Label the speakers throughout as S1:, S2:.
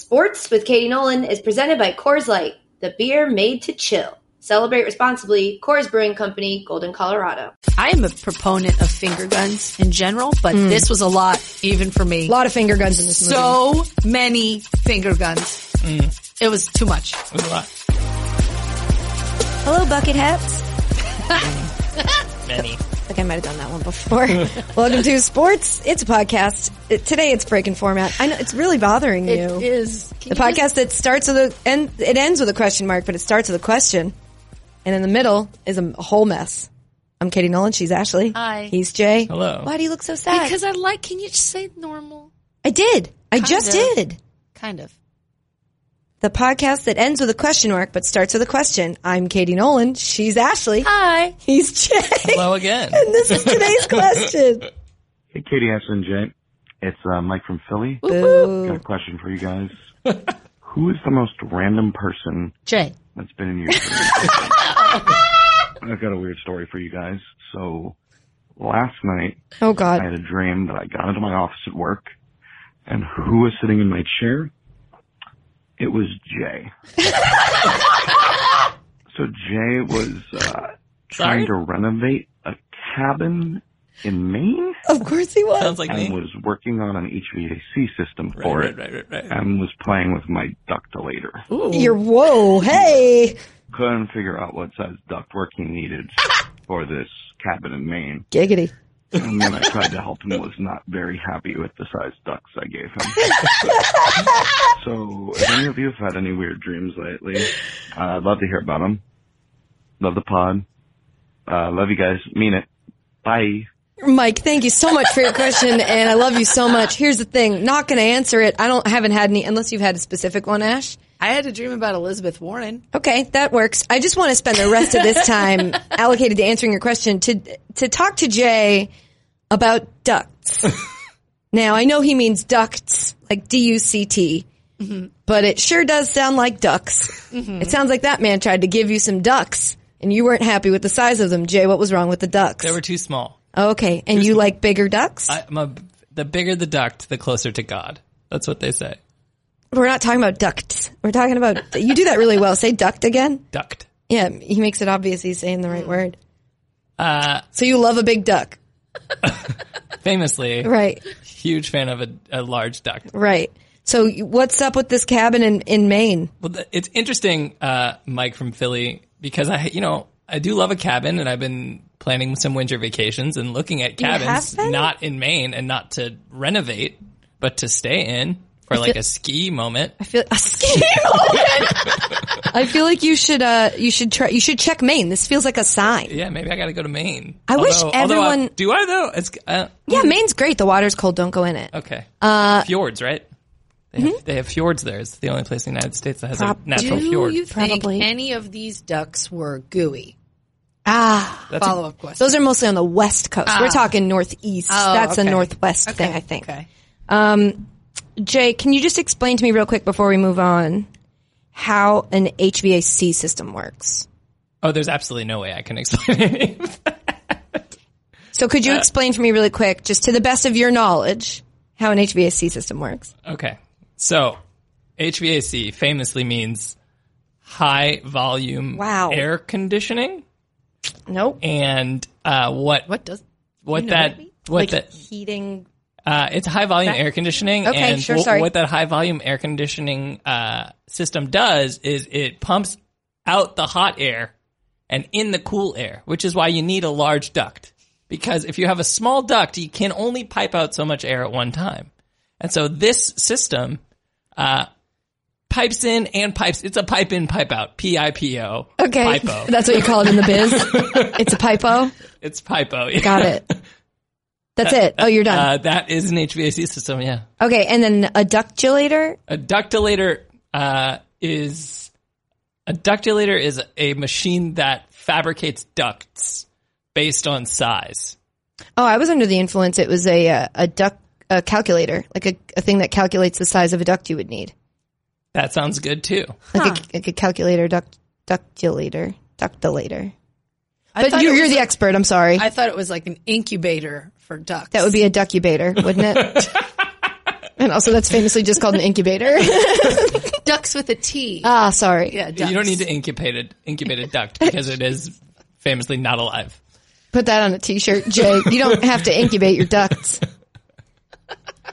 S1: Sports with Katie Nolan is presented by Coors Light, the beer made to chill. Celebrate responsibly. Coors Brewing Company, Golden, Colorado.
S2: I am a proponent of finger guns in general, but this was a lot even for me.
S3: A Mm. lot of finger guns in this movie.
S2: so many finger guns.
S3: Mm.
S2: It was too much.
S4: There's a lot.
S3: Hello, bucket hats.
S4: Many.
S3: I think I might have done that one before. Welcome to Sports. It's a podcast. It- today it's breaking format. I know it's really bothering you.
S2: It is.
S3: The podcast that starts with a and it ends with a question mark, but it starts with a question, and in the middle is a m- whole mess. I'm Katie Nolan. She's Ashley.
S2: Hi.
S3: He's Jay.
S4: Hello.
S3: Why do you look so sad?
S2: Because I like, can you just say normal?
S3: I did. I just
S2: Kinda.
S3: did.
S2: Kind of.
S3: The podcast that ends with a question mark but starts with a question. I'm Katie Nolan. She's Ashley.
S2: Hi.
S3: He's Jay.
S4: Hello again.
S3: And this is today's question.
S5: Hey, Katie, Ashley, and Jay. It's uh, Mike from Philly. Got a
S3: Boo.
S5: question for you guys. Who is the most random person
S2: Jay.
S5: that's been in your I've got a weird story for you guys. So last night,
S3: Oh
S5: I had
S3: God.
S5: a dream that I got into my office at work, and who was sitting in my chair? It was Jay. so Jay was uh,
S4: Sorry?
S5: trying to renovate a cabin in Maine
S3: Of course he was.
S4: Sounds like
S5: and
S4: me.
S5: was working on an HVAC system
S4: Right,
S5: for
S4: right,
S5: it
S4: right, right, right.
S5: and was playing with my ductilator.
S3: You're whoa. Hey.
S5: Couldn't figure out what size ductwork he needed for this cabin in Maine.
S3: Giggity.
S5: And when I tried to help him, was not very happy with the size ducts I gave him. so if any of you have had any weird dreams lately, uh, I'd love to hear about them. Love the pod. Uh, love you guys. Mean it. Bye.
S3: Mike, thank you so much for your question, and I love you so much. Here's the thing: not going to answer it. I don't I haven't had any, unless you've had a specific one, Ash.
S2: I had a dream about Elizabeth Warren.
S3: Okay, that works. I just want to spend the rest of this time allocated to answering your question to to talk to Jay about ducts. now I know he means ducts, like D U C T,
S4: Mm-hmm.
S3: but it sure does sound like ducks. It sounds like that man tried to give you some ducks, and you weren't happy with the size of them. Jay, what was wrong with the ducks?
S4: They were too small.
S3: okay, and you like bigger ducks?
S4: I, I'm a, the bigger the duct, the closer to God. That's what they say.
S3: We're not talking about ducts. We're talking about you do that really well. Say duct again.
S4: Duct.
S3: Yeah, he makes it obvious he's saying the
S2: Hmm.
S3: right word. Uh, so you love a big duck,
S4: Famously,
S3: right?
S4: huge fan of a, a large duct.
S3: Right. So you- what's up with this cabin in in Maine?
S4: Well, th- it's interesting, uh, Mike from Philly, because I, you know, I do love a cabin, and I've been planning some winter vacations and looking at cabins,
S3: have been?
S4: not in Maine and not to renovate, but to stay in for like a ski moment.
S3: I feel a ski moment. I feel like you should uh you should try you should check Maine. This feels like a sign.
S4: Yeah, maybe I got to go to Maine.
S3: I wish
S4: although I-
S3: everyone-
S4: do I though? It's uh,
S2: Mm-hmm.
S3: Yeah, Maine's great. The water's cold. Don't go in it.
S4: okay. Uh, fjords, right? They have, they have fjords there. It's the only place in the United States that has
S3: Prob-
S4: a natural fjord.
S2: think
S3: Probably.
S2: any of these ducks were gooey?
S3: Ah,
S4: That's a-
S2: Follow up question.
S3: those are mostly on the west coast. We're talking northeast. That's
S2: Ah. Oh, okay.
S3: a northwest thing, I think. Um,
S2: Okay.
S3: Jay, can you just explain to me real quick before we move on how an HVAC system works?
S4: oh, there's absolutely no way I can explain it.
S3: So could
S4: Uh,
S3: you explain for me really quick, just to the best of your knowledge, how an HVAC system works?
S4: Okay. So HVAC famously means high volume
S3: Wow.
S4: air conditioning.
S3: Nope.
S4: And uh, what what,
S2: What does? know
S4: that,
S2: that mean?
S4: what that
S3: Heating.
S4: uh, it's high volume air conditioning.
S3: Okay,
S4: and
S3: sure,
S4: wh-
S3: sorry.
S4: what that high volume air conditioning uh, system does is it pumps out the hot air and in the cool air, which is why you need a large duct. Because if you have a small duct, you can only pipe out so much air at one time. And so this system uh, pipes in and pipes. It's a pipe in, pipe out. P I P O.
S3: Okay.
S4: Pipo.
S3: That's what you call it in the biz. it's a pipo.
S4: It's pipo.
S3: Got it. That's it. Oh, you're done.
S4: Uh, that is an HVAC system. Yeah.
S3: okay. And then a ductulator.
S4: A ductilator uh, is a ductilator is a machine that fabricates ducts based on size.
S3: Oh, I was under the influence. It was a, uh, a, a duct, a calculator, like a, a thing that calculates the size of a duct you would need.
S4: That sounds good too.
S3: like, a, like a calculator duct ductulator ductilator. But
S2: thought
S3: you're,
S2: it
S3: you're
S2: was
S3: the
S2: a-
S3: expert. I'm sorry.
S2: I thought it was like an incubator for ducks.
S3: that would be a ductubator, wouldn't it? And also, that's famously just called an incubator.
S6: Ducks with a T.
S3: ah, sorry.
S6: yeah, ducks.
S4: You don't need to incubate it, incubate a duct because it is famously not alive.
S3: Put that on a t-shirt, Jay. You don't have to incubate your ducks.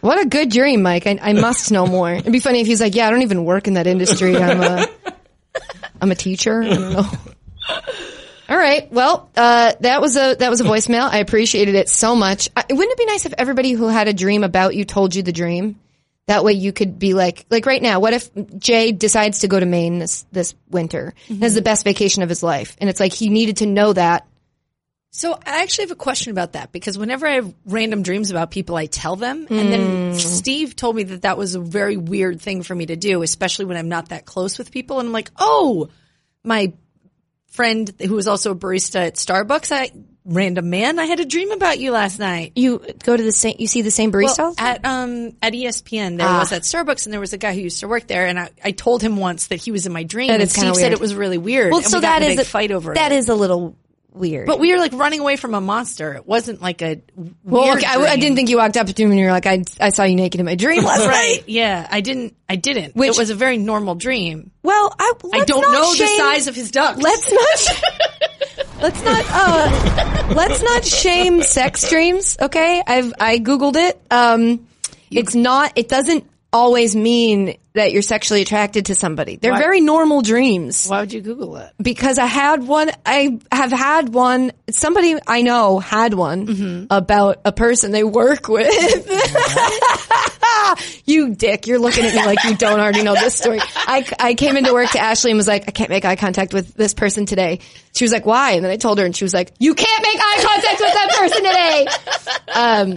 S3: What a good dream, Mike. I, I must know more. It'd be funny if he's like, yeah, I don't even work in that industry. I'm a, I'm a teacher. I don't know. All right. Well, uh, that was a, that was a voicemail. I appreciated it so much. I, wouldn't it be nice if everybody who had a dream about you told you the dream? That way you could be like, like right now, what if Jay decides to go to Maine this, this winter? That's the best vacation of his life. And it's like, he needed to know that
S6: So I actually have a question about that because whenever I have random dreams about people, I tell them. And then
S3: Hmm.
S6: Steve told me that that was a very weird thing for me to do, especially when I'm not that close with people. And I'm like, oh, my friend who was also a barista at Starbucks, I random man, I had a dream about you last night.
S3: You go to the same. You Ah. see the same barista.
S6: Well, at um at ESPN, there was at Starbucks, and there was a guy who used to work there, and I, I told him once that he was in my dream,
S3: That
S6: and
S3: is
S6: Steve
S3: kinda
S6: said
S3: weird.
S6: it was really weird. and we got in a big fight over
S3: that
S6: it.
S3: is a little weird.
S6: but we were like running away from a monster. It wasn't like a weird
S3: well, okay, I, w- I
S6: dream.
S3: didn't think you walked up to him and you were like, I, I saw you naked in my dream last night.
S6: Yeah, I didn't. I didn't.
S3: Which-
S6: it was a very normal dream.
S3: Well, I let's
S6: I don't
S3: not
S6: know the
S3: shame-
S6: size of his ducks.
S3: Let's not. sh- let's not. Uh, let's not shame sex dreams. Okay, I've I googled it. Um, it's not. It doesn't always mean that you're sexually attracted to somebody. They're very normal dreams.
S6: Why would you Google it?
S3: because I had one. I have had one. Somebody I know had one about a person they work with. you dick, you're looking at me like you don't already know this story. I, I came into work to Ashley and was like, I can't make eye contact with this person today. She was like, why? And then I told her and she was like, you can't make eye contact with that person today. Um,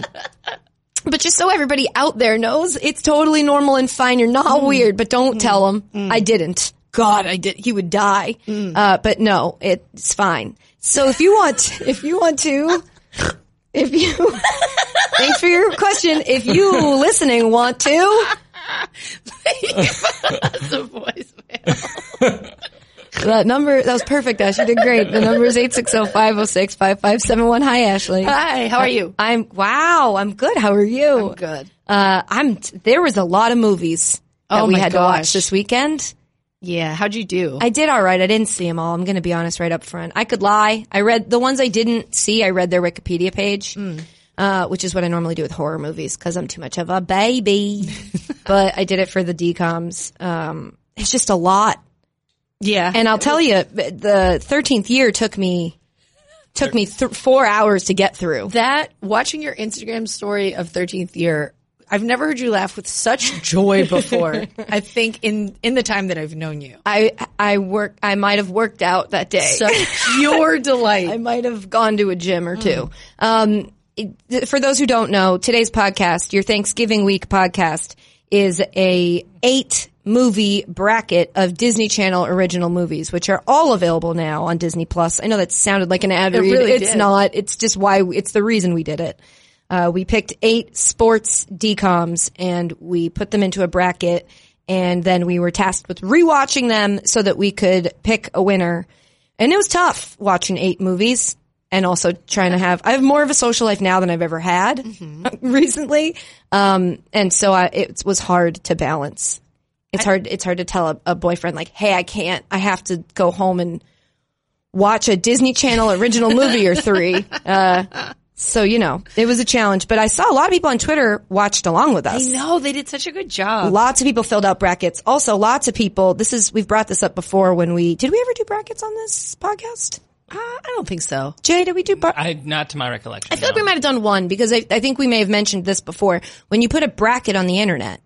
S3: But just so everybody out there knows, it's totally normal and fine. You're not weird, but don't tell him I didn't. God, I did. He would die. Uh, but no, it's fine. So if you want, if you want to, if you, thanks for your question. If you listening want to, that number, that was perfect, Ash. You did great. The number is 860-506-5571. Hi, Ashley.
S6: Hi, how are you?
S3: I'm, wow, I'm good. How are you?
S6: Good.
S3: Uh, I'm. T- there was a lot of movies that
S6: Oh
S3: we
S6: my
S3: had to
S6: gosh.
S3: watch this weekend.
S6: Yeah, how'd you do?
S3: I did all right. I didn't see them all. I'm going to be honest right up front. I could lie. I read the ones I didn't see. I read their Wikipedia page,
S6: Hmm.
S3: uh, which is what I normally do with horror movies because I'm too much of a baby. but I did it for the DComs. Um, it's just a lot,
S6: yeah,
S3: and I'll tell you, the 13th year took me took me th- four hours to get through.
S6: that watching your Instagram story of 13th year. I've never heard you laugh with such joy before. I think in in the time that I've known you,
S3: I I work. I might have worked out that day.
S6: such pure delight.
S3: I might have gone to a gym or two. Um, it- th- for those who don't know, today's podcast, your Thanksgiving week podcast, is a eight movie bracket of Disney Channel original movies, which are all available now on Disney Plus. I know that sounded like an ad read.
S6: really
S3: it's
S6: did.
S3: not. It's just why. It's the reason we did it. Uh, we picked eight sports decoms and we put them into a bracket, and then we were tasked with rewatching them so that we could pick a winner. And it was tough watching eight movies and also trying to have, I have more of a social life now than I've ever had recently. Um, and so I, it was hard to balance. It's hard, it's hard to tell a, a boyfriend like, Hey, I can't, I have to go home and watch a Disney Channel original movie or three. Uh, so, you know, it was a challenge, but I saw a lot of people on Twitter watched along with us.
S6: no, they did such a good job.
S3: Lots of people filled out brackets. Also, lots of people. This is we've brought this up before when we did we ever do brackets on this podcast?
S6: Uh, I don't think so.
S3: Jay, did we do? Bra- I
S4: I not to my recollection.
S3: feel like we might have done one because I, I think we may have mentioned this before. When you put a bracket on the internet,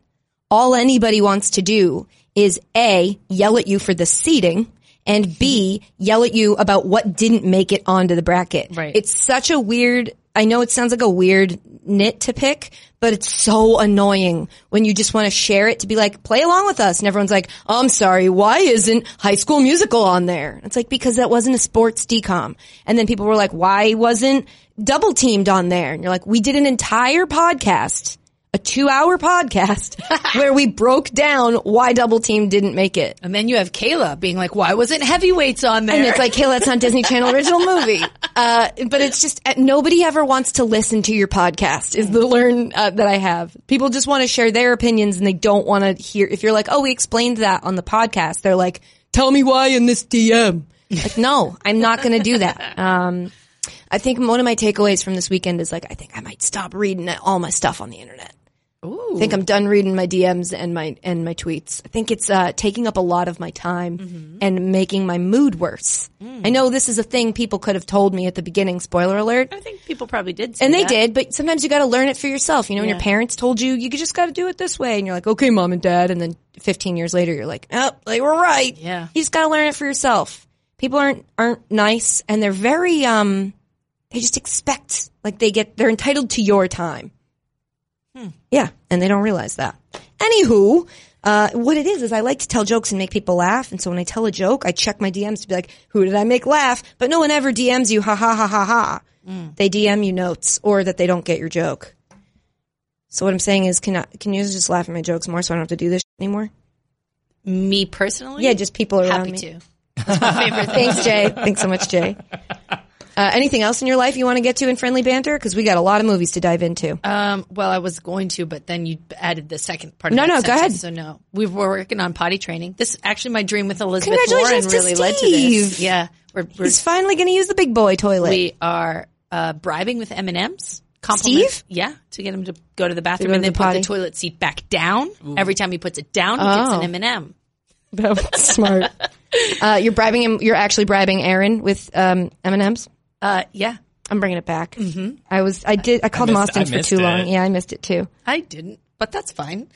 S3: all anybody wants to do is a yell at you for the seating. And B, yell at you about what didn't make it onto the bracket.
S6: Right.
S3: It's such a weird, I know it sounds like a weird nit to pick, but it's so annoying when you just want to share it to be like, play along with us. And everyone's like, I'm sorry, why isn't High School Musical on there? It's like, because that wasn't a sports decom. And then people were like, why wasn't Double Teamed on there? And you're like, we did an entire podcast a two hour podcast where we broke down why Double Team didn't make it.
S6: And then you have Kayla being like, why wasn't heavyweights on there?
S3: And it's like, hey, that's not Disney Channel original movie. Uh, but it's just uh, nobody ever wants to listen to your podcast. Is the learn uh, that I have. People just want to share their opinions, and they don't want to hear. If you're like, oh, we explained that on the podcast, they're like, tell me why in this DM. Like, no, I'm not going to do that. Um, I think one of my takeaways from this weekend is like, I think I might stop reading all my stuff on the internet. I think I'm done reading my DMs and my and my tweets. I think it's uh, taking up a lot of my time
S6: Mm-hmm.
S3: and making my mood worse.
S6: Mm.
S3: I know this is a thing people could have told me at the beginning. Spoiler alert.
S6: I think people probably did.
S3: And they did, but sometimes you got to learn it for yourself. You know, when your parents told you, you just got to do it this way, and you're like, okay, mom and dad. And then 15 years later, you're like, oh, they were right.
S6: Yeah.
S3: You just got to learn it for yourself. People aren't aren't nice, and they're very um, they just expect like they get they're entitled to your time. Yeah, and they don't realize that. Anywho, uh, what it is is I like to tell jokes and make people laugh, and so when I tell a joke, I check my DMs to be like, "Who did I make laugh?" But no one ever DMs you, ha ha ha ha ha.
S6: Mm.
S3: They DM you notes or that they don't get your joke. So what I'm saying is, can I, can you just laugh at my jokes more so I don't have to do this anymore?
S6: Me personally?
S3: Yeah, just people around
S6: happy
S3: me.
S6: to. That's my favorite thing.
S3: Thanks, Jay. Thanks so much, Jay. Uh, anything else in your life you want to get to in friendly banter? Because we got a lot of movies to dive into.
S6: Um, well, I was going to, but then you added the second part. Of
S3: No,
S6: that
S3: no, go
S6: sentence,
S3: ahead.
S6: So no, we were working on potty training. This actually my dream with Elizabeth Warren
S3: Congratulations to
S6: really led to this.
S3: Steve.
S6: Yeah, we're, we're
S3: He's finally going to use the big boy toilet.
S6: we are uh, bribing with M and M's. Compliment,
S3: Steve?
S6: yeah, to get him to go to the bathroom
S3: go
S6: and
S3: to
S6: then
S3: the
S6: put
S3: potty. Oh.
S6: the toilet seat back down. Every time he puts it down, he gets an M and M.
S3: smart. Uh, you're bribing him. You're actually bribing Aaron with um, M and M's.
S6: Uh, yeah,
S3: I'm bringing it back.
S6: Mm-hmm.
S3: I was. I did. I called him
S4: missed- I
S3: Austin for
S4: missed
S3: too long.
S4: it.
S3: Yeah, I missed it too.
S6: I didn't, but that's fine.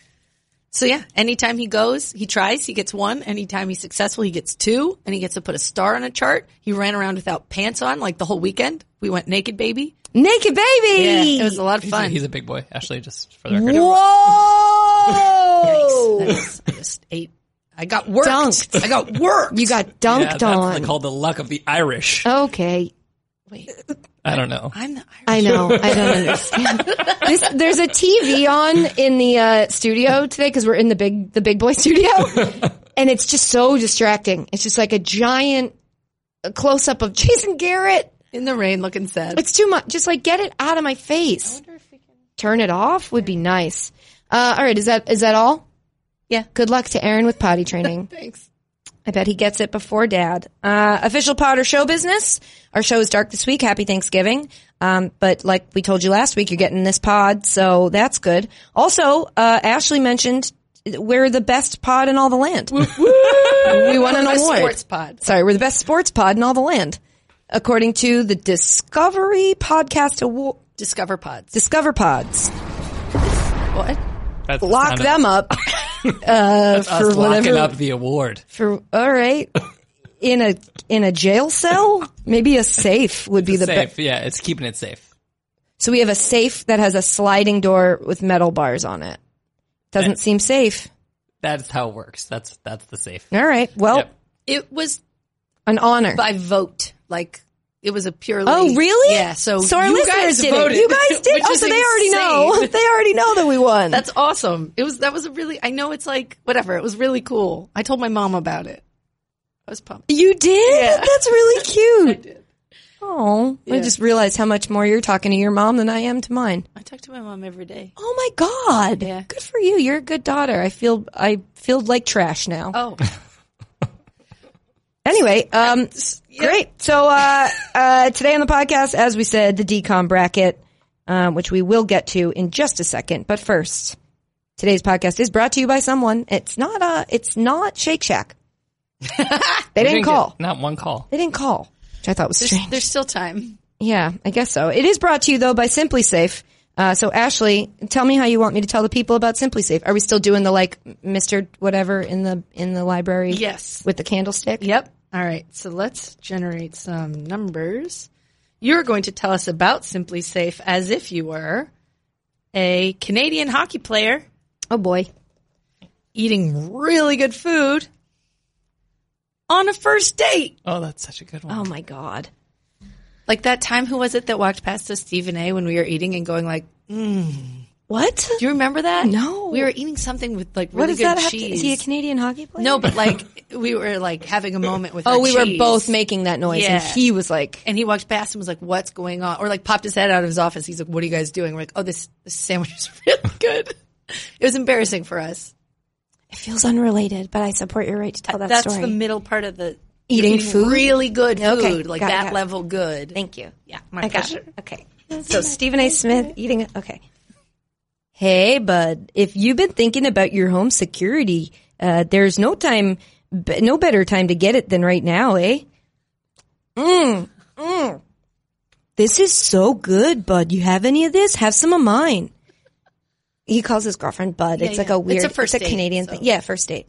S6: So yeah, anytime he goes, he tries, he gets one. Anytime he's successful, he gets two, and he gets to put a star on a chart. He ran around without pants on like the whole weekend. We went naked, baby.
S3: Naked baby.
S6: Yeah, it was a lot of
S4: He's a,
S6: fun.
S4: he's a big boy, Ashley. Just for the record,
S3: Whoa! Oh.
S6: That is- I just ate. I got worked.
S3: Dunked.
S6: I got worked.
S3: You got
S4: yeah,
S3: dunked
S4: that's
S3: on.
S4: called the luck of the Irish.
S3: okay.
S6: Wait,
S4: I don't know.
S6: I'm the Irish.
S3: I know. I don't understand. This, there's a TV on in the uh, studio today because we're in the big the big boy studio, and it's just so distracting. It's just like a giant close up of Jason Garrett.
S6: in the rain, looking sad.
S3: It's too much. Just like get it out of my face. Turn it off would be nice. Uh, all right, is that is that all?
S6: Yeah.
S3: Good luck to Aaron with potty training.
S6: Thanks.
S3: I bet he gets it before dad. Uh, official Potter show business. Our show is dark this week. Happy Thanksgiving. Um, but like we told you last week, you're getting this pod, so that's good. Also, uh, Ashley mentioned we're the best pod in all the land. we won an
S6: A
S3: award.
S6: sports pod.
S3: Sorry, we're the best sports pod in all the land, according to the Discovery Podcast Award.
S6: Discover pods.
S3: Discover Pods.
S6: what?
S4: That's
S3: Lock
S4: kind of
S3: them up uh,
S4: us
S3: for
S4: locking
S3: whatever-
S4: up the award.
S3: for all right. In a in a jail cell, maybe a safe would be the best.
S4: safe, yeah. It's keeping it safe.
S3: So we have a safe that has a sliding door with metal bars on it. Doesn't seem safe.
S4: That's how it works. That's that's the safe.
S3: All right. Well,
S4: Yep.
S6: It was
S3: an honor.
S6: by vote. Like it was a purely.
S3: Oh, really?
S6: Yeah. So,
S3: so our
S6: you
S3: listeners
S6: guys
S3: did
S6: voted,
S3: it. You guys did.
S6: which
S3: Oh,
S6: is
S3: so they already know.
S6: insane.
S3: They already know that we won.
S6: That's awesome. It was that was a really. I know it's like whatever. It was really cool. I told my mom about it. I was pumped.
S3: you did. That's really cute. Oh, I just realized how much more you're talking to your mom than I am to mine.
S6: I talk to my mom every day.
S3: Oh my god.
S6: Yeah.
S3: Good for you. You're a good daughter. I feel I feel like trash now.
S6: Oh,
S3: Anyway, um, great. So uh, uh, today on the podcast, as we said, the decom bracket, um, which we will get to in just a second. But first, today's podcast is brought to you by someone. It's not uh, it's not Shake Shack. they
S4: We
S3: didn't
S4: get-
S3: call.
S4: not one call.
S3: They didn't call, which I thought was strange.
S6: there's still time.
S3: Yeah, I guess so. It is brought to you though by Simply Safe. Uh, so Ashley, tell me how you want me to tell the people about Simply Safe. Are we still doing the like Mister whatever in the in the library?
S6: Yes.
S3: with the candlestick.
S6: Yep. All right. So let's generate some numbers. You're going to tell us about Simply Safe as if you were a Canadian hockey player
S3: Oh boy.
S6: eating really good food on a first date.
S4: Oh, that's such a good one.
S3: Oh my god.
S6: Like that time, who was it that walked past us, Stephen A, when we were eating and going like,
S3: What?
S2: Do you remember that?
S3: No.
S2: We were eating something with like really
S3: What does
S2: good
S3: that have to?
S2: cheese.
S3: Is he a Canadian hockey player?
S2: no, but like we were like having a moment with.
S3: Oh,
S2: our
S3: we were
S2: cheese.
S3: both making that noise, and
S2: Yeah.
S3: he was like,
S2: And he walked past and was like, "What's going on?" Or like popped his head out of his office. He's like, "What are you guys doing?" We're like, "Oh, this, this sandwich is really good." it was embarrassing for us.
S3: "It feels unrelated, but I support your right to tell that
S2: That's
S3: story."
S2: the middle part of the
S3: Eating
S2: you're
S3: food?
S2: Really good
S3: Okay,
S2: food, like
S3: got it,
S2: that
S3: got it.
S2: level good.
S3: Thank you.
S2: yeah, my
S3: I got
S2: pleasure.
S3: it. Okay. So Stephen A. Smith eating. Okay. Hey, bud. If you've been thinking about your home security, uh, there's no time, b- no better time to get it than right now, eh? Mm. Mmm. Mmm. This is so good, bud. You have any of this? Have some of mine. He calls his girlfriend Bud. it's like
S2: yeah.
S3: a
S2: It's
S3: weird,
S2: a first date,
S3: Canadian
S2: so- Mm-hmm.
S3: thing. Yeah, first date.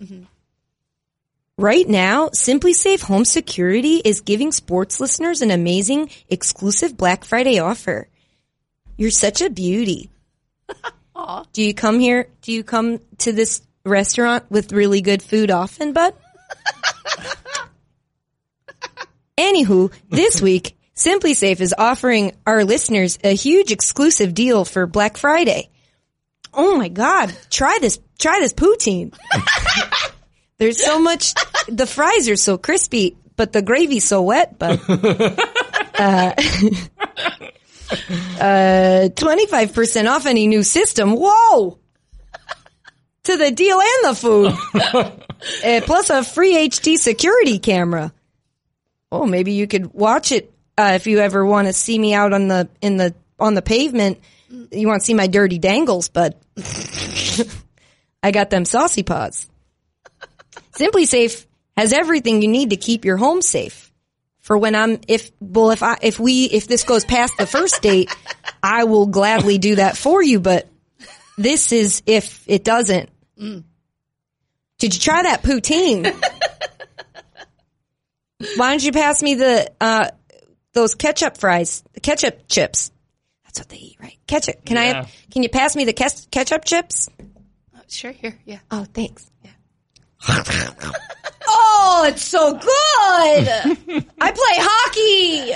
S3: Right now, SimpliSafe Home Security is giving sports listeners an amazing exclusive Black Friday offer. You're such a beauty. do you come here? Do you come to this restaurant with really good food often, bud? Anywho, this week, SimpliSafe is offering our listeners a huge exclusive deal for Black Friday. Oh my God. Try this, try this poutine. There's so much. The fries are so crispy, but the gravy's so wet. But uh, twenty five uh, percent off any new system. Whoa! To the deal and the food, Uh, plus a free HD security camera. Oh, maybe you could watch it uh, if you ever want to see me out on the in the on the pavement. You want to see my dirty dangles, but I got them saucy paws. Simply Safe has everything you need to keep your home safe. For when I'm if well if I if we if this goes past the first date, I will gladly do that for you, but this is if it doesn't. Did you try that poutine? Why don't you pass me the uh those ketchup fries, the ketchup chips? That's what they eat, right? Ketchup. Can I
S4: Yeah.
S3: have, can you pass me the kes- ketchup chips?
S2: Sure, here, yeah.
S3: Oh, thanks. oh, it's so good. I play hockey.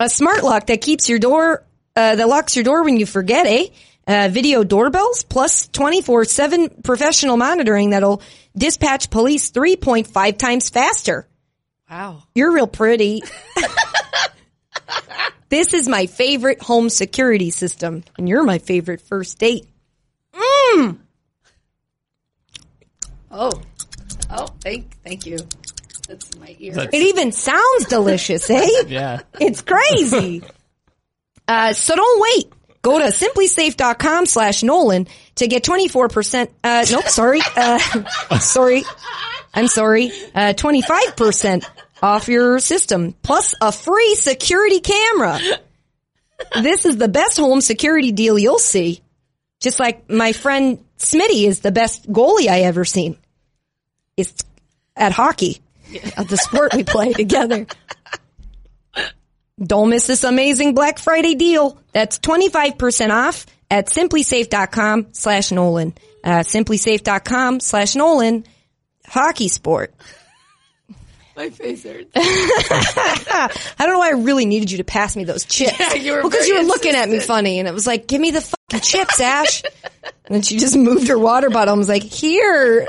S3: A smart lock that keeps your door, uh, that locks your door when you forget, eh? Uh, video doorbells plus 24-7 professional monitoring that'll dispatch police 3.5 times faster.
S2: Wow.
S3: You're real pretty. this is my favorite home security system, and you're my favorite first date.
S2: Oh, oh, thank, thank you. That's my ear.
S4: That's-
S3: It even sounds delicious, eh?
S4: Yeah.
S3: It's crazy. uh, so don't wait. Go to simplysafe.com slash Nolan to get 24%. Uh, nope, sorry. Uh, sorry. I'm sorry. Uh, 25% off your system plus a free security camera. This is the best home security deal you'll see. Just like my friend Smitty is the best goalie I ever seen. It's at hockey, at the sport we play together. Don't miss this amazing Black Friday deal. That's 25% off at simplysafe.com slash Nolan. Uh, simplysafe.com slash Nolan. Hockey sport.
S2: My face hurts.
S3: I don't know why I really needed you to pass me those chips.
S2: you were
S3: because
S2: very
S3: you were looking at me funny and it was like, give me the fucking chips, Ash. And then she just moved her water bottle and was like, here.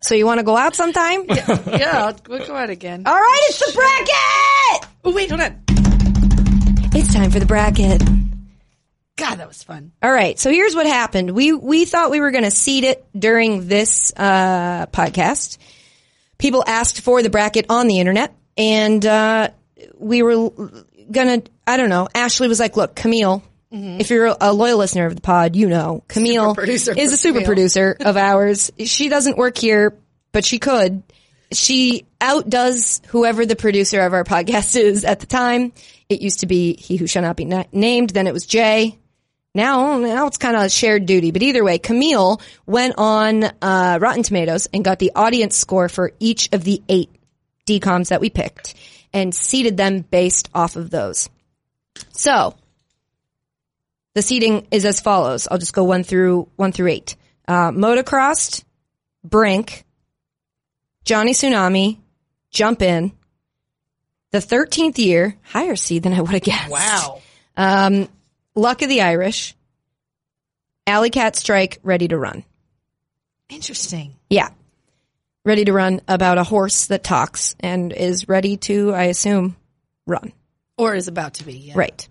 S3: So you want to go out sometime?
S2: yeah, I'll, we'll go out again.
S6: Oh.
S3: All right, it's the bracket!
S2: Oh, wait, hold on.
S3: It's time for the bracket.
S2: God, that was fun.
S3: All right. So here's what happened. We we thought we were going to seed it during this uh, podcast. People asked for the bracket on the internet, and uh, we were gonna. I don't know. Ashley was like, "Look, Camille." If you're a loyal listener of the pod, you know Camille
S2: Mm-hmm. Super producer
S3: is a super
S2: Camille.
S3: producer of ours. She doesn't work here, but she could. She outdoes whoever the producer of our podcast is at the time. It used to be he who shall not be na- named. Then it was Jay now now it's kind of shared duty but either way camille went on uh, rotten tomatoes and got the audience score for each of the eight decoms that we picked and seeded them based off of those so the seeding is as follows i'll just go one through one through eight uh, motocrossed brink johnny tsunami jump in the 13th year higher seed than i would have guessed
S2: Wow.
S3: um, Luck of the Irish, Alley cat strike, ready to run.
S2: Interesting.
S3: Yeah. Ready to run about a horse that talks and is ready to, I assume, run.
S2: Or is about to be. Yeah.
S3: Right.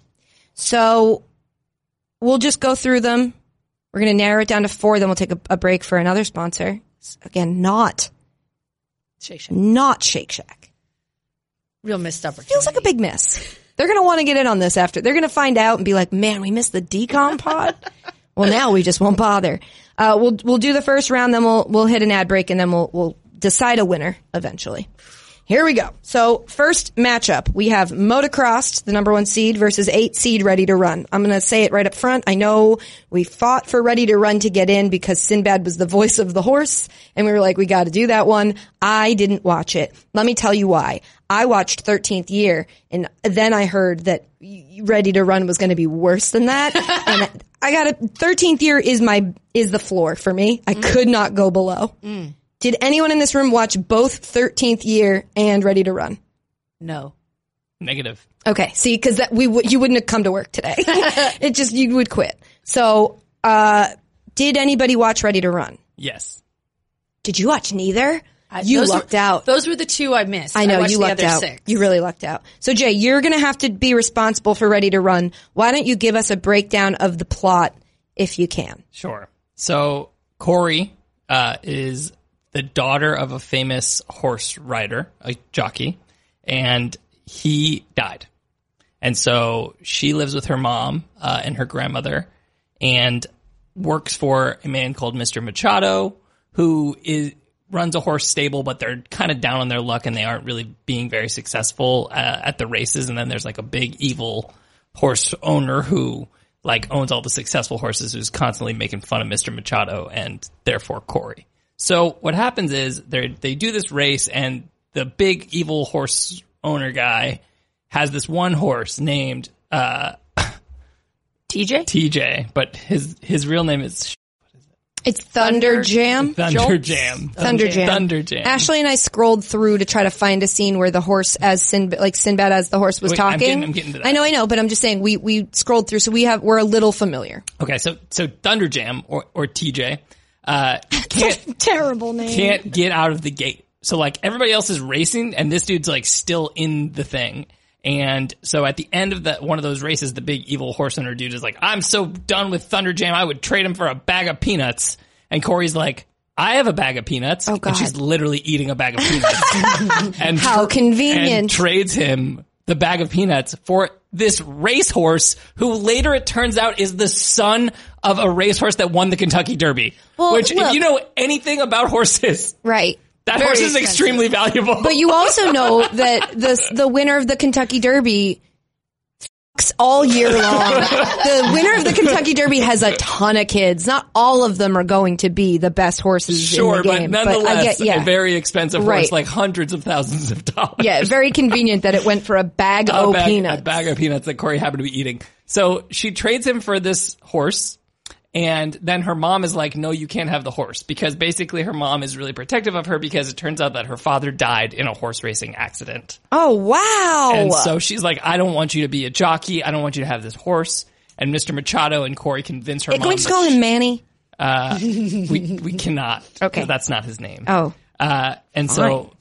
S3: So we'll just go through them. We're going to narrow it down to four, then we'll take a, a break for another sponsor. S- Again, not,
S2: Shake, shake.
S3: not Shake Shack.
S2: Real missed opportunity.
S3: Feels like a big miss. They're going to want to get in on this after. They're going to find out and be like, man, we missed the decom pod. well, now we just won't bother. Uh, we'll, we'll do the first round, then we'll, we'll hit an ad break and then we'll, we'll decide a winner eventually. Here we go. So first matchup, we have Motocrossed, the number one seed versus eight seed ready to run. I'm going to say it right up front. I know we fought for ready to run to get in because Sinbad was the voice of the horse and we were like, we got to do that one. I didn't watch it. Let me tell you why. I watched 13th year and then I heard that y- y- ready to run was going to be worse than that. and I got a 13th year is my, is the floor for me. I could not go below. Did anyone in this room watch both 13th year and Ready to Run?
S2: no.
S4: Negative.
S3: Okay, see, because that we w- you wouldn't have come to work today. it just you would quit. So, uh, did anybody watch Ready to Run?
S4: Yes.
S3: Did you watch neither? you
S2: Those
S3: lucked
S2: were,
S3: out.
S2: Those were the two I missed.
S3: I know
S2: watched
S3: you
S2: the
S3: lucked
S2: other
S3: out.
S2: Six.
S3: You really lucked out. So Jay, you're going to have to be responsible for Ready to Run. Why don't you give us a breakdown of the plot if you can?
S4: Sure. So Corey uh, is the daughter of a famous horse rider, a jockey, and he died. And so she lives with her mom uh, and her grandmother and works for a man called Mr. Machado, who is runs a horse stable, but they're kind of down on their luck and they aren't really being very successful uh, at the races. And then there's like a big evil horse owner who like owns all the successful horses who's constantly making fun of Mr. Machado and therefore Corey. So what happens is they they do this race and the big evil horse owner guy has this one horse named uh,
S2: TJ?
S4: TJ, but his his real name is
S3: It's Thunder, Jam.
S4: Thunder
S2: Jolts?
S4: Jam.
S3: Thunder Jam.
S4: Thunder Jam.
S3: Ashley and I scrolled through to try to find a scene where the horse, as Sinbad, like Sinbad as the horse was
S4: Wait, I'm
S3: talking.
S4: getting- I'm getting to that.
S3: I know, I know, but I'm just saying we we scrolled through, so we have we're a little familiar.
S4: Okay, so so Thunder Jam or or TJ uh, can't
S3: Terrible name.
S4: can't get out of the gate. So like everybody else is racing, and this dude's like still in the thing. And so at the end of that one of those races, the big evil horse owner dude is like, "I'm so done with Thunder Jam. I would trade him for a bag of peanuts." And Corey's like, "I have a bag of peanuts," oh,
S3: God.
S4: and she's literally eating a bag of peanuts. and
S3: How
S4: and
S3: convenient.
S4: trades him the bag of peanuts for this racehorse who later it turns out is the son of a racehorse that won the Kentucky Derby.
S3: Well,
S4: which if
S3: look-
S4: you know anything about horses,
S3: right.
S4: that horse is
S2: expensive.
S4: extremely valuable.
S3: But you also know that the the winner of the Kentucky Derby fucks all year long. the winner of the Kentucky Derby has a ton of kids. Not all of them are going to be the best horses
S4: sure,
S3: in the
S4: but
S3: game. I
S4: nonetheless
S3: get- yeah.
S4: a very expensive
S3: Right.
S4: horse like hundreds of thousands of dollars.
S3: yeah, very convenient that it went for a bag
S4: a
S3: of
S4: bag,
S3: Oh, peanuts.
S4: a bag of peanuts that Corey happened to be eating. So she trades him for this horse. And then her mom is like, no, you can't have the horse because basically her mom is really protective of her because it turns out that her father died in a horse racing accident.
S3: Oh wow!
S4: And so she's like, I don't want you to be a jockey. I don't want you to have this horse. And Mr. Machado and Corey convince her
S3: Can
S4: mom.
S3: we just call him Manny?
S4: we, we cannot.
S3: Okay.
S4: That's not his name.
S3: Oh,
S4: Uh, and
S3: Fine.
S4: so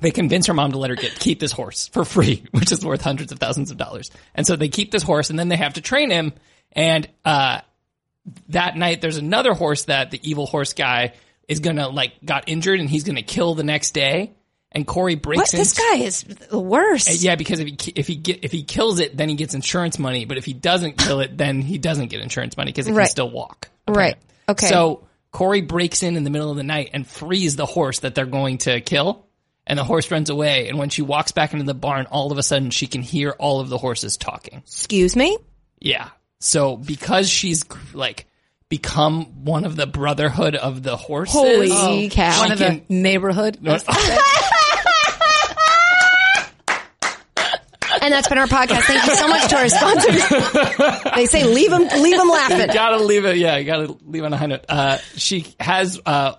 S4: they convince her mom to let her get keep this horse for free, which is worth hundreds of thousands of dollars. And so they keep this horse, and then they have to train him. And uh, that night, there's another horse that the evil horse guy is gonna like got injured, and he's gonna kill the next day. And Corey
S3: what?
S4: breaks in.
S3: This guy is the worst.
S4: Uh, Yeah, because if he ki- if he get, if he kills it, then he gets insurance money. But if he doesn't kill it, then he doesn't get insurance money because he
S3: Right.
S4: can still walk.
S3: Right. Okay.
S4: So Corey breaks in in the middle of the night and frees the horse that they're going to kill, and the horse runs away. And when she walks back into the barn, all of a sudden she can hear all of the horses talking.
S3: Excuse me.
S4: Yeah. So because she's like become one of the brotherhood of the horses.
S3: Holy cow!
S2: One of the neighborhood.
S3: and that's been our podcast. Thank you so much to our sponsors. they say leave them, leave them laughing.
S4: gotta leave it. Yeah, you gotta leave on a high note. Uh, she has uh,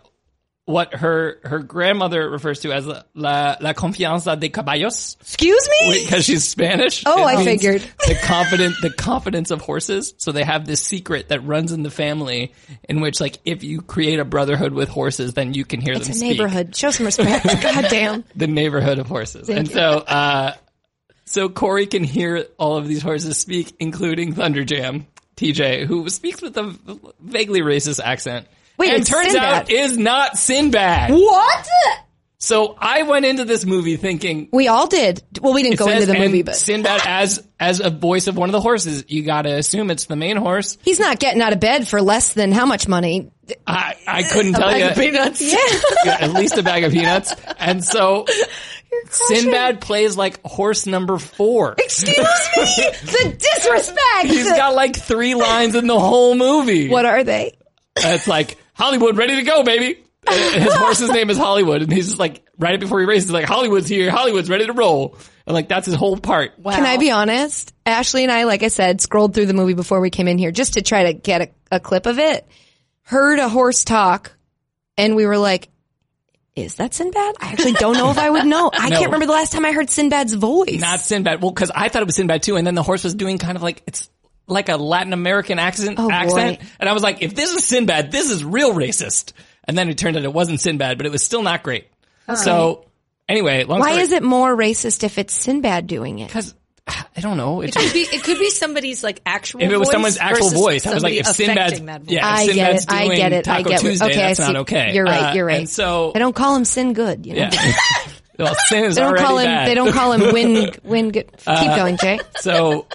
S4: what her her grandmother refers to as la la, la confianza de caballos
S3: Excuse me?
S4: because she's Spanish.
S3: Oh,
S4: It
S3: I
S4: means
S3: figured.
S4: the confident the confidence of horses. So they have this secret that runs in the family in which like if you create a brotherhood with horses, then you can hear
S3: It's
S4: them
S3: a
S4: speak.
S3: neighborhood. Show some respect. God damn.
S4: The neighborhood of horses. and so uh so Corey can hear all of these horses speak, including Thunderjam, TJ, who speaks with a vaguely racist accent.
S3: Wait,
S4: and
S3: it's
S4: turns out
S3: Sinbad.
S4: is not Sinbad.
S3: What?
S4: So I went into this movie thinking
S3: We all did. Well, we didn't go
S4: says,
S3: into the
S4: and
S3: movie, but
S4: Sinbad as as a voice of one of the horses. You gotta assume it's the main horse.
S3: he's not getting out of bed for less than how much money?
S4: I I couldn't tell you
S2: peanuts. Yeah.
S4: Yeah, at least a bag of peanuts. And so Sinbad plays like horse number four.
S3: Excuse me? The disrespect.
S4: He's got like three lines in the whole movie.
S3: what are they?
S4: It's like Hollywood, ready to go, baby. And his horse's name is Hollywood, and he's just like right before he races, like Hollywood's here, Hollywood's ready to roll, and like that's his whole part.
S2: Wow.
S3: Can I be honest? Ashley and I, like I said, scrolled through the movie before we came in here just to try to get a, a clip of it. Heard a horse talk, and we were like, "Is that Sinbad?" I actually don't know if I would know. I
S4: No.
S3: can't remember the last time I heard Sinbad's voice.
S4: Not Sinbad. Well, because I thought it was Sinbad too, and then the horse was doing kind of like it's like a Latin American accent,
S3: Oh, boy.
S4: accent, and I was like, if this is Sinbad, this is real racist. And then it turned out it wasn't Sinbad, but it was still not great. So anyway, long
S3: Why is it more racist if it's Sinbad doing it?
S4: Because I don't know. It's
S2: It could, be, it could be somebody's like actual.
S4: if it was
S2: voice
S4: someone's actual
S2: versus
S4: voice, I was like,
S2: somebody
S4: if Sinbad's,
S2: affecting that voice.
S4: yeah, if
S3: I get
S4: Sinbad's
S3: it, I
S4: doing
S3: get it, I
S4: Taco
S3: get it.
S4: Tuesday,
S3: Okay, I
S4: that's
S3: see.
S4: not okay.
S3: You're right,
S4: Uh,
S3: you're right.
S4: And so,
S3: I don't call him Sin Good. You know?
S4: yeah. well, sin is
S3: They don't
S4: already
S3: call him.
S4: bad. Uh,
S3: They don't call him Win Win Good. Keep going, Jay.
S4: so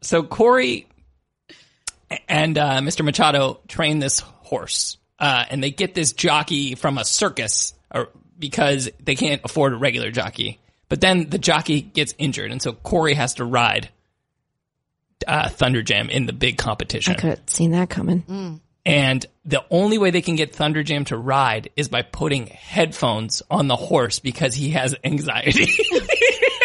S4: so Corey and uh, Mr. Machado train this horse, uh, and they get this jockey from a circus or, because they can't afford a regular jockey. But then the jockey gets injured, and so Corey has to ride uh, Thunderjam in the big competition.
S3: Could have seen that coming.
S4: And the only way they can get Thunderjam to ride is by putting headphones on the horse because he has anxiety.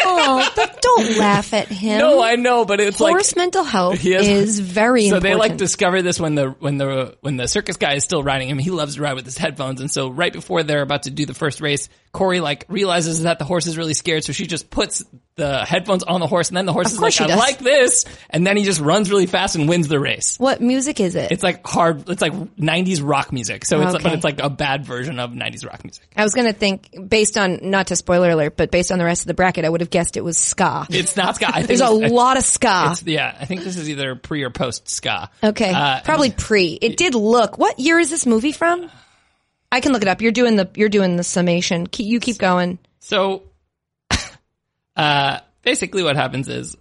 S3: Oh, but don't laugh at him.
S4: no, I know, but it's like
S3: Horse mental health
S4: He has-
S3: is very
S4: so
S3: important.
S4: they like discover this when the when the when the circus guy is still riding him. He loves to ride with his headphones, and so right before they're about to do the first race, Corey like realizes that the horse is really scared, so she just puts the headphones on the horse, and then the horse is
S3: course
S4: like,
S3: she
S4: "I
S3: does.
S4: like this," and then he just runs really fast and wins the race.
S3: What music is it?
S4: It's like hard. It's like '90s rock music. So it's
S3: Okay.
S4: but it's like a bad version of '90s rock music.
S3: I was going to think, based on, not to spoiler alert, but based on the rest of the bracket, I would have guessed it was ska.
S4: It's not ska. I think
S3: There's a
S4: it's- I-
S3: lot of ska.
S4: it's- yeah, I think this is either pre or post ska.
S3: Okay.
S4: Uh,
S3: Probably pre. It did look. What year is this movie from? I can look it up. You're doing the, you're doing the summation. Keep, you keep going.
S4: So, uh, basically, what happens is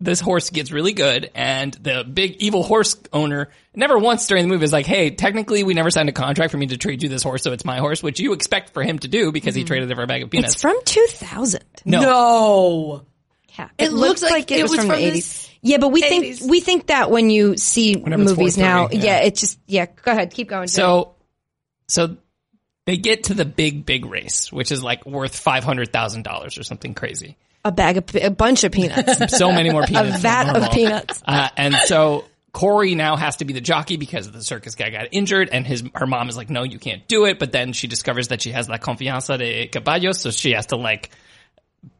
S4: this horse gets really good, and the big evil horse owner never once during the movie is like, "Hey, technically, we never signed a contract for me to trade you this horse, so it's my horse," which you expect for him to do because he traded it for a bag of peanuts.
S3: Mm-hmm. It's from 2000.
S4: no,
S2: No.
S3: Yeah.
S2: It looks like it was from the
S3: Yeah, but we
S2: 80s.
S3: think, we think that when you see
S4: it's
S3: movies now,
S4: 4:30,
S3: yeah.
S4: yeah.
S3: it's just, yeah, go ahead. Keep going. Jay.
S4: So, so they get to the big, big race, which is like worth five hundred thousand dollars or something crazy.
S3: a bag of, pe- a bunch of peanuts,
S4: So many more
S3: a
S4: peanuts. than
S3: vat of
S4: normal.
S3: peanuts.
S4: Uh, and so Corey now has to be the jockey because the circus guy got injured, and his her mom is like, "No, you can't do it." But then she discovers that she has la confianza de caballos, so she has to like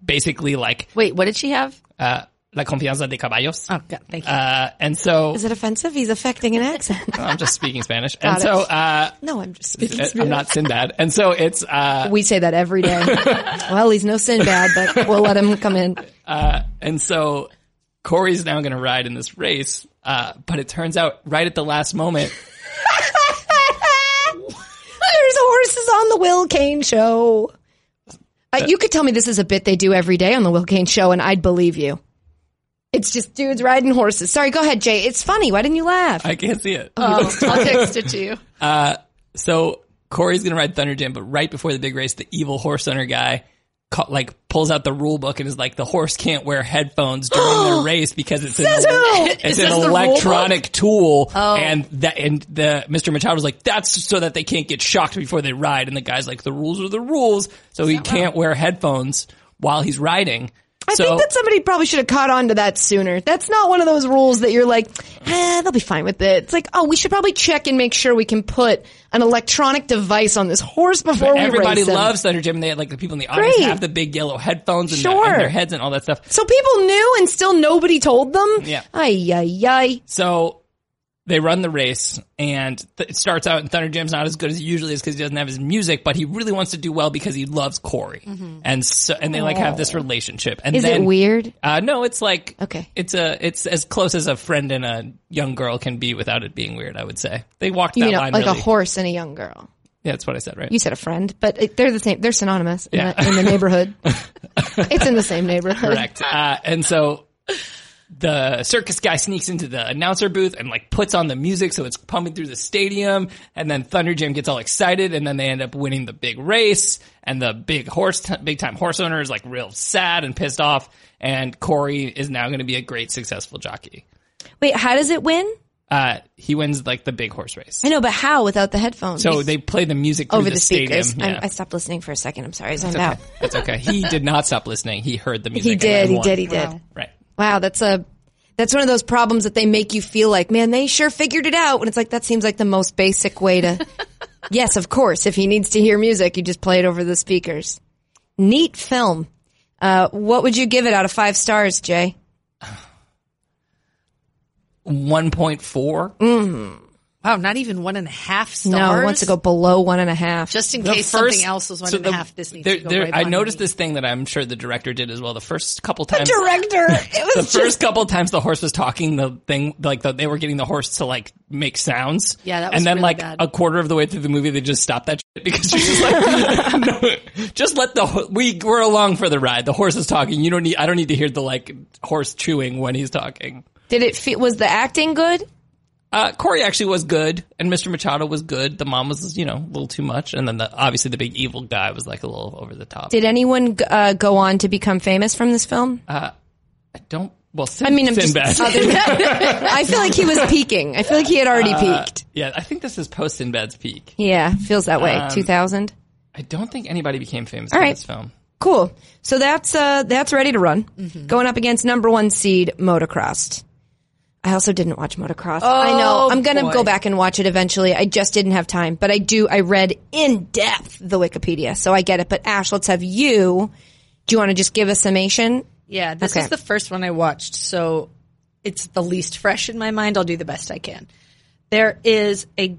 S4: basically like
S2: Wait, what did she have?
S4: uh, la confianza de caballos.
S2: Oh, God, thank you.
S4: Uh, and so
S3: Is it offensive? He's affecting an accent.
S4: I'm just speaking Spanish, and so uh,
S3: No, I'm just speaking.
S4: I'm not Sinbad, and so it's uh,
S3: We say that every day. well, he's no Sinbad, but we'll let him come in.
S4: And so Corey's now going to ride in this race, uh, but it turns out right at the last moment,
S3: There's horses on the Will Kane show. Uh, you could tell me this is a bit they do every day on the Will Kane show, and I'd believe you. It's just dudes riding horses. Sorry, go ahead, Jay. It's funny. Why didn't you laugh?
S4: I can't see it.
S2: oh, I'll text it to you.
S4: So Corey's going to ride Thunder Jam, but right before the big race, the evil horse owner guy ca- like pulls out the rule book and is like, the horse can't wear headphones during the race because it's an,
S3: who?
S4: it's an electronic tool.
S3: Oh.
S4: And that, and the Mr. Machado was like, that's so that they can't get shocked before they ride. And the guy's like, the rules are the rules. So he can't wear headphones while he's riding.
S3: I
S4: so
S3: think that somebody probably should have caught on to that sooner. That's not one of those rules that you're like, eh, they'll be fine with it. It's like, oh, we should probably check and make sure we can put an electronic device on this horse before we
S4: everybody
S3: race him.
S4: loves Thunder Jim. and They had like the people in the audience
S3: Great.
S4: have the big yellow headphones and, their,
S3: Sure.
S4: and their heads and all that stuff.
S3: So people knew and still nobody told them?
S4: Yeah.
S3: Ay, ay, ay.
S4: So they run the race, and th- it starts out. And Thunder Jim's not as good as he usually is because he doesn't have his music, but he really wants to do well because he loves Corey, and so and they like have this relationship. And
S3: Mm-hmm. Is
S4: then,
S3: it weird?
S4: Uh, no, it's like
S3: Okay.
S4: It's a it's as close as a friend and a young girl can be without it being weird. I would say they walked that
S3: You know,
S4: line
S3: like
S4: really.
S3: a horse and a young girl.
S4: yeah, that's what I said, right?
S3: You said a friend, but it, they're the same. They're synonymous in,
S4: Yeah.
S3: the, in the neighborhood. it's in the same neighborhood.
S4: Correct. Uh, and so the circus guy sneaks into the announcer booth and like puts on the music so it's pumping through the stadium. And then Thunder Jim gets all excited and then they end up winning the big race. And the big horse, big time horse owner is like real sad and pissed off. And Corey is now going to be a great successful jockey.
S3: Wait, how does it win?
S4: Uh, he wins like the big horse race.
S3: I know, but how without the headphones?
S4: So they play the music through
S3: over
S4: the,
S3: the,
S4: stadium.
S3: speakers.
S4: Yeah.
S3: I'm, I stopped listening for a second. I'm sorry. I zoned
S4: okay.
S3: out.
S4: That's okay. He did not stop listening. He heard the music.
S3: He
S4: and
S3: did.
S4: then
S3: He
S4: won.
S3: did. He did.
S4: Right.
S3: Wow, that's a that's one of those problems that they make you feel like, man, they sure figured it out. When it's like that seems like the most basic way to. yes, of course. If he needs to hear music, you just play it over the speakers. Neat film. Uh, what would you give it out of five stars, Jay?
S4: 1.4.
S6: Wow, not even one and a half stars.
S3: No, it wants to go below one and a half.
S6: just in
S4: The
S6: case
S4: first-
S6: something else was one
S4: so
S6: and a
S4: the-
S6: half. This needs
S4: there-
S6: to go
S4: there-
S6: right
S4: I
S6: behind
S4: noticed
S6: me.
S4: this thing that I'm sure the director did as well. The first couple times,
S3: director. It
S4: the
S3: was
S4: first couple times the horse was talking, the thing like the, they were getting the horse to like make sounds.
S6: Yeah, that was
S4: and then
S6: really
S4: like
S6: bad.
S4: a quarter of the way through the movie, they just stopped that shit because she was like, no, just let the ho- we we're along for the ride. The horse is talking. You don't need. I don't need to hear the like horse chewing when he's talking.
S3: Did it feel? Was the acting good?
S4: Uh, Corey actually was good, and Mr. Machado was good. The mom was, you know, a little too much, and then the, obviously the big evil guy was like a little over the top.
S3: Did anyone uh, go on to become famous from this film?
S4: I don't. Well, Sin,
S3: I mean, I'm just.
S4: Sinbad.
S3: Other than- I feel like he was peaking. I feel like he had already peaked.
S4: yeah, I think this is post Sinbad's peak.
S3: Yeah, feels that way. 2000.
S4: I don't think anybody became famous
S3: All
S4: in
S3: right.
S4: this film.
S3: Cool. So that's uh that's ready to run. Going up against number 1 seed Motocross. I also didn't watch Motocross. I know. I'm going to
S6: boy.
S3: go back and watch it eventually. I just didn't have time, but I do I read in depth the Wikipedia, so I get it. But Ash, let's have you do you want to just give a summation?
S6: Yeah, this
S3: Okay.
S6: is the first one I watched, so it's the least fresh in my mind. I'll do the best I can. There is a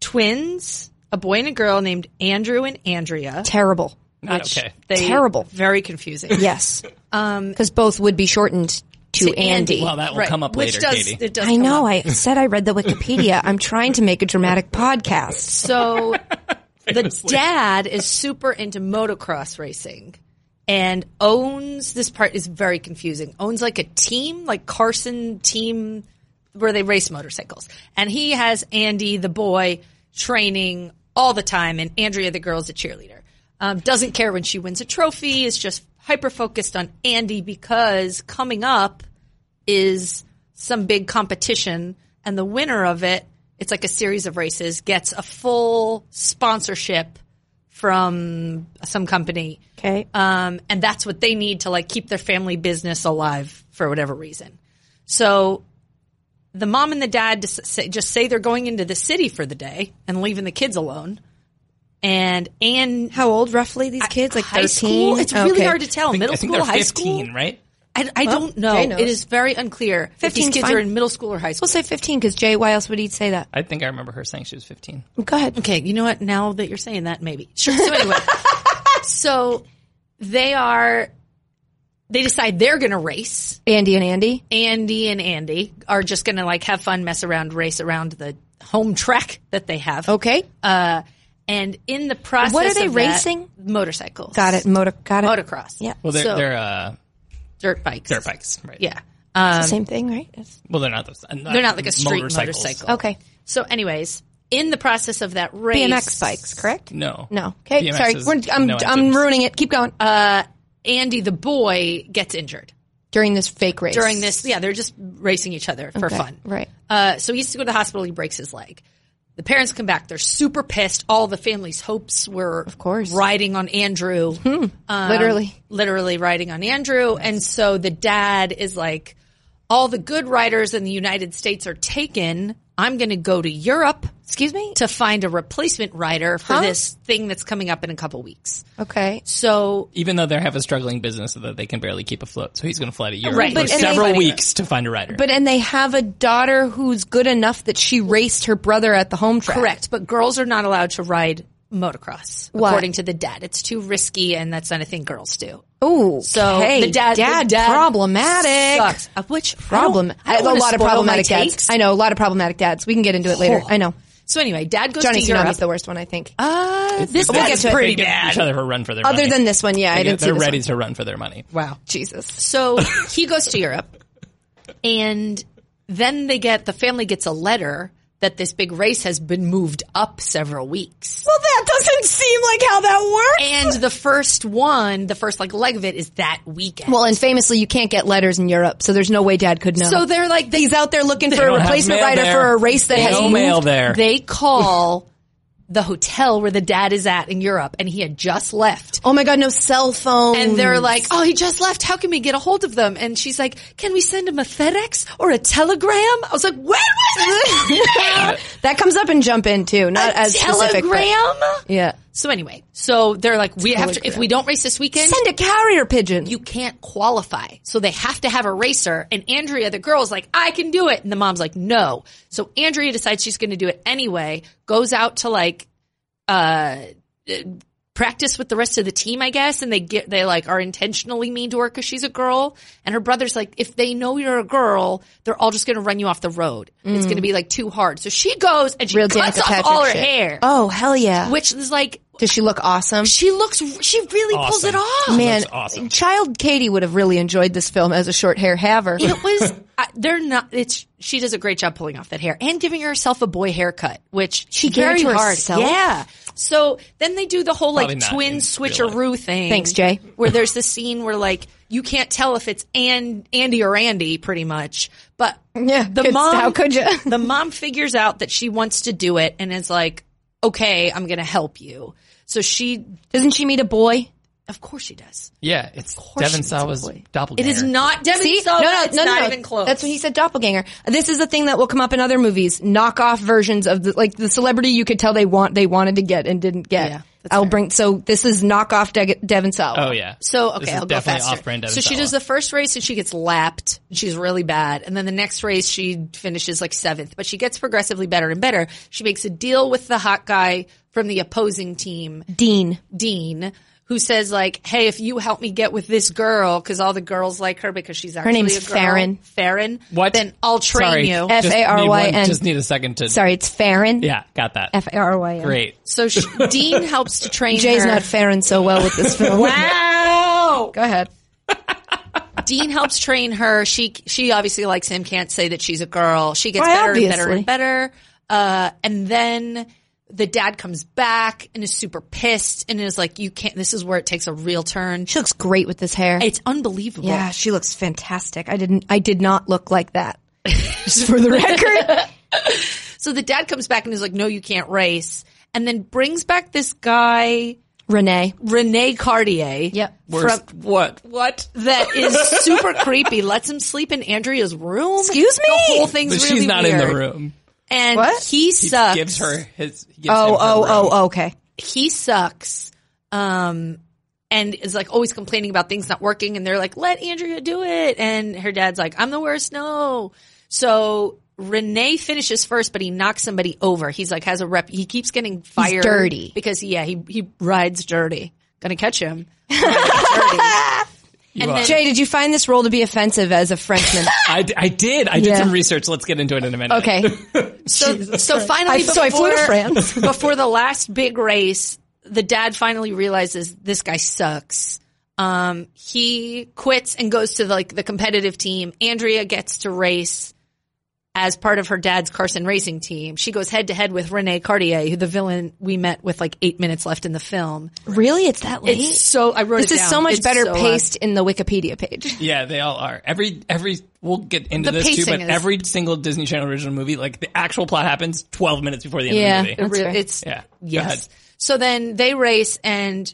S6: twins, a boy and a girl named Andrew and Andrea.
S3: Terrible.
S4: Not
S6: which
S4: okay.
S6: They,
S3: Terrible.
S6: Very confusing.
S3: Yes. um cuz both would be shortened to, Andy.
S4: Well, that will
S6: Right,
S4: come up
S6: which
S4: later,
S6: does-
S4: Katie.
S6: It does
S3: I
S6: come up.
S3: know. I said I read the Wikipedia. I'm trying to make a dramatic podcast.
S6: So the dad is super into motocross racing and owns this part is very confusing. Owns like a team, like Carson team where they race motorcycles. And he has Andy the boy training all the time and Andrea the girl's a cheerleader. Um, doesn't care when she wins a trophy, is just hyper focused on Andy because coming up is some big competition and the winner of it it's like a series of races gets a full sponsorship from some company
S3: Okay.
S6: um, and that's what they need to like keep their family business alive for whatever reason so the mom and the dad just say, just say they're going into the city for the day and leaving the kids alone and and
S3: How old roughly these kids? Like
S6: high
S3: 13?
S6: school it's really
S3: Okay.
S6: hard to tell middle
S4: I think
S6: school
S4: they're
S6: high
S4: 15,
S6: school
S4: right?
S6: I, I don't know.
S3: Jay knows.
S6: It is very unclear if
S3: 15
S6: these
S3: is
S6: kids
S3: fine.
S6: are in middle school or high school.
S3: We'll say 15 because Jay, why else would he say that?
S4: I think I remember her saying she was 15.
S3: Go ahead.
S6: Okay, you know what? Now that you're saying that, maybe. Sure. So anyway, so they are. They decide they're going to race.
S3: Andy and Andy.
S6: Andy and Andy are just going to like have fun, mess around, race around the home track that they have.
S3: Okay.
S6: Uh, and in the process,
S3: What are they
S6: of that-
S3: racing?
S6: Motorcycles.
S3: Got it. Motor. Got it.
S6: Motocross.
S3: Yeah.
S4: Well, they're,
S6: So-
S4: they're uh,
S6: Dirt bikes.
S4: dirt bikes, right?
S6: Yeah.
S3: It's the same thing, right? It's-
S4: Well, they're not those.
S6: They're not like a street
S4: motorcycles.
S6: motorcycle.
S3: Okay.
S6: So, anyways, in the process of that race,
S3: Oh. BMX bikes, correct?
S4: No.
S3: No. Okay.
S4: BMX
S3: Sorry.
S4: is
S3: We're, I'm,
S4: no
S3: I'm
S4: items.
S3: ruining it. Keep going.
S6: Andy the boy gets injured
S3: during this fake race.
S6: during this. Yeah, they're just racing each other for
S3: Okay,
S6: fun.
S3: Right.
S6: Uh, so he has to go to the hospital. He breaks his leg. The parents come back. They're super pissed. All the family's hopes were, of
S3: course. Hmm.
S6: riding on Andrew. Um,
S3: Literally.
S6: literally riding on Andrew. And so the dad is like, all the good writers in the United States are taken. I'm going to go to Europe
S3: Excuse me?
S6: to find a replacement writer for
S3: Huh?
S6: this thing that's coming up in a couple weeks.
S3: Okay.
S6: So
S4: Even though they have a struggling business that they can barely keep afloat, so he's going to fly to Europe
S6: Right,
S4: for
S6: but- and
S4: several
S6: they-
S4: weeks to find a writer.
S3: But and they have a daughter who's good enough that she raced her brother at the home track.
S6: correct, but girls are not allowed to ride motocross
S3: Why?
S6: according to the dad. It's too risky and that's not a thing girls do.
S3: Ooh.
S6: So
S3: okay.
S6: the dad, the
S3: dad,
S6: dad
S3: problematic.
S6: sucks. Of which I don't-
S3: Problem.
S6: I don't
S3: a
S6: wanna
S3: lot of
S6: spoil my
S3: problematic dads.
S6: takes.
S3: I know a lot of problematic dads. We can get into it later. I know.
S6: So anyway, dad goes
S3: Johnny
S6: to
S3: Tsunami's
S6: Europe.
S3: the worst one, I think.
S6: Uh, this
S4: They-
S3: we'll
S6: one
S3: get
S6: is
S3: to it.
S6: pretty
S4: they give
S6: bad.
S4: Each other a run for their
S3: Other
S4: money.
S3: than this one, yeah, I
S4: They get-
S3: didn't see
S4: they're
S3: this
S4: ready
S3: one.
S4: to run for their money.
S6: Wow.
S3: Jesus.
S6: So he goes to Europe, and then they get the family gets a letter that this big race has been moved up several weeks.
S3: Well, that doesn't seem like how that works.
S6: And the first one, the first like leg of it, is that weekend.
S3: Well, and famously, you can't get letters in Europe, so there's no way Dad could know.
S6: so Oh, they're like they,
S3: he's out there looking for
S4: They
S3: a
S4: don't have
S3: replacement
S4: mail
S3: rider
S4: there.
S3: for a race that
S4: They
S3: has
S4: no
S3: moved.
S4: mail there.
S6: they call the hotel where the dad is at in Europe, and he had just left.
S3: Oh my God, no cell phone.
S6: And they're like, "Oh, he just left. How can we get a hold of them?" And she's like, "Can we send him a FedEx or a telegram?" I was like, "When was this?"
S3: that comes up and jump in too, not as specific. but-
S6: telegram.
S3: yeah,
S6: So anyway, so they're like, we have to. If we don't race this weekend,
S3: send a carrier pigeon.
S6: you can't qualify. So they have to have a racer. And Andrea, the girl's like, I can do it. And the mom's like, no. So Andrea decides she's going to do it anyway. Goes out to like, uh, practice with the rest of the team, I guess. And they get, they like are intentionally mean to her because she's a girl. And her brother's like, if they know you're a girl, they're all just going to run you off the road. It's going to be like too hard. So she goes and she
S3: Mm. Real
S6: cuts
S3: Danica
S6: off
S3: Patrick
S6: all her
S3: shit.
S6: hair,
S3: Oh hell yeah!
S6: which is like,
S3: Does she look awesome?
S6: she looks, she really pulls it
S4: Awesome.
S6: off.
S3: Man,
S4: looks awesome.
S3: child Katie would have really enjoyed this film as a short hair haver.
S6: it was I they're not it's she does a great job pulling off that hair and giving herself a boy haircut which she
S3: gave it
S6: very
S3: to
S6: hard
S3: herself?
S6: yeah so then they do the whole like
S4: Probably not in
S6: twin
S4: real
S6: switcheroo thing
S3: Thanks, Jay.
S6: where there's the scene where like you can't tell if it's and Andy or Andy pretty much but
S3: Yeah,
S6: the
S3: kids,
S6: mom
S3: how could ya?
S6: the mom figures out that she wants to do it and is like okay I'm going to help you so she
S3: Doesn't she meet a boy?
S6: of course she does
S4: Yeah, it's
S6: course
S4: Devin
S6: it's a
S4: Sawa's
S6: boy. it
S4: doppelganger.
S6: is not Devin
S3: See,
S6: Sawa. it's not even close
S3: That's what he said, doppelganger. This is a thing that will come up in other movies, knockoff versions of the like the celebrity you could tell they want they wanted to get and didn't get.
S6: Yeah, that's
S3: I'll
S6: fair.
S3: bring so this is knockoff De- Devin Sawa.
S4: Oh yeah.
S6: So
S4: This
S6: okay,
S4: is
S6: I'll go
S4: definitely
S6: faster.
S4: off-brand Devin
S6: so she
S4: Sawa.
S6: does the first race and she gets lapped. And she's really bad, and then the next race she finishes like seventh, but she gets progressively better and better. She makes a deal with the hot guy from the opposing team,
S3: Dean.
S6: Dean, who says like, "Hey, if you help me get with this girl, because all the girls like her because she's actually
S3: name's
S6: a girl,
S3: Farron.
S6: Farron,
S4: What?
S6: Then I'll train
S4: Sorry,
S6: you."
S4: just need one-
S3: F.A.R.Y.N..
S4: Just need a second to.
S3: Sorry, it's Farron.
S4: Yeah, got that.
S3: F A R Y N.
S4: Great.
S6: so she, Dean helps to train.
S3: Jay's
S6: her.
S3: not Farron so well with this film.
S6: Wow.
S3: Go ahead.
S6: Dean helps train her. She she obviously likes him. Can't say that she's a girl. She gets
S3: Why,
S6: better and better
S3: obviously.
S6: and better. Uh, and then the dad comes back and is super pissed and is like, "You can't." This is where it takes a real turn.
S3: She looks great with this hair.
S6: It's unbelievable.
S3: yeah, she looks fantastic. I didn't I did not look like that. Just for the record.
S6: So the dad comes back and is like, "No, you can't race." And then brings back this guy
S3: Renee.
S6: Rene Cartier.
S3: Yep.
S4: Worst- what?
S6: What? That is super creepy. Lets him sleep in Andrea's room.
S3: Excuse me?
S6: The whole thing's
S4: But
S6: really
S4: she's not in
S6: weird.
S4: the room.
S6: And
S3: What?
S6: he sucks.
S4: Gives her his. Gives
S3: Oh,
S4: him her
S3: oh,
S4: room.
S3: oh, oh, okay.
S6: he sucks um and is like always complaining about things not working and they're like let andrea do it and her dad's like i'm the worst no so renee finishes first but he knocks somebody over he's like has a rep he keeps getting fired
S3: dirty.
S6: because yeah he he rides dirty gonna catch him Dirty. and then,
S3: Jay, did you find this role to be offensive as a Frenchman?
S4: I, d- I did. I did
S3: Yeah.
S4: some research. Let's get into it in a minute.
S3: Okay.
S6: so, so finally
S3: I- so I flew to
S6: before-
S3: France.
S6: before the last big race, the dad finally realizes this guy sucks. Um, he quits and goes to like the competitive team. Andrea gets to race. as part of her dad's Carson Racing team. She goes head to head with Renee Cartier, who the villain we met with like eight minutes left in the film.
S3: Really? It's that late?
S6: It's so I wrote
S3: this
S6: it
S3: is
S6: down.
S3: so much
S6: It's
S3: better
S6: so, uh,
S3: paced in the Wikipedia page.
S4: Yeah, they all are. Every every we'll get into
S6: The
S4: this too,
S6: pacing
S4: but
S6: is-
S4: every single Disney Channel original movie, like the actual plot happens twelve minutes before the end
S3: Yeah.
S4: of the movie.
S6: It
S3: That's
S6: re-
S3: fair.
S6: It's
S4: Yeah. Go ahead.
S6: yes. So then they race, and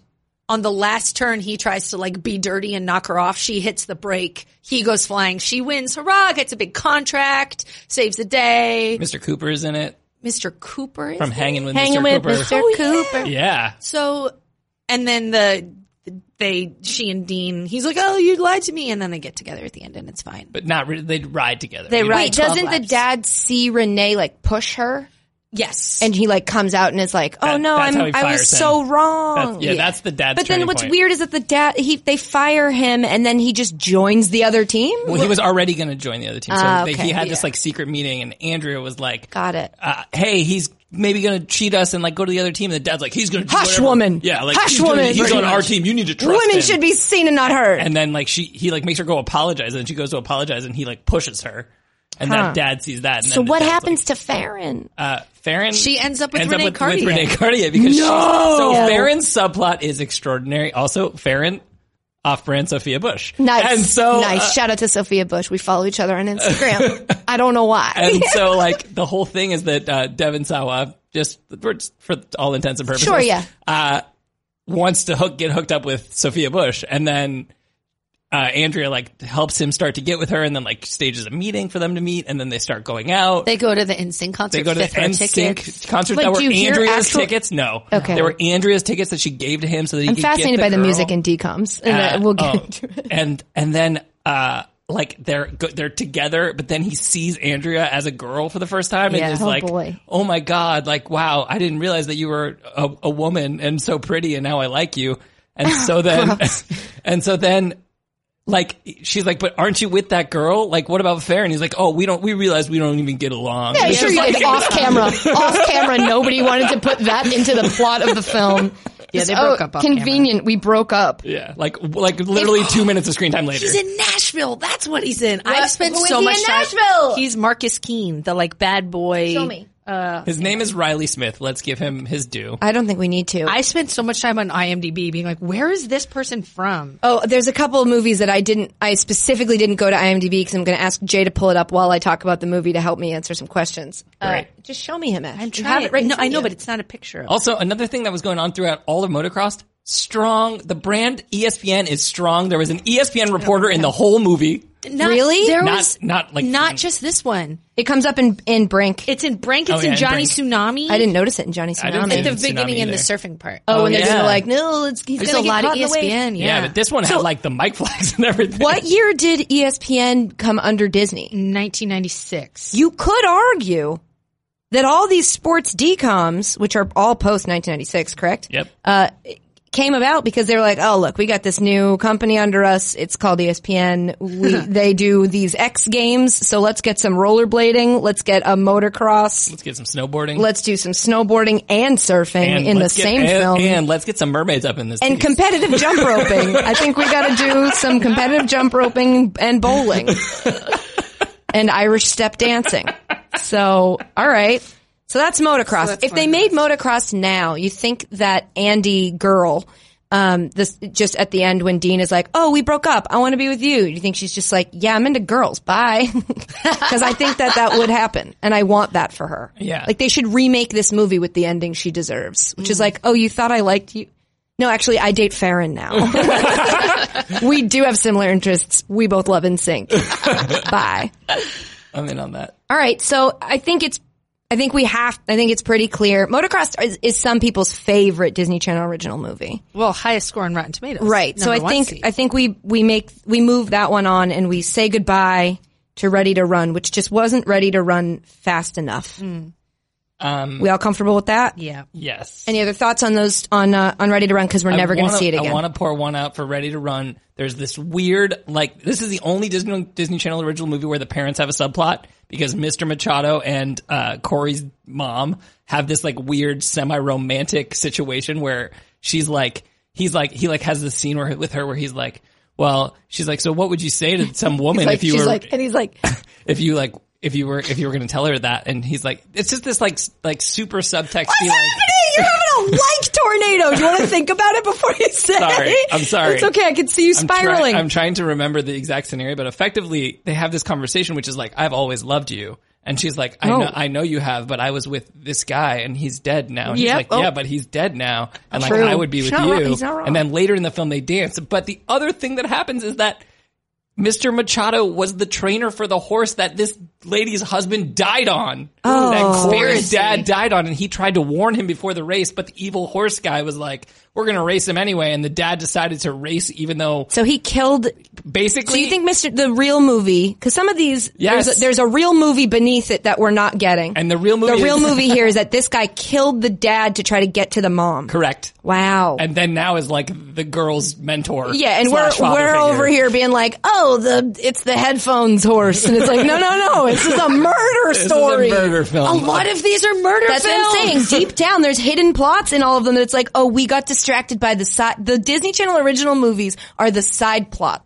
S6: on the last turn, he tries to like be dirty and knock her off. She hits the brake. He goes flying. She wins. Hurrah! Gets a big contract. Saves the day.
S4: Mr. Cooper is in it
S6: Mr. Cooper is
S4: from Hanging with
S3: Hanging
S4: Mr.
S3: with
S4: Cooper.
S3: Mr. Cooper.
S4: Yeah,
S6: so. And then the they she and Dean. He's like, "Oh, you lied to me." And then they get together at the end, and it's fine.
S4: but not really. They ride together.
S6: They
S4: You know?
S6: ride.
S3: Wait, doesn't
S6: 12
S3: the
S6: laps.
S3: dad see Renee like push her?
S6: yes,
S3: And he like comes out and is like, "Oh
S4: That-
S3: no,
S4: that's
S3: I'm
S4: how he
S3: I was
S4: fires
S3: so
S4: him.
S3: wrong."
S4: That's- yeah, that's the dad's
S3: But then
S4: turning
S3: what's
S4: point.
S3: weird is that the dad he they fire him and then he just joins the other team.
S4: Well, he was already going to join the other team, so
S3: Ah,
S4: they,
S3: okay.
S4: he had this like secret meeting, and Andrea was like,
S3: Got it.
S4: uh, "Hey, he's maybe going to cheat us and like go to the other team." And the dad's like, "He's going to
S3: Hush, woman.
S4: Yeah, like
S3: Hush,
S4: he's gonna-
S3: woman.
S4: He's
S3: Pretty
S4: on our team. You need to trust
S3: Women
S4: him.
S3: should be seen and not heard.
S4: And then like she, he like makes her go apologize, and she goes to apologize, and he like pushes her, and
S3: Huh.
S4: that dad sees that. And
S3: so
S4: then the
S3: what
S4: dad's
S3: happens to Farron?
S4: Like, uh, Farron,
S6: She ends up with
S4: ends
S6: Renee
S4: up with,
S6: Cartier.
S4: with Renee Cartier because she's, so Farron's subplot is extraordinary. Also, Farron, off-brand Sophia Bush.
S3: Nice.
S4: And so
S3: nice.
S4: uh,
S3: Shout out to Sophia Bush. We follow each other on Instagram. I don't know why.
S4: And so, like, the whole thing is that uh, Devin Sawa, just for, for all intents and purposes,
S3: Sure, yeah.
S4: uh, wants to hook get hooked up with Sophia Bush, and then uh, Andrea like helps him start to get with her, and then like stages a meeting for them to meet, and then they start going out.
S6: they go to the NSYNC concert.
S4: They go to the
S6: fifth row tickets.
S4: NSYNC concert
S3: Wait,
S4: that were
S3: do you hear
S4: Andrea's
S3: actual-
S4: tickets. No,
S3: Okay.
S4: they were Andrea's tickets that she gave to him so that he
S3: I'm
S4: could get
S3: fascinated
S4: the
S3: by the
S4: girl.
S3: music and decoms, and
S4: Uh,
S3: uh, we'll get
S4: oh,
S3: into it.
S4: And and then uh like they're go- they're together, but then he sees Andrea as a girl for the first time, and
S6: Yeah.
S4: is
S3: Oh,
S4: like,
S3: boy.
S4: "Oh my god! Like wow, I didn't realize that you were a, a woman and so pretty, and now I like you." And so then, and so then, like she's like, "But aren't you with that girl? Like, what about Fair?" And he's like, "Oh, we don't. We realize we don't even get along."
S3: Yeah,
S4: It's
S3: sure
S4: just
S3: you
S4: like-
S3: did off camera. off camera, nobody wanted to put that into the plot of the film. Yeah,
S6: they broke up off camera.
S3: Convenient. We broke up.
S4: yeah, like like literally two minutes of screen time later.
S6: He's in Nashville. That's what he's in. I've spent
S1: Who is
S6: so
S1: he
S6: much
S1: in
S6: time.
S1: Nashville?
S6: He's Marcus Keene, the like bad boy.
S1: Show me.
S4: His name is Riley Smith. Let's give him his due.
S3: I don't think we need to.
S6: I spent so much time on IMDb being like, where is this person from?
S3: oh, there's a couple of movies that I didn't. I specifically didn't go to IMDb because I'm going to ask Jay to pull it up while I talk about the movie to help me answer some questions.
S4: Great.
S3: Uh, just show me him. Ash.
S6: I'm
S3: You
S6: trying.
S3: have it right. in
S6: no, I
S3: front of
S6: know,
S3: you. Oh,
S6: but it's not a picture. Of
S4: Also, another thing that was going on throughout all of motocross, strong. The brand E ESPN is strong. There was an E ESPN reporter in the whole movie.
S6: not,
S3: Really?
S6: There
S4: Not-
S6: was
S4: not like-
S6: not just this one.
S3: it comes up in in Brink.
S6: It's in Brank. It's
S4: yeah,
S6: in
S4: in
S6: Johnny
S4: Brink.
S6: Tsunami.
S3: I didn't notice it in Johnny
S4: I didn't
S3: Tsunami.
S4: see
S6: at
S4: it
S6: the
S4: in Tsunami
S6: beginning in the
S4: either.
S6: surfing part.
S3: oh, and
S4: Oh,
S3: they're
S4: yeah.
S3: just like, no, it's, he's
S6: there's
S3: gonna
S6: a
S3: get
S6: lot of E
S3: caught in the wave.
S6: ESPN. Yeah,
S4: but this one had like the Mike flags and everything.
S3: What year did E ESPN come under Disney?
S6: 1996.
S3: You could argue that all these sports decoms, which are all post 1996, correct?
S4: Yep.
S3: Uh, came about because they were like, oh, look, we got this new company under us. It's called E ESPN. We, they do these X games. So let's get some rollerblading. Let's get a motocross.
S4: Let's get some snowboarding.
S3: Let's do some snowboarding and surfing
S4: And
S3: in the
S4: let's get-
S3: same
S4: and,
S3: film.
S4: And let's get some mermaids up in this.
S3: and
S4: piece.
S3: competitive jump roping. I think we got to do some competitive jump roping and bowling and Irish step dancing. So, all right. So that's motocross. if they made motocross now, you think that Andy girl, um, this just at the end when Dean is like, "Oh, we broke up. I want to be with you." You think she's just like, "Yeah, I'm into girls. Bye," because I think that that would happen, and I want that for her.
S4: Yeah.
S3: like they should remake this movie with the ending she deserves, which is like, "Oh, you thought I liked you." No, actually, I date Farron now. we do have similar interests. We both love in sync. Bye.
S4: I'm in on that.
S3: All right. So I think it's, I think we have, I think it's pretty clear. Motocross is, is some people's favorite Disney Channel original movie.
S6: Well, highest score on Rotten Tomatoes.
S3: Right. So I
S6: Number one
S3: think,
S6: seed.
S3: I think we, we make, we move that one on and we say goodbye to Ready to Run, which just wasn't ready to run fast enough.
S4: Um,
S3: We all comfortable with that?
S6: yeah.
S4: yes.
S3: Any other thoughts on those, on, uh, on Ready to Run? Cause we're never going to
S4: wanna-
S3: see it again.
S4: I want to pour one out for Ready to Run. There's this weird, like, this is the only Disney Disney Channel original movie where the parents have a subplot because Mr. Machado and uh, Corey's mom have this like weird semi-romantic situation where she's like, he's like, he like has this scene where with her where he's like, well, she's like, so what would you say to some woman
S3: Like,
S4: if you
S3: she's
S4: were
S3: like, and he's like,
S4: if you like if you were if you were going to tell her that, and he's like, it's just this like s- like super subtext. be like,
S3: You're having a like tornado. Do you want to think about it before you say?
S4: Sorry. I'm sorry.
S3: It's okay. I can see you
S4: I'm try-
S3: spiraling.
S4: I'm trying to remember the exact scenario, but effectively they have this conversation, which is like, I've always loved you. And she's like, I
S3: Oh.
S4: know, I know you have, but I was with this guy and he's dead now. And he's
S2: Yep.
S4: like,
S2: Oh.
S4: yeah, but he's dead now. And like,
S2: True.
S4: I would be with
S2: He's not
S4: you.
S2: wrong. He's not wrong.
S4: And then later in the film, they dance. But the other thing that happens is that Mr. Machado was the trainer for the horse that this lady's husband died on. Oh, that Barry's dad died on, and he tried to warn him before the race, but the evil horse guy was like, "We're gonna race him anyway," and the dad decided to race, even though
S3: so he killed.
S4: basically,
S3: Do you think Mr. the real movie? Because some of these,
S4: Yes.
S3: there's, a, there's a real movie beneath it that we're not getting.
S4: and the real
S3: the
S4: movie,
S3: real
S4: is-
S3: movie here is that this guy killed the dad to try to get to the mom.
S4: correct,
S3: Wow.
S4: and then now is like the girl's mentor,
S3: yeah, and we're
S4: slash father
S3: we're
S4: figure.
S3: over here being like, oh, the it's the headphones horse, and it's like, no, no, no, this is a murder
S4: This is a
S3: story.
S4: murder film.
S2: A lot of these are murder
S3: That's
S2: films.
S3: what I'm saying. Deep down, there's hidden plots in all of them that it's like, oh, we got distracted by the side. The Disney Channel original movies are the side plot.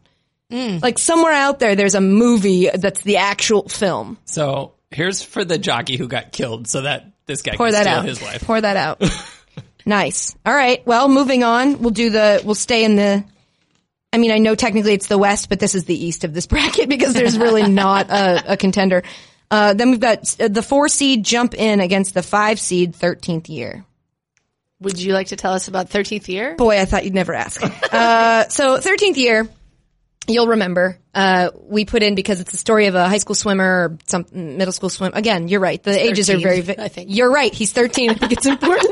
S3: Like somewhere out there, there's a movie that's the actual film.
S4: So here's for the jockey who got killed, so that this guy
S3: Pour
S4: can
S3: that
S4: steal
S3: out.
S4: his life.
S3: Pour that out. nice. All right. Well, moving on. We'll do the. We'll stay in the. I mean, I know technically it's the West, but this is the East of this bracket because there's really not a, a contender. Uh, then we've got uh, the four seed jump in against the five seed, thirteenth year.
S2: Would you like to tell us about 13th year?
S3: Boy, I thought you'd never ask. uh, so, 13th year, you'll remember, uh, we put in because it's the story of a high school swimmer or some middle school swim. Again, you're right. The ages are
S2: 13,
S3: very, vi-
S2: I think.
S3: You're right. He's 13. I think it's important.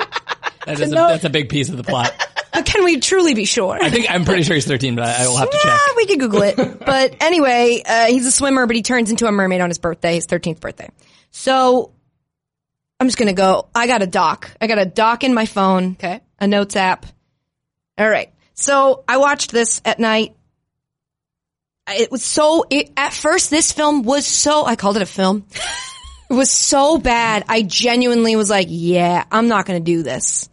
S4: That is a,
S3: No.
S4: that's a big piece of the plot.
S3: but can we truly be sure?
S4: I think I'm pretty sure he's 13, but I, I will have to check.
S3: Ah, we could Google it. But anyway, uh, he's a swimmer, but he turns into a mermaid on his birthday, his 13th birthday. So I'm just going to go. I got a doc. I got a doc in my phone.
S2: Okay.
S3: A notes app. All right. So I watched this at night. It was so, it, at first, this film was so, I called it a film. it was so bad. I genuinely was like, yeah, I'm not going to do this.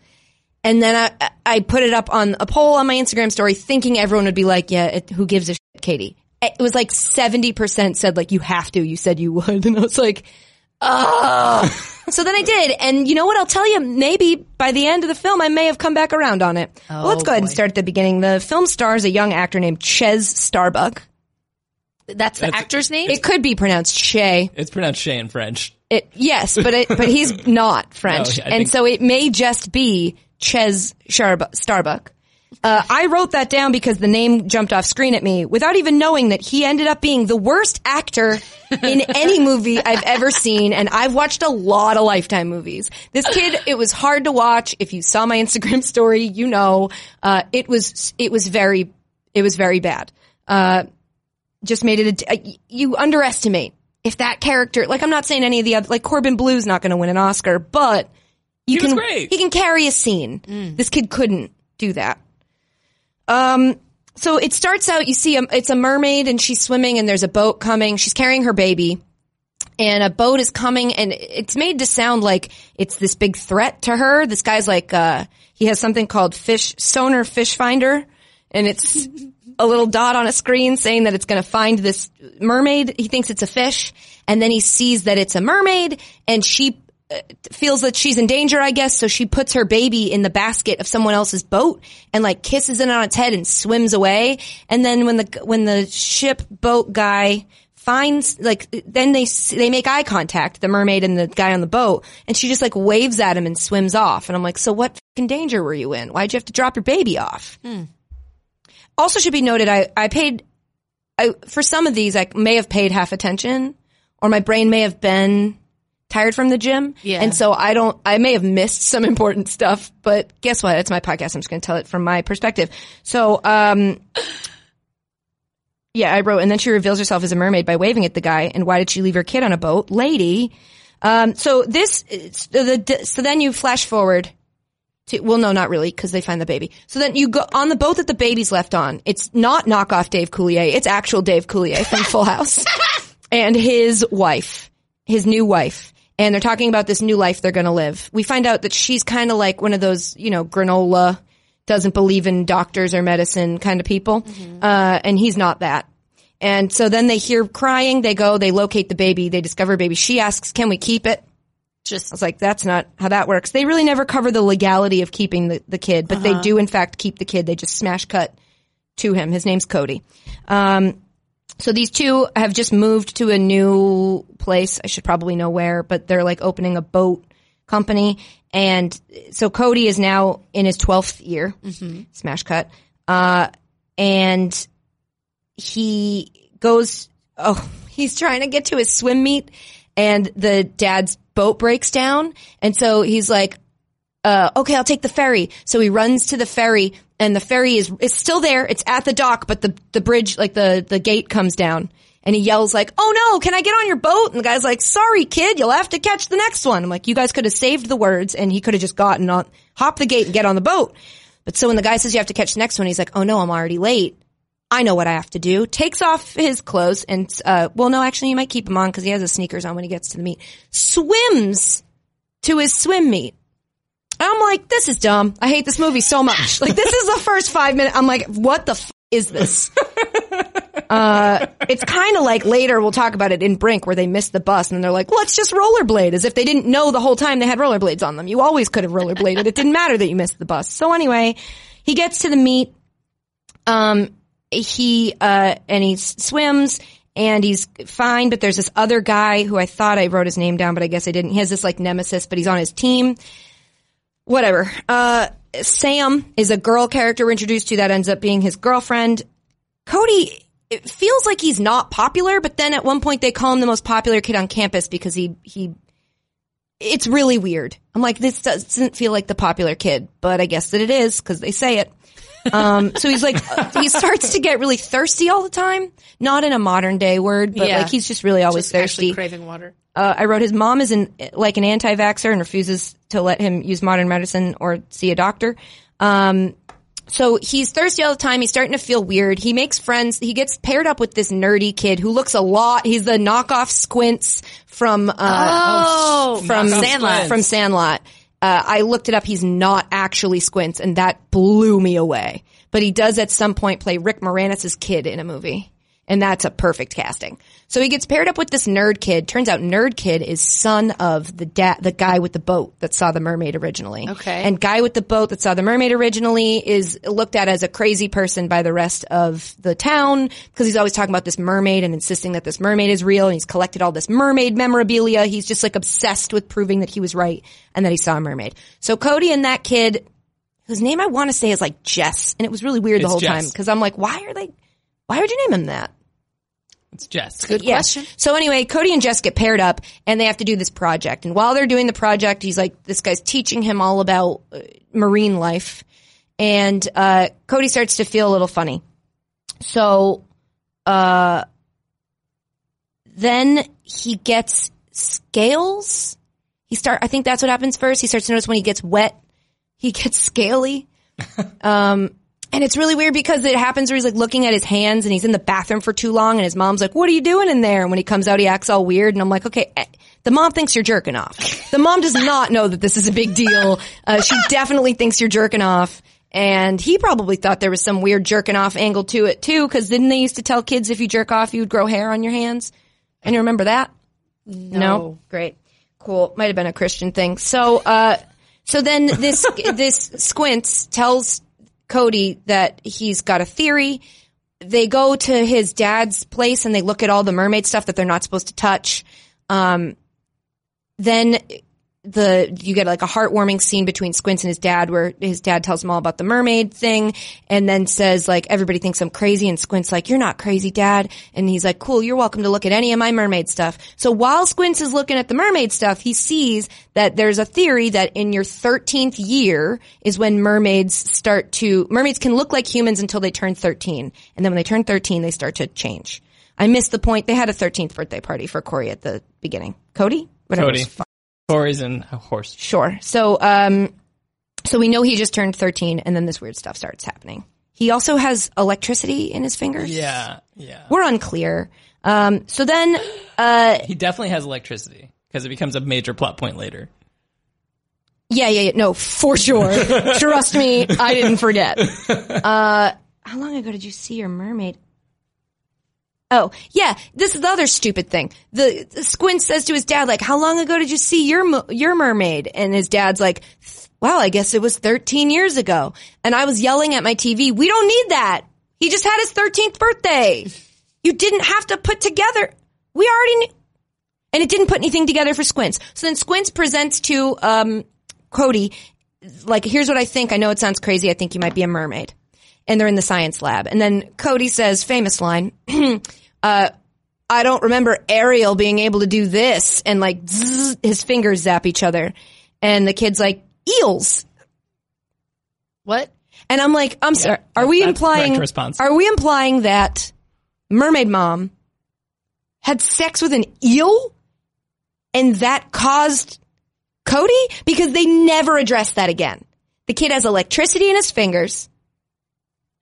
S3: And then I, I put it up on a poll on my Instagram story thinking everyone would be like, yeah, it, who gives a shit, Katie? It was like 70% said like, you have to. You said you would. And I was like, oh. so then I did. And you know what? I'll tell you, maybe by the end of the film, I may have come back around on it. Well, let's go ahead and start at the beginning. The film stars a young actor named Ches Starbuck.
S2: That's the actor's name?
S3: It could be pronounced Che.
S4: It's pronounced Shay in French.
S3: It, yes, but it, but he's not French,
S4: No, I
S3: and
S4: think-
S3: so it may just be Ches Sharb- Starbuck. Uh, I wrote that down because the name jumped off screen at me without even knowing that he ended up being the worst actor in any movie I've ever seen, and I've watched a lot of Lifetime movies. This kid, it was hard to watch. If you saw my Instagram story, you know uh, it was it was very it was very bad. Uh, just made it a, a- you underestimate if that character like I'm not saying any of the other like Corbin Blue's not going to win an Oscar, but you
S4: was
S3: can
S4: great.
S3: he can carry a scene. This kid couldn't do that. Um so it starts out you see um it's a mermaid and she's swimming and there's a boat coming. She's carrying her baby and a boat is coming and it's made to sound like it's this big threat to her. This guy's like, uh, he has something called fish, sonar fish finder and it's a little dot on a screen saying that it's going to find this mermaid. He thinks it's a fish and then he sees that it's a mermaid and she uh, feels that she's in danger, I guess. So she puts her baby in the basket of someone else's boat and like kisses it on its head and swims away. And then when the, when the ship boat guy finds like then they s- they make eye contact the mermaid and the guy on the boat and she just like waves at him and swims off and i'm like so what fing danger were you in why'd you have to drop your baby off also should be noted i i paid i for some of these i may have paid half attention or my brain may have been tired from the gym
S2: Yeah.
S3: and so i don't i may have missed some important stuff but guess what it's my podcast i'm just going to tell it from my perspective so um yeah, I wrote, and then she reveals herself as a mermaid by waving at the guy. And why did she leave her kid on a boat, lady? Um, so this, it's- the, the, so then you flash forward to, well, no, not really, because they find the baby. So then you go on the boat that the baby's left on. It's not knockoff Dave Coulier; it's actual Dave Coulier from Full House, and his wife, his new wife, and they're talking about this new life they're going to live. We find out that she's kind of like one of those, you know, granola doesn't believe in doctors or medicine kind of people, uh, and he's not that And so then they hear crying. They go, they locate the baby. They discover baby. She asks, can we keep it?
S2: Just
S3: I was like, that's not how that works. They really never cover the legality of keeping the, the kid, but they do in fact keep the kid. They just smash cut to him. His name's Cody. Um, so these two have just moved to a new place. I should probably know where, but they're like opening a boat company. And so Cody is now in his 12th year. Smash cut. Uh, and he goes oh he's trying to get to his swim meet and the dad's boat breaks down and so he's like uh, okay i'll take the ferry so he runs to the ferry and the ferry is it's still there it's at the dock but the the bridge like the the gate comes down and he yells like oh no can i get on your boat and the guy's like sorry kid you'll have to catch the next one i'm like you guys could have saved the words and he could have just gotten on hop the gate and get on the boat but so when the guy says you have to catch the next one he's like oh no i'm already late I know what I have to do. Takes off his clothes and, uh, well, no, actually, you might keep him on because he has his sneakers on when he gets to the meet. Swims to his swim meet. I'm like, this is dumb. I hate this movie so much. Like, this is the first five minutes. I'm like, what the f- is this? Uh, it's kind of like later we'll talk about it in Brink where they missed the bus and they're like, let's just rollerblade as if they didn't know the whole time they had rollerblades on them. You always could have rollerbladed. It didn't matter that you missed the bus. So anyway, he gets to the meet um, he uh, and he s- swims and he's fine. But there's this other guy who I thought I wrote his name down, but I guess I didn't. He has this like nemesis, but he's on his team. Whatever. Uh, Sam is a girl character we're introduced to that ends up being his girlfriend. Cody it feels like he's not popular, but then at one point they call him the most popular kid on campus because he he. It's really weird. I'm like, this doesn't feel like the popular kid, but I guess that it is because they say it. Um, so he's like, he starts to get really thirsty all the time. Not in a modern day word, but
S2: Yeah.
S3: like he's just really always thirsty.
S2: actually craving water.
S3: Uh, I wrote his mom is an like an anti-vaxxer and refuses to let him use modern medicine or see a doctor. Um, so he's thirsty all the time. He's starting to feel weird. He makes friends. He gets paired up with this nerdy kid who looks a lot. He's the knockoff Squints from uh,
S2: Oh,
S3: from
S2: knockoff Squints.
S3: From Sandlot. Uh, I looked it up. He's not actually Squints, and that blew me away. But he does at some point play Rick Moranis' kid in a movie, and that's a perfect casting. So he gets paired up with this nerd kid. Turns out nerd kid is son of the da- the guy with the boat that saw the mermaid originally.
S2: Okay.
S3: and guy with the boat that saw the mermaid originally is looked at as a crazy person by the rest of the town because he's always talking about this mermaid and insisting that this mermaid is real and he's collected all this mermaid memorabilia. He's just like obsessed with proving that he was right and that he saw a mermaid. So Cody and that kid, whose name I want to say is like Jess, and it was really weird the
S4: It's
S3: whole
S4: Jess.
S3: time because I'm like, why are they, why would you name him that?
S4: It's Jess.
S2: Good
S3: Yeah.
S2: question.
S3: So anyway, Cody and Jess get paired up and they have to do this project. And while they're doing the project, he's like, this guy's teaching him all about uh, marine life. And, uh, Cody starts to feel a little funny. So, uh, then he gets scales. He start, I think that's what happens first. He starts to notice when he gets wet, he gets scaly. Um, and it's really weird because it happens where he's like looking at his hands and he's in the bathroom for too long and his mom's like, what are you doing in there? And when he comes out, he acts all weird. And I'm like, okay, eh, the mom thinks you're jerking off. The mom does not know that this is a big deal. Uh, she definitely thinks you're jerking off. And he probably thought there was some weird jerking off angle to it too. Cause didn't they used to tell kids if you jerk off, you'd grow hair on your hands? And you remember that? No. Great. Cool. Might have been a Christian thing. So, uh, so then this, this squints tells Cody that he's got a theory. They go to his dad's place and they look at all the mermaid stuff that they're not supposed to touch. Um, then the you get like a heartwarming scene between Squints and his dad where his dad tells him all about the mermaid thing and then says like everybody thinks I'm crazy and Squints like you're not crazy dad and he's like cool you're welcome to look at any of my mermaid stuff. So while Squints is looking at the mermaid stuff he sees that there's a theory that in your 13th year is when mermaids start to mermaids can look like humans until they turn 13 and then when they turn 13 they start to change. I missed the point. They had a 13th birthday party for Corey at the beginning. Cody? Whatever.
S4: Cody. Corey's and a horse.
S3: Sure. So, um, so we know he just turned 13 and then this weird stuff starts happening. He also has electricity in his fingers.
S4: Yeah, yeah.
S3: We're unclear. Um, so then, uh,
S4: He definitely has electricity because it becomes a major plot point later.
S3: yeah, yeah, yeah. No, for sure. Trust me. I didn't forget. Uh, how long ago did you see your mermaid? Oh, yeah. This is the other stupid thing. The, the Squint says to his dad, like, how long ago did you see your, mo- your mermaid? And his dad's like, wow, I guess it was 13 years ago. And I was yelling at my TV, we don't need that. He just had his 13th birthday. You didn't have to put together. We already knew. And it didn't put anything together for Squints. So then Squints presents to, um, Cody, like, here's what I think. I know it sounds crazy. I think you might be a mermaid. And they're in the science lab. And then Cody says, famous line, uh, I don't remember Ariel being able to do this. And like, zzz, his fingers zap each other. And the kid's like, eels.
S2: What?
S3: And I'm like, I'm sorry. Are we
S4: that's
S3: implying,
S4: correct response.
S3: are we implying that mermaid mom had sex with an eel and that caused Cody? Because they never address that again. The kid has electricity in his fingers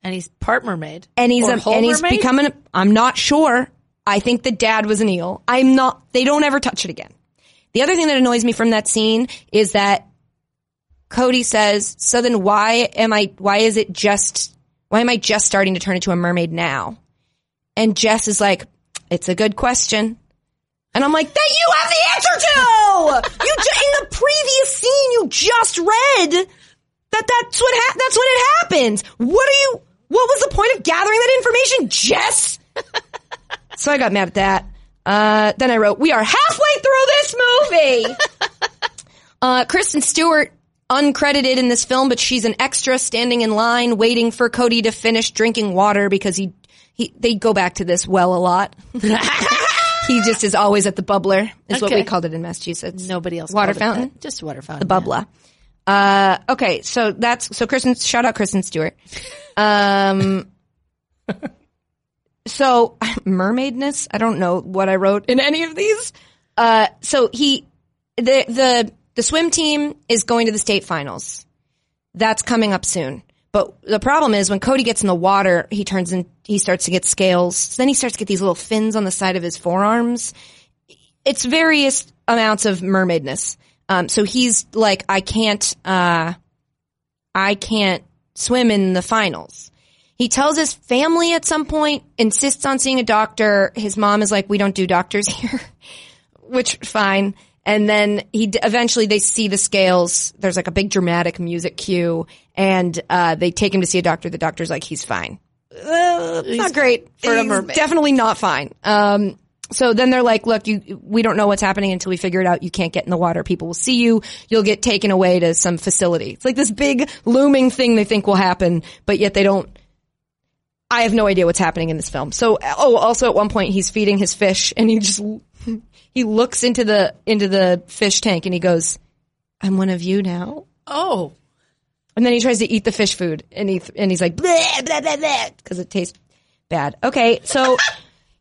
S2: And he's part mermaid.
S3: and he's
S2: Or
S3: a,
S2: whole
S3: and he's
S2: mermaid?
S3: becoming. A, I'm not sure. I think the dad was an eel. I'm not. They don't ever touch it again. The other thing that annoys me from that scene is that Cody says, "So then, why am I? Why is it just? Why am I just starting to turn into a mermaid now?" And Jess is like, "It's a good question." And I'm like, that you have the answer to! You ju- in the previous scene you just read that that's what ha- that's when it happens. What are you? What was the point of gathering that information, Jess? so I got mad at that. Uh, then I wrote, "We are halfway through this movie." uh, Kristen Stewart uncredited in this film, but she's an extra standing in line waiting for Cody to finish drinking water because he he they go back to this well a lot. he just is always at the bubbler. Is what we
S2: Okay.
S3: called it in Massachusetts.
S2: Nobody else.
S3: Water
S2: called it
S3: fountain.
S2: that. Just a water fountain.
S3: The bubbler. Uh, okay, so that's so Kristen. Shout out Kristen Stewart. Um, so mermaidness. I don't know what I wrote in any of these. Uh, so he, the the the swim team is going to the state finals. That's coming up soon. But the problem is when Cody gets in the water, he turns in. He starts to get scales. then he starts to get these little fins on the side of his forearms it's various amounts of mermaidness. Um, so he's like, I can't, uh, I can't swim in the finals. He tells his family at some point, insists on seeing a doctor. His mom is like, we don't do doctors here, which fine. And then he d- eventually they see the scales. There's like a big dramatic music cue and, uh, they take him to see a doctor. The doctor's like, he's fine. Uh, it's not great
S2: for a
S3: He's
S2: mermaid.
S3: Definitely not fine. Um, so then they're like, look, you, we don't know what's happening until we figure it out. You can't get in the water. People will see you. You'll get taken away to some facility. It's like this big looming thing they think will happen, but yet they don't. I have no idea what's happening in this film. So, oh, also at one point he's feeding his fish and he just, he looks into the, into the fish tank and he goes, I'm one of you now.
S2: Oh.
S3: And then he tries to eat the fish food, and he and he's like blah blah blah blah because it tastes bad. Okay, so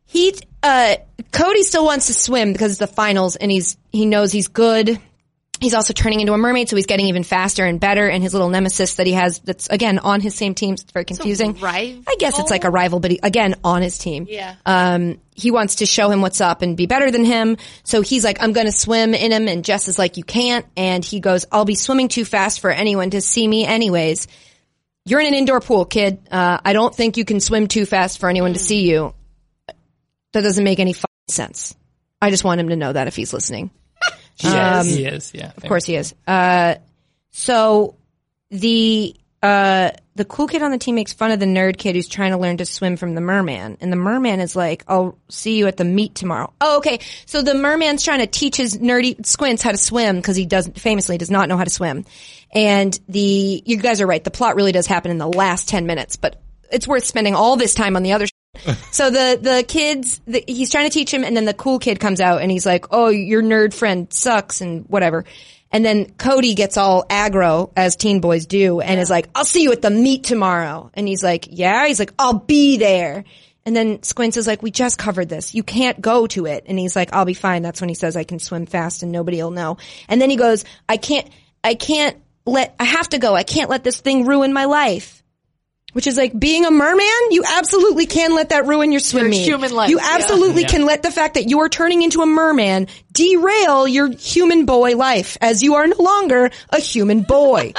S3: he uh, Cody still wants to swim because it's the finals, and he's he knows he's good. He's also turning into a mermaid, so he's getting even faster and better. And his little nemesis that he has, that's again on his same team, it's very confusing.
S2: rival?
S3: I guess it's like a rival, but he, again on his team.
S2: Yeah.
S3: Um, he wants to show him what's up and be better than him. So he's like, I'm going to swim in him. And Jess is like, you can't. And he goes, I'll be swimming too fast for anyone to see me anyways. You're in an indoor pool, kid. Uh, I don't think you can swim too fast for anyone to see you. That doesn't make any f- sense. I just want him to know that if he's listening.
S4: Yes, he is. Yeah,
S3: Um, Of course he is. Uh, so the uh, the cool kid on the team makes fun of the nerd kid who's trying to learn to swim from the merman, and the merman is like, "I'll see you at the meet tomorrow." Oh, okay. So the merman's trying to teach his nerdy squints how to swim because he doesn't famously does not know how to swim. And the you guys are right. The plot really does happen in the last ten minutes, but it's worth spending all this time on the other. So the the kids, the, he's trying to teach him, and then the cool kid comes out and he's like, "Oh, your nerd friend sucks," and whatever. And then Cody gets all aggro as teen boys do, and is like, "I'll see you at the meet tomorrow." And he's like, "Yeah." He's like, "I'll be there." And then Squints is like, "We just covered this. You can't go to it." And he's like, "I'll be fine." That's when he says, "I can swim fast and nobody'll know." And then he goes, "I can't. I can't let. I have to go. I can't let this thing ruin my life." which is like being a merman. You absolutely can let that ruin your swim
S2: Your
S3: meet.
S2: human life,
S3: You
S2: yeah.
S3: absolutely
S4: Yeah.
S3: can let the fact that you are turning into a merman derail your human boy life, as you are no longer a human boy.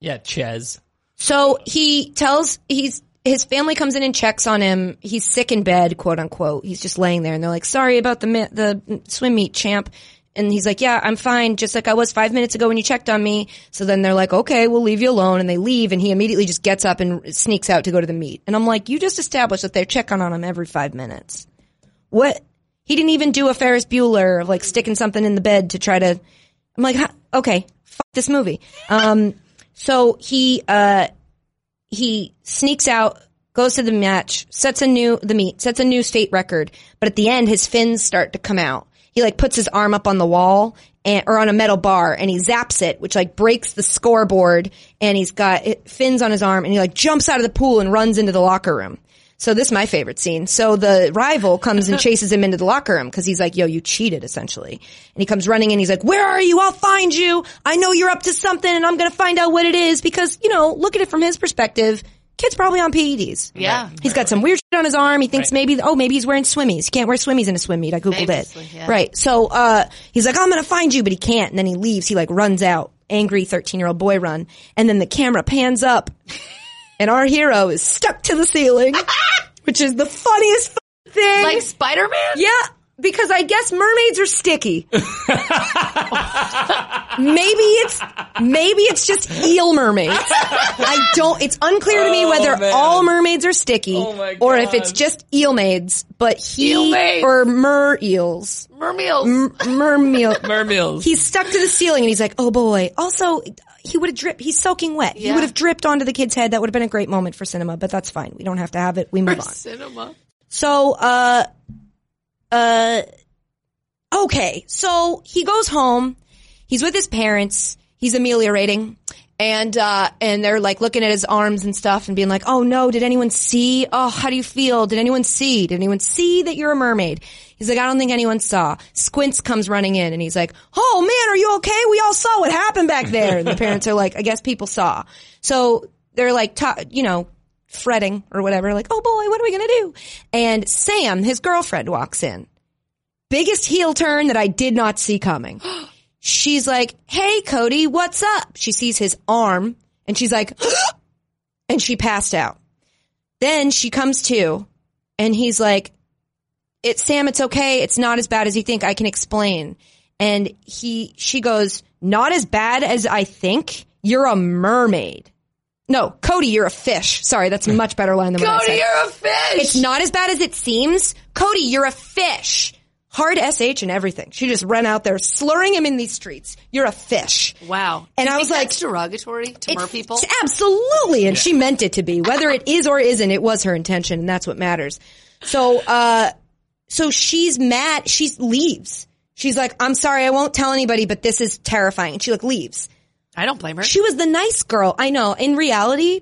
S4: Yeah, Ches.
S3: So he tells he's his family comes in and checks on him. He's sick in bed, quote unquote. He's just laying there, and they're like, "Sorry about the mi- the swim meet, champ." And he's like, "Yeah, I'm fine, just like I was five minutes ago when you checked on me." So then they're like, "Okay, we'll leave you alone," and they leave, and he immediately just gets up and sneaks out to go to the meet. And I'm like, "You just established that they're checking on him every five minutes. What? He didn't even do a Ferris Bueller of like sticking something in the bed to try to." I'm like, huh, "Okay, fuck this movie." Um, so he uh he sneaks out, goes to the match, sets a new the meet, sets a new state record. But at the end, his fins start to come out. He like puts his arm up on the wall and, or on a metal bar, and he zaps it, which like breaks the scoreboard. And he's got it, fins on his arm, and he like jumps out of the pool and runs into the locker room. So this is my favorite scene. So the rival comes and chases him into the locker room because he's like, yo, you cheated essentially. And he comes running in. He's like, where are you? I'll find you. I know you're up to something and I'm going to find out what it is because, you know, look at it from his perspective. Kid's probably on PEDs.
S6: Yeah.
S3: He's got some weird shit on his arm. He thinks maybe, oh, maybe he's wearing swimmies. You can't wear swimmies in a swim meet. I Googled
S6: Famously,
S3: it.
S6: yeah.
S3: Right. So, uh, he's like, I'm going to find you, but he can't. And then he leaves. He like runs out. Angry 13 year old boy run. And then the camera pans up and our hero is stuck to the ceiling, which is the funniest f- thing.
S6: Like Spider Man?
S3: yeah, because I guess mermaids are sticky. maybe it's maybe it's just eel mermaids. I don't. It's unclear to me whether
S4: Oh, man. Oh
S3: all mermaids are sticky
S4: my
S3: or if it's
S4: God.
S3: just eel maids. But he
S6: Eelmaids.
S3: or mer eels,
S6: Mermeals.
S3: mermeal.
S4: Mermils.
S3: He's stuck to the ceiling and he's like, oh boy. Also, he would have dripped. He's soaking wet. He
S6: Yeah.
S3: would have dripped onto the kid's head. That would have been a great moment for cinema, but that's fine. We don't have to have it. We move on.
S6: Cinema.
S3: So, uh, uh, okay. So he goes home. He's with his parents. He's ameliorating. And, uh, and they're like looking at his arms and stuff and being like, oh no, did anyone see? Oh, how do you feel? Did anyone see? Did anyone see that you're a mermaid? He's like, I don't think anyone saw. Squints comes running in and he's like, oh man, are you okay? We all saw what happened back there. And the parents are like, I guess people saw. So they're like, ta- you know, fretting or whatever, like, oh boy, what are we going to do? And Sam, his girlfriend, walks in. Biggest heel turn that I did not see coming. She's like, hey, Cody, what's up? She sees his arm and she's like, and she passed out. Then she comes to and he's like, it's Sam, it's okay. It's not as bad as you think. I can explain. And he, she goes, not as bad as I think. You're a mermaid. No, Cody, you're a fish. Sorry, that's a much better line than what I said.
S6: Cody, you're a fish.
S3: It's not as bad as it seems. Cody, you're a fish. Hard SH and everything. She just ran out there slurring him in these streets. You're a fish.
S6: wow.
S3: And
S6: Do you
S3: I
S6: think
S3: was like-
S6: that's derogatory to mer people.
S3: It's absolutely. And she meant it to be. Whether it is or isn't, it was her intention and that's what matters. So, uh, so she's mad. She leaves. She's like, I'm sorry. I won't tell anybody, but this is terrifying. And she like leaves.
S6: I don't blame her.
S3: She was the nice girl. I know. In reality,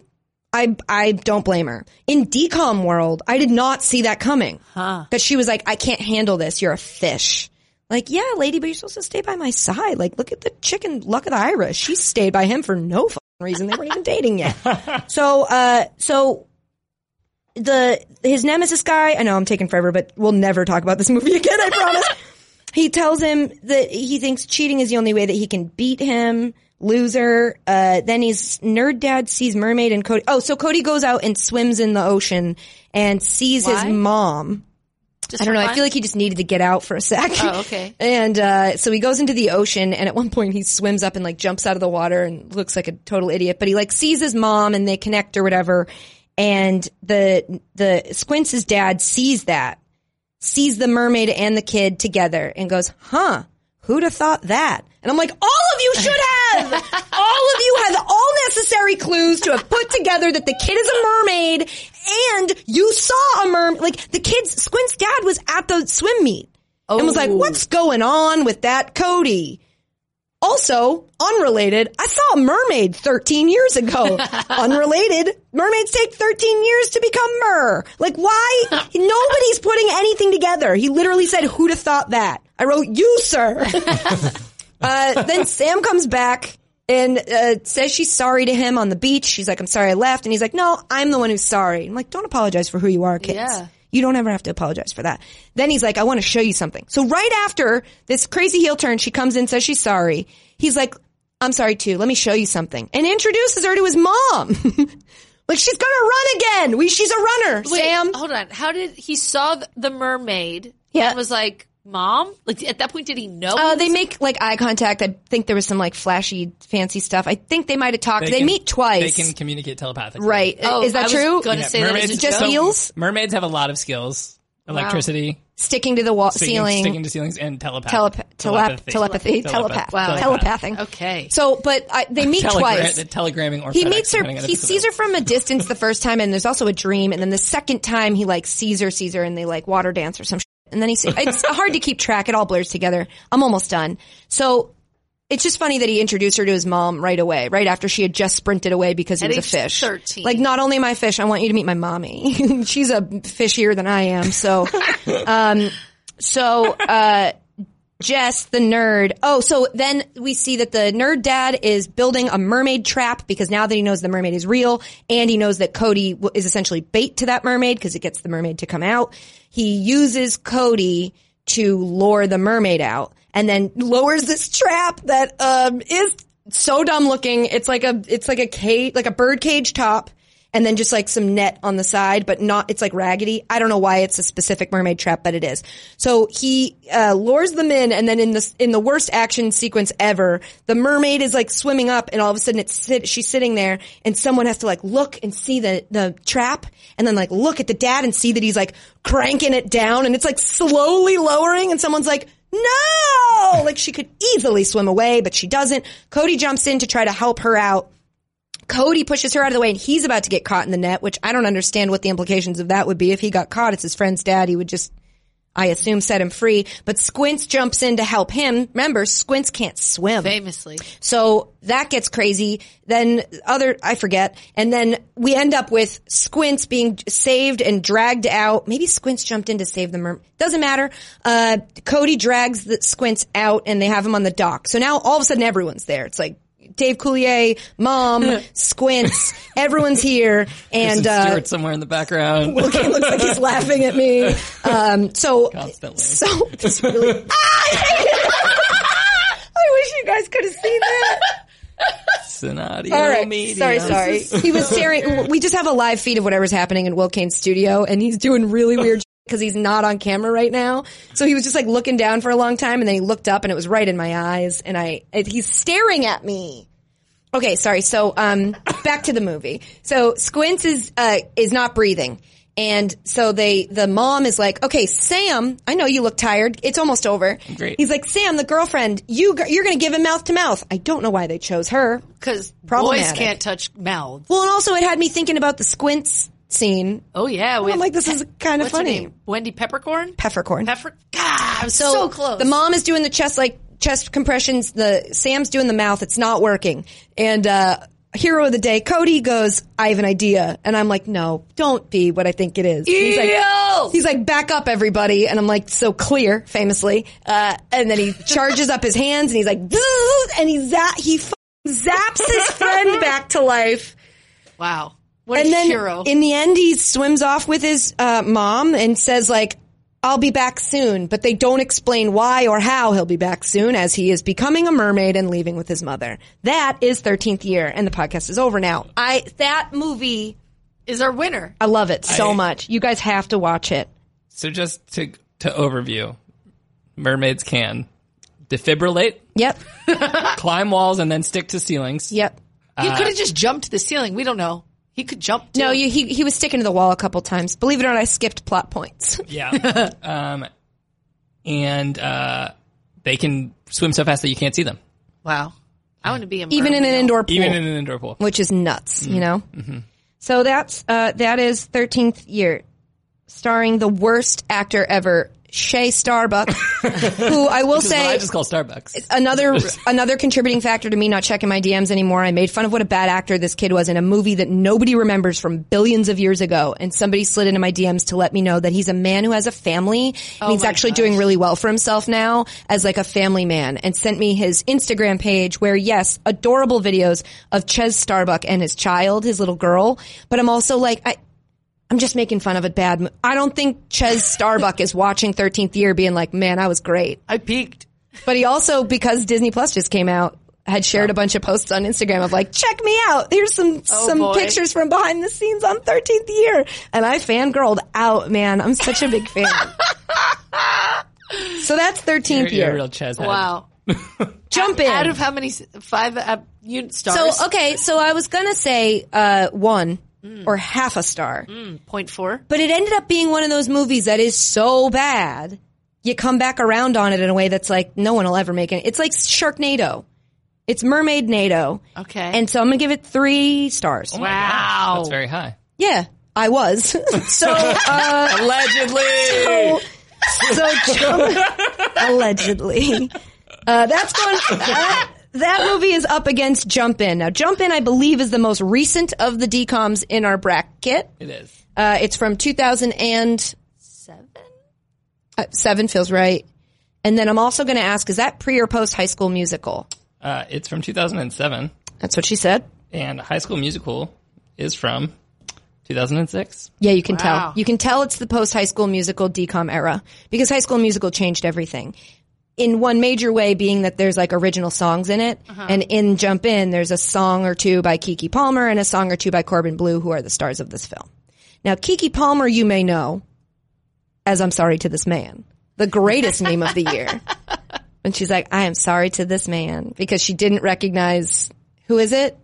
S3: I I don't blame her. In decom world, I did not see that coming. That she was like, I can't handle this. You're a fish. Like, yeah, lady, but you're supposed to stay by my side. Like, look at the chicken luck of the Irish. She stayed by him for no fucking reason. They weren't even dating yet. So, uh, so the his nemesis guy. I know I'm taking forever, but we'll never talk about this movie again. I promise. he tells him that he thinks cheating is the only way that he can beat him. Loser. Uh, then he's nerd dad sees mermaid and Cody. Oh, so Cody goes out and swims in the ocean and sees
S6: Why?
S3: his mom.
S6: Just
S3: I don't know.
S6: for
S3: I
S6: fun?
S3: feel like he just needed to get out for a sec.
S6: Oh, okay.
S3: And uh, so he goes into the ocean, and at one point he swims up and like jumps out of the water and looks like a total idiot. But he like sees his mom, and they connect or whatever. And the the Squints' dad sees that, sees the mermaid and the kid together, and goes, "Huh." Who'd have thought that? And I'm like, all of you should have! all of you have all necessary clues to have put together that the kid is a mermaid and you saw a mermaid. Like, the kid's, Squint's dad was at the swim meet and was like, what's going on with that Cody? Also, unrelated, I saw a mermaid 13 years ago. unrelated, mermaids take 13 years to become mer. Like why? Nobody's putting anything together. He literally said, who'd have thought that? I wrote, you sir. uh, then Sam comes back and uh, says she's sorry to him on the beach. She's like, I'm sorry I left. And he's like, no, I'm the one who's sorry. I'm like, don't apologize for who you are, kids.
S6: Yeah.
S3: You don't ever have to apologize for that. Then he's like, I want to show you something. So right after this crazy heel turn, she comes in, says she's sorry. He's like, I'm sorry too. Let me show you something and introduces her to his mom, Like she's gonna run again. We she's a runner.
S6: Wait,
S3: Sam,
S6: hold on. How did he saw th- the mermaid?
S3: Yeah.
S6: and was like, "Mom." Like at that point, did he know?
S3: Uh, they make like eye contact. I think there was some like flashy, fancy stuff. I think they might have talked. They,
S4: can-
S3: meet twice,
S4: They can communicate telepathically.
S3: right?
S6: Oh,
S3: Is
S6: I
S3: that
S6: was
S3: true?
S6: gonna say that as a
S4: mermaids-
S3: Just
S6: joke.
S3: eels
S4: Mermaids have a lot of skills. Electricity,
S3: sticking to the wall,
S4: sticking,
S3: ceiling,
S4: sticking to ceilings, and telepath.
S3: telep- telep- telepathy,
S4: Telepath.
S3: telepath,
S4: Wow.
S3: telepathing.
S6: Okay.
S3: So, but I, they meet
S4: Telegra-
S3: twice.
S4: the telegramming or
S3: He
S4: FedEx,
S3: meets her.
S4: depending on the
S3: He sees her from a distance the first time, and there's also a dream. And then the second time, he like sees her, sees her, and they like water dance or some. Shit. And then he sees. It's hard to keep track. It all blurs together. I'm almost done. So it's just funny that he introduced her to his mom right away, right after she had just sprinted away because he
S6: At
S3: was a
S6: age
S3: fish.
S6: 13.
S3: Like, not only am I a fish, I want you to meet my mommy. She's a fishier than I am. So, um, so uh, Jess, the nerd. Oh, so then we see that the nerd dad is building a mermaid trap because now that he knows the mermaid is real and he knows that Cody w- is essentially bait to that mermaid because it gets the mermaid to come out, he uses Cody to lure the mermaid out and then lowers this trap that um, is so dumb looking. It's like a it's like a cage, like a bird cage top and then just like some net on the side, but not, it's like raggedy. I don't know why it's a specific mermaid trap, but it is. So he, uh, lures them in and then in this, in the worst action sequence ever, the mermaid is like swimming up and all of a sudden it's sit, she's sitting there and someone has to like look and see the, the trap and then like look at the dad and see that he's like cranking it down and it's like slowly lowering and someone's like, no! Like she could easily swim away, but she doesn't. Cody jumps in to try to help her out. Cody pushes her out of the way and he's about to get caught in the net, which I don't understand what the implications of that would be. If he got caught, it's his friend's dad. He would just, I assume, set him free. But Squints jumps in to help him. Remember, Squints can't swim.
S6: famously,
S3: So that gets crazy. Then other, I forget. And then we end up with Squints being saved and dragged out. Maybe Squints jumped in to save the mermaid. Doesn't matter. Uh, Cody drags the Squints out and they have him on the dock. So now all of a sudden everyone's there. It's like Dave Coulier, mom, Squints, everyone's here. And,
S4: Some
S3: uh,
S4: Stewart somewhere in the background.
S3: okay, looks like he's laughing at me. Um, so,
S4: Constantly.
S3: so it's really. Ah! I wish you guys could have seen that.
S4: It's an audio
S3: All right.
S4: medium.
S3: Sorry, sorry. He was staring. We just have a live feed of whatever's happening in Will Kane's studio, and he's doing really weird because he's not on camera right now. So he was just like looking down for a long time, and then he looked up, and it was right in my eyes, and I it, he's staring at me. Okay, sorry. So um, back to the movie. So Squints is uh, is not breathing. And so they, the mom is like, okay, Sam, I know you look tired. It's almost over.
S4: Great.
S3: He's like, Sam, the girlfriend, you, g- you're going to give him mouth to mouth. I don't know why they chose her.
S6: because boys
S3: Problematic.
S6: can't touch mouths.
S3: Well, and also it had me thinking about the squints scene.
S6: Oh yeah, with,
S3: I'm like, this is kind of
S6: what's her
S3: funny.
S6: name? Wendy Peppercorn.
S3: Peppercorn.
S6: Pepper. God, I was so,
S3: so,
S6: close.
S3: The mom is doing the chest like chest compressions. The Sam's doing the mouth. It's not working. And uh, hero of the day, Cody goes, "I have an idea," and I'm like, "No, don't be what I think it is." And He's
S6: Ew!
S3: like, he's like, "Back up, everybody," and I'm like, "So clear," famously. Uh, and then he charges up his hands and he's like, "Bzzz," and he zap he f- zaps his friend back to life.
S6: wow, what a
S3: and then
S6: hero.
S3: in the end he swims off with his uh, mom and says like i'll be back soon but they don't explain why or how he'll be back soon as he is becoming a mermaid and leaving with his mother that is 13th year and the podcast is over now i that movie Uh,
S6: is our winner.
S3: i love it so
S4: I-
S3: much you guys have to watch it
S4: So just to to overview, mermaids can defibrillate,
S3: yep
S4: climb walls, and then stick to ceilings.
S3: yep
S6: He could have just jumped to the ceiling. We don't know. He could jump. Too.
S3: no you, he, he was sticking to the wall a couple times believe it or not i skipped plot points
S4: Yeah. um, and uh, they can swim so fast that you can't see them,
S6: Wow, I want to be a
S3: even in an
S6: mermaid.
S3: indoor pool
S4: even in an indoor pool.
S3: which is nuts,
S4: Mm-hmm.
S3: you know. So that's uh, that is thirteenth year, starring the worst actor ever, Shay Starbuck, who I will
S4: This is what I
S3: say.
S4: just call Starbucks.
S3: Another another contributing factor to me not checking my DMs anymore. I made fun of what a bad actor this kid was in a movie that nobody remembers from billions of years ago, and somebody slid into my DMs to let me know that he's a man who has a family and he's actually doing really well for himself now as like a family man, and sent me his Instagram page where yes, adorable videos of Ches Starbuck and his child, his little girl, but I'm also like I. I'm just making fun of a bad. Mo- I don't think Ches Starbuck is watching 13th year being like, man, I was great.
S6: I peaked.
S3: But he also, because Disney Plus just came out, had shared a bunch of posts on Instagram of like, check me out. Here's some some
S6: Oh, boy.
S3: pictures from behind the scenes on 13th year. And I fangirled out, man. I'm such a big fan. so that's 13th
S4: You're, you're a
S3: year.
S4: real Cheshead.
S6: Wow.
S3: Jump in.
S6: Out of how many? s- Five uh, you stars?
S3: so uh, okay, so I was gonna say uh, one
S6: Mm.
S3: or half a star.
S6: Point four.
S3: But it ended up being one of those movies that is so bad, you come back around on it in a way that's like, no one will ever make it. It's like Sharknado. It's Mermaid Nado.
S6: Okay.
S3: And so I'm going to give it three stars.
S6: wow.
S4: That's very high.
S3: Yeah, I was. so, uh,
S4: Allegedly.
S3: so jump, allegedly. Uh, that's going, uh, that movie is up against Jump In. Now, Jump In, I believe, is the most recent of the DCOMs in our bracket.
S4: It is.
S3: Uh, it's from 2007. Uh, seven feels right. And then I'm also going to ask, is that pre or post high school musical?
S4: Uh, it's from 2007,
S3: That's what she said.
S4: and High School Musical is from 2006.
S3: Yeah, you can tell.
S6: Wow.
S3: You can tell it's the post high school musical decom era because high school musical changed everything. In one major way being that there's like original songs in it. And in Jump In, there's a song or two by Kiki Palmer and a song or two by Corbin Blue, who are the stars of this film. Now, Kiki Palmer, you may know as I'm sorry to this man, the greatest meme of the year. When she's like, I am sorry to this man because she didn't recognize who is it?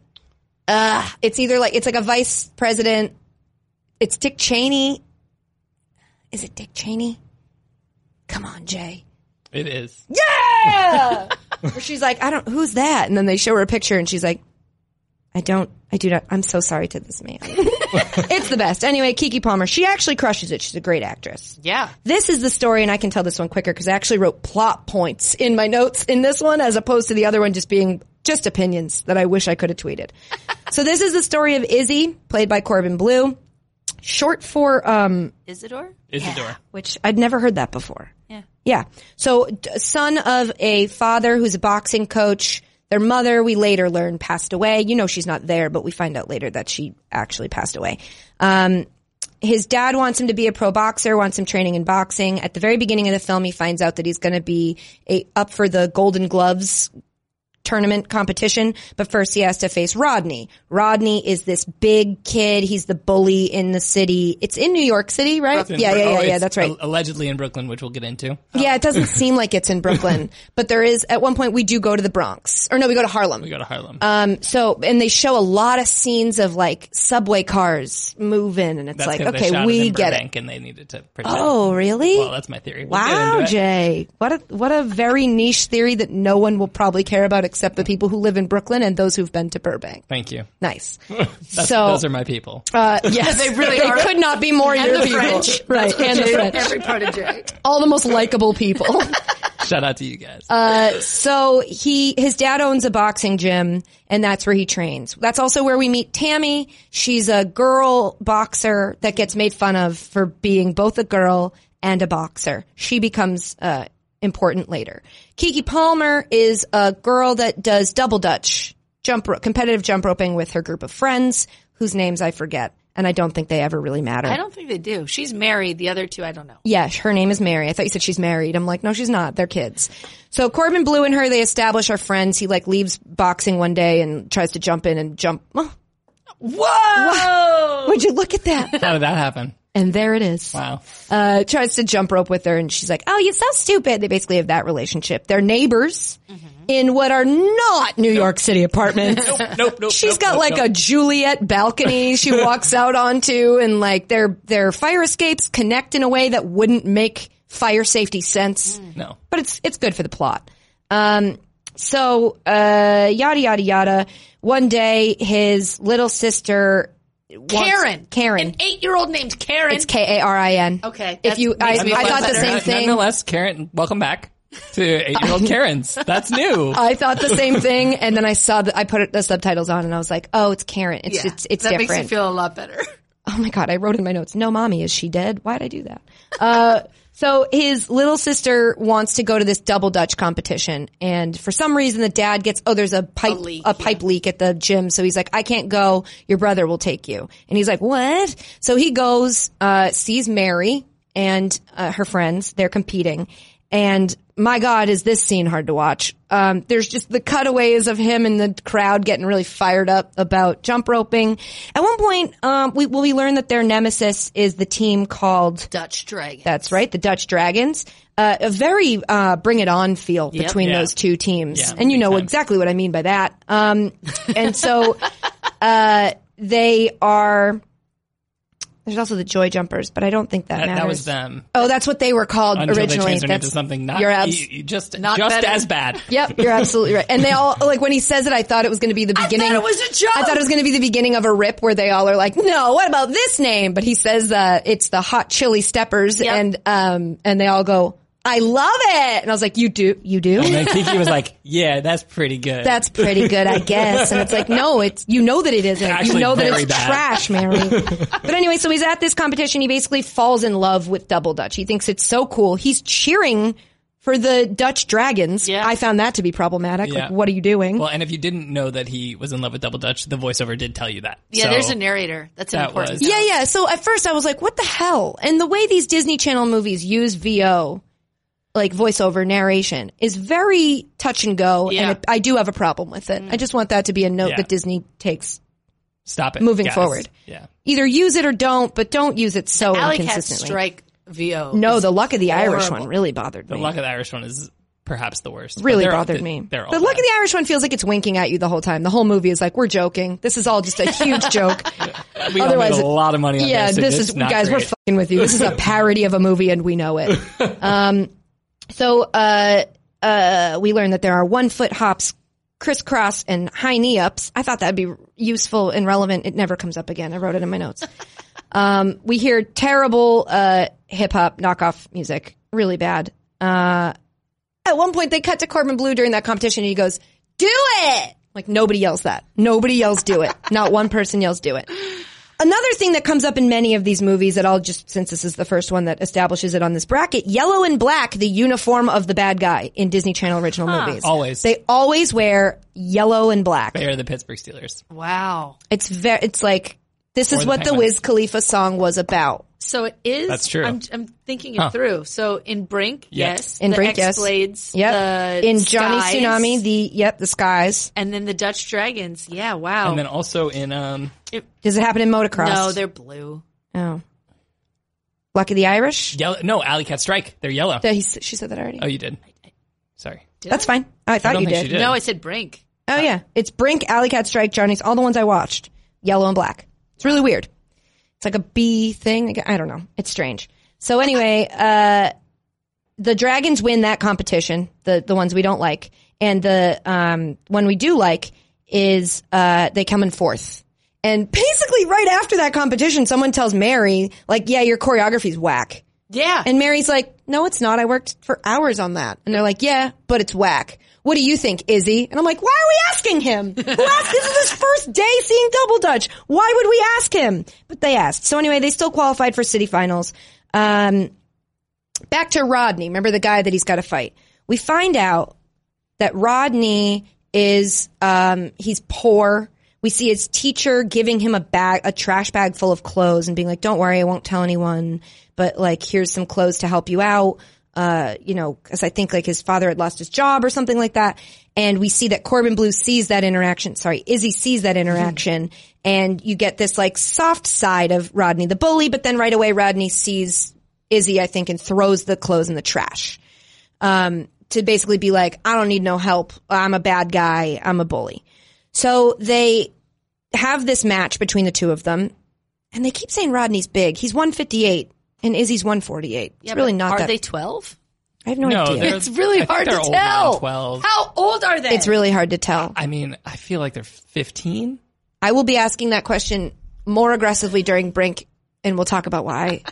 S3: Uh, it's either like, it's like a vice president it's Dick Cheney. Is it Dick Cheney? Come on, Jay.
S4: It is.
S3: Yeah. Where she's like, I don't. Who's that? And then they show her a picture, and she's like, I don't. I do not. I'm so sorry to this man. it's the best. Anyway, Kiki Palmer. She actually crushes it. She's a great actress.
S6: Yeah.
S3: This is the story, and I can tell this one quicker because I actually wrote plot points in my notes in this one, as opposed to the other one just being just opinions that I wish I could have tweeted. so this is the story of Izzy, played by Corbin Blue, short for um,
S6: Isidore.
S4: Isidore.
S3: which I'd never heard that before. Yeah. Yeah. So, d- son of a father who's a boxing coach. Their mother, we later learn, passed away. You know, she's not there, but we find out later that she actually passed away. Um, his dad wants him to be a pro boxer, wants him training in boxing. At the very beginning of the film, he finds out that he's going to be a, up for the Golden Gloves tournament competition, but first he has to face Rodney. Rodney is this big kid. He's the bully in the city. It's in New York City, right?
S4: It's in
S3: Yeah,
S4: Bro-
S3: yeah,
S4: oh,
S3: yeah, yeah.
S4: it's
S3: That's right.
S4: al- Allegedly in Brooklyn, which we'll get into.
S3: Yeah, it
S4: Oh.
S3: doesn't seem like it's in Brooklyn, but there is, at one point we do go to the Bronx. Or no, we go to Harlem.
S4: We go to Harlem.
S3: Um, so, and they show a lot of scenes of like subway cars moving and it's
S4: That's
S3: like,
S4: 'cause they
S3: okay,
S4: shot it
S3: we
S4: in
S3: get it.
S4: Burbank And they needed to. Pretend.
S3: Oh, really?
S4: well, that's my theory. We'll get
S3: Wow,
S4: into it.
S3: Jay. What a what a very niche theory that no one will probably care about except the people who live in Brooklyn and those who've been to Burbank.
S4: Thank you.
S3: Nice.
S4: That's,
S3: so
S4: those are my people.
S3: uh, yes, they really
S6: are.
S3: could not be more your
S6: the
S3: people.
S6: French.
S3: right? And the French,
S6: Every part of Jay.
S3: all the most likable people.
S4: Shout out to you guys.
S3: uh, so he his dad owns a boxing gym and that's where he trains. That's also where we meet Tammy. She's a girl boxer that gets made fun of for being both a girl and a boxer. She becomes uh important later. Kiki Palmer is a girl that does double dutch, jump rope, competitive jump roping with her group of friends whose names I forget and I don't think they ever really matter.
S6: I don't think they do. She's married. The other two, I don't know.
S3: Yeah, her name is Mary. I thought you said she's married. I'm like, no, she's not. They're kids. So Corbin Blue and her, they establish are friends. He like leaves boxing one day and tries to jump in and jump. Oh,
S6: Whoa!
S3: would you look at that?
S4: How did that happen?
S3: and there it is.
S4: Wow.
S3: Uh, tries to jump rope with her and she's like, oh, you're so stupid. They basically have that relationship. They're neighbors in what are not New York City apartments.
S4: Nope. Nope.
S3: She's
S4: nope,
S3: got
S4: nope,
S3: like
S4: nope.
S3: a Juliet balcony she walks out onto and like their, their fire escapes connect in a way that wouldn't make fire safety sense.
S4: no.
S3: but it's it's good for the plot. Um, so uh, yada yada yada. One day, his little sister wants-
S6: Karen.
S3: Karen,
S6: An eight-year-old named Karen.
S3: it's K A R I N.
S6: Okay,
S3: if
S6: that
S3: you, I,
S6: makes me
S3: I
S6: feel
S3: thought the
S6: better.
S3: same
S4: N-
S3: thing.
S4: Nonetheless, Karen, welcome back to eight-year-old Karens. That's new.
S3: I thought the same thing, and then I saw that I put it- the subtitles on, and I was like, "Oh, it's Karen. It's it's, it's
S6: that
S3: different."
S6: makes me feel a lot better.
S3: oh my god, I wrote in my notes, no mommy, is she dead? Why'd I do that? Uh, so his little sister wants to go to this double dutch competition and for some reason the dad gets, oh, there's a pipe, a,
S6: leak,
S3: pipe leak at the gym. So he's like, I can't go. Your brother will take you. And he's like, what? So he goes, uh, sees Mary and uh, her friends. They're competing And my God, is this scene hard to watch? Um, there's just the cutaways of him and the crowd getting really fired up about jump roping. At one point, um, we well, we learn that their nemesis is the team called.
S6: Dutch dragon.
S3: That's right, the Dutch Dragons. Uh, a very uh, bring it on feel between
S4: Yeah.
S3: those two teams,
S4: Yeah,
S3: and you
S4: big
S3: know
S4: time.
S3: exactly what I mean by that. Um, and so uh, they are. There's also the Joy Jumpers, but I don't think that,
S4: That,
S3: matters.
S4: that was them.
S3: Oh, that's what they were called
S4: Until
S3: originally.
S4: they transformed
S3: That's
S4: into something not
S3: you're abs-
S4: e- e- just
S6: not
S4: just
S6: better.
S4: as bad.
S3: Yep, you're absolutely right. And they all like when he says it, I thought it was going to be the beginning.
S6: it was a joke!
S3: I thought it was going to be the beginning of a rip where they all are like, "No, what about this name?" But he says uh, it's the Hot Chili Steppers,
S6: Yep.
S3: and um, and they all go, "I love it." And I was like, "You do, you do."
S4: And then Kiki was like, "Yeah, that's pretty good."
S3: That's pretty good, I guess. And it's like, no, it's you know that it isn't. you
S4: Actually
S3: know that
S4: very
S3: it's
S4: bad.
S3: trash, Mary. but anyway, so he's at this competition. He basically falls in love with Double Dutch. He thinks it's so cool. He's cheering for the Dutch Dragons.
S6: Yeah.
S3: I found that to be problematic.
S4: Yeah.
S3: Like, what are you doing?
S4: well, and if you didn't know that he was in love with Double Dutch, the voiceover did tell you that.
S6: yeah,
S4: So-
S6: there's a narrator. That's an
S4: That
S6: important.
S4: was-
S6: note.
S3: yeah, yeah. So at first I was like, what the hell? And the way these Disney Channel movies use VO, like voiceover narration, is very touch and go.
S6: Yeah.
S3: And it, I do have a problem with it. I just want that to be a note
S4: Mm. Yeah.
S3: that Disney takes
S4: stop it.
S3: moving
S4: guys.
S3: forward.
S4: Yeah.
S3: either use it or don't, but don't use it so
S6: Alley Cat
S3: inconsistently.
S6: Strike VO.
S3: no, the luck of the Irish
S6: horrible.
S3: one really bothered
S4: The
S3: me.
S4: luck of the Irish one is perhaps the worst. but
S3: really
S4: they're-
S3: bothered
S4: they-
S3: me. The
S4: They're all
S3: luck of
S4: bad.
S3: the Irish one feels like it's winking at you the whole time. The whole movie is like we're joking. This is all just a huge joke.
S4: we all
S3: otherwise
S4: made
S3: it-
S4: a lot of money on
S3: yeah,
S4: this. and
S3: this
S4: it's
S3: is
S4: not
S3: guys, we're
S4: great.
S3: fucking with you. This is a parody of a movie, and we know it. Um, so uh, uh, we learned that there are one foot hops. Crisscross and high knee ups. I thought that'd be useful and relevant. It never comes up again. I wrote it in my notes. we hear terrible uh, hip hop knockoff music, really bad. Uh, at one point, they cut to Corbin Blue during that competition, and he goes, "Do it!" Like nobody yells that. Nobody yells, "Do it!" Not one person yells, "Do it." Another thing that comes up in many of these movies that I'll just, since this is the first one that establishes it on this bracket, yellow and black, the uniform of the bad guy in Disney Channel original movies.
S4: Always.
S3: They always wear yellow and black.
S4: They are the Pittsburgh Steelers.
S6: Wow.
S3: It's very, it's like, this is
S4: the
S3: what the
S4: penguin.
S3: Wiz Khalifa song was about.
S6: So it is.
S4: That's true.
S6: I'm, I'm thinking it through. So in Brink,
S4: Yeah.
S6: yes.
S3: In
S6: the
S3: Brink, yes.
S6: X-Blades,
S3: Yep.
S6: the
S3: in Johnny
S6: Skies,
S3: Tsunami, the yep, the skies.
S6: and then the Dutch dragons. Yeah.
S3: Oh.
S6: Wow.
S4: And then also in um
S3: Does it happen in motocross?
S6: no, they're blue.
S3: oh. Lucky the Irish.
S4: yellow no, Alley Cat Strike. They're yellow.
S3: That he s- she said that already.
S4: oh, you did. Sorry.
S3: That's fine. Oh, I thought
S4: don't
S3: you did.
S4: think she did.
S6: No, I said Brink.
S3: Oh yeah, it's Brink, Alley Cat, Strike, Johnny's. All the ones I watched, yellow and black. It's really weird. It's like a bee thing. I don't know. It's strange. So anyway, uh, the dragons win that competition. The the ones we don't like, and the um, one we do like is uh, they come in fourth. And basically, right after that competition, someone tells Mary, like, "Yeah, your choreography's whack."
S6: Yeah.
S3: And Mary's like, no, it's not. I worked for hours on that. And they're like, yeah, but it's whack. What do you think, Izzy? And I'm like, why are we asking him? Who asked? This is his first day seeing Double Dutch. Why would we ask him? But they asked. So anyway, they still qualified for city finals. Um, back to Rodney. Remember the guy that he's got to fight. We find out that Rodney is um, he's poor. We see his teacher giving him a bag, a trash bag full of clothes, and being like, "Don't worry, I won't tell anyone, but like, here's some clothes to help you out." Uh, you know, because I think like his father had lost his job or something like that. And we see that Corbin Blue sees that interaction. Sorry, Izzy sees that interaction, and you get this like soft side of Rodney the bully, but then right away Rodney sees Izzy, I think, and throws the clothes in the trash um, to basically be like, I don't need no help. I'm a bad guy. I'm a bully. So they have this match between the two of them, and they keep saying Rodney's big. He's 158, and Izzy's 148. It's
S6: Yeah,
S3: really
S6: but
S3: not
S6: are
S3: that.
S6: they 12?
S3: I have no,
S4: No,
S3: idea.
S4: they're-
S6: It's really
S4: I think
S6: hard
S4: they're
S6: to
S4: old now,
S6: tell.
S4: 12.
S6: How old are they?
S3: It's really hard to tell.
S4: I mean, I feel like they're 15.
S3: I will be asking that question more aggressively during Brink, and we'll talk about why.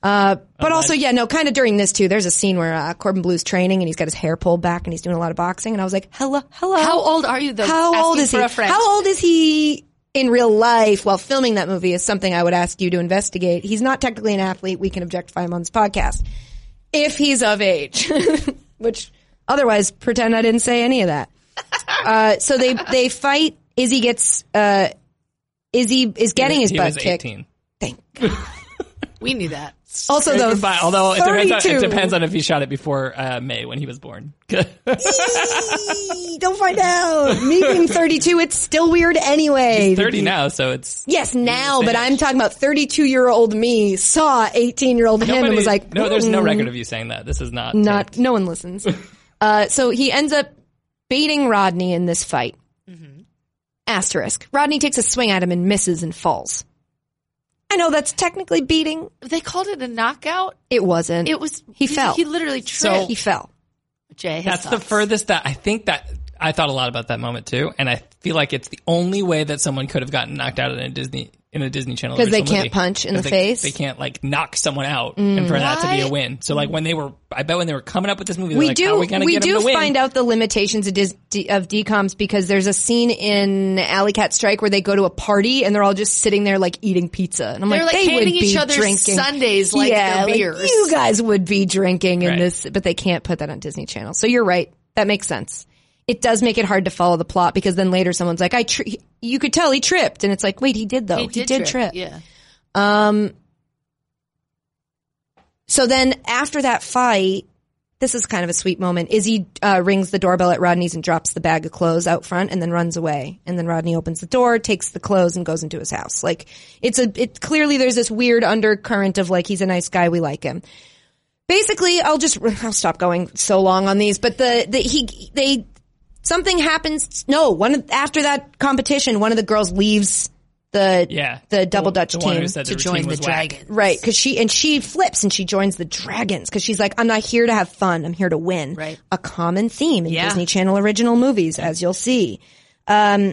S3: Uh, but also, yeah, no, kind of during this too. There's a scene where uh, Corbin Blue's training, and he's got his hair pulled back, and he's doing a lot of boxing. And I was like, "Hello, hello."
S6: How old are you, though?
S3: How
S6: Asking
S3: old is
S6: for
S3: he?
S6: a friend.
S3: How old is he in real life while filming that movie is something I would ask you to investigate. He's not technically an athlete. We can objectify him on this podcast if he's of age, which otherwise pretend I didn't say any of that. Uh, so they, they fight. Izzy gets, uh, Izzy is getting his
S4: he
S3: butt
S4: was
S3: kicked.
S4: 18.
S3: Thank God.
S2: We knew that.
S3: Also, though,
S4: But although it depends, on, it
S3: 32.
S4: depends on if he shot it before uh, May when he was born.
S3: Eee, Don't find out. Me being 32, it's still weird anyway.
S4: Thirty now, so it's
S3: Yes, now, but I'm talking about 32 year old me saw 18 year old him and
S4: Nobody-
S3: was like,
S4: no, there's no
S3: "Mm,
S4: record of you saying that. This is not
S3: Not,
S4: taped.
S3: no one listens. uh, so he ends up baiting Rodney in this fight. Asterisk. Rodney takes a swing at him and misses and falls. I know that's technically beating.
S6: They called it a knockout.
S3: It wasn't.
S6: It was
S3: He fell.
S6: He literally
S4: So-
S6: tripped.
S3: he fell.
S6: Jay, his
S4: That's the
S6: thoughts.
S4: furthest that I think that I thought a lot about that moment too, and I feel like it's the only way that someone could have gotten knocked out in a Disney in a Disney Channel
S3: 'Cause
S4: original
S3: they can't
S4: movie.
S3: punch in
S4: 'Cause
S3: the
S4: they-
S3: face?
S4: They can't like knock someone out, and for that to be a win. So like when they were, I bet when they were coming up with this movie, they're
S3: we
S4: like,
S3: do
S4: How are we gonna get
S3: do
S4: him to win?
S3: find out the limitations of, dis, of decoms because there's a scene in Alley Cat Strike where they go to a party and they're all just sitting there like eating pizza and I'm
S6: They're,
S3: like,
S6: like,
S3: they would
S6: handing
S3: be
S6: each other
S3: drinking
S6: sundaes like
S3: yeah,
S6: they're
S3: like,
S6: beers.
S3: you guys would be drinking in
S4: Right.
S3: this but they can't put that on Disney Channel so you're right that makes sense it does make it hard to follow the plot because then later someone's like I tri- you could tell he tripped and it's like wait he did though he did, trip
S6: Yeah.
S3: So then after that fight, this is kind of a sweet moment. Izzy uh, rings the doorbell at Rodney's and drops the bag of clothes out front and then runs away. And then Rodney opens the door, takes the clothes and goes into his house. Like it's a, it clearly there's this weird undercurrent of like, he's a nice guy. We like him. Basically, I'll just, I'll stop going so long on these, but the, the, he, they, something happens. No, one, of- after that competition, one of the girls leaves the,
S4: Yeah,
S3: the double
S4: The-
S3: Dutch
S4: the
S3: team
S4: one who said
S6: To
S4: their
S6: join
S4: team
S6: the
S4: was whack.
S6: dragon.
S3: Right, because she and she flips and she joins the dragons because she's like, I'm not here to have fun. I'm here to win.
S6: Right.
S3: A common theme in
S6: Yeah.
S3: Disney Channel original movies, as you'll see. Um,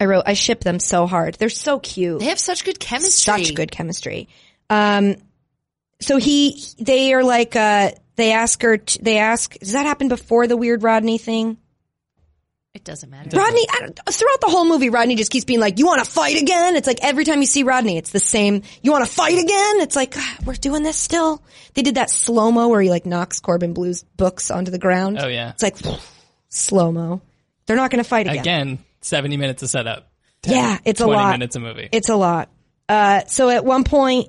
S3: I wrote, I ship them so hard. They're so cute.
S6: They have such good chemistry.
S3: Such good chemistry. Um, so he, they are like, uh, they ask her, t- they ask, does that happen before the weird Rodney thing?
S6: It doesn't matter.
S3: Rodney, I don't, throughout the whole movie, Rodney just keeps being like, "You want to fight again?" It's like every time you see Rodney, it's the same. You want to fight again? It's like "Ah, we're doing this still. They did that slow mo where he like knocks Corbin Blue's books onto the ground.
S4: Oh, yeah.
S3: it's like slow mo. They're not going to fight again.
S4: Again, seventy minutes of setup. 10,
S3: yeah, it's a
S4: 20
S3: lot.
S4: minutes a movie.
S3: It's a lot. Uh, so at one point,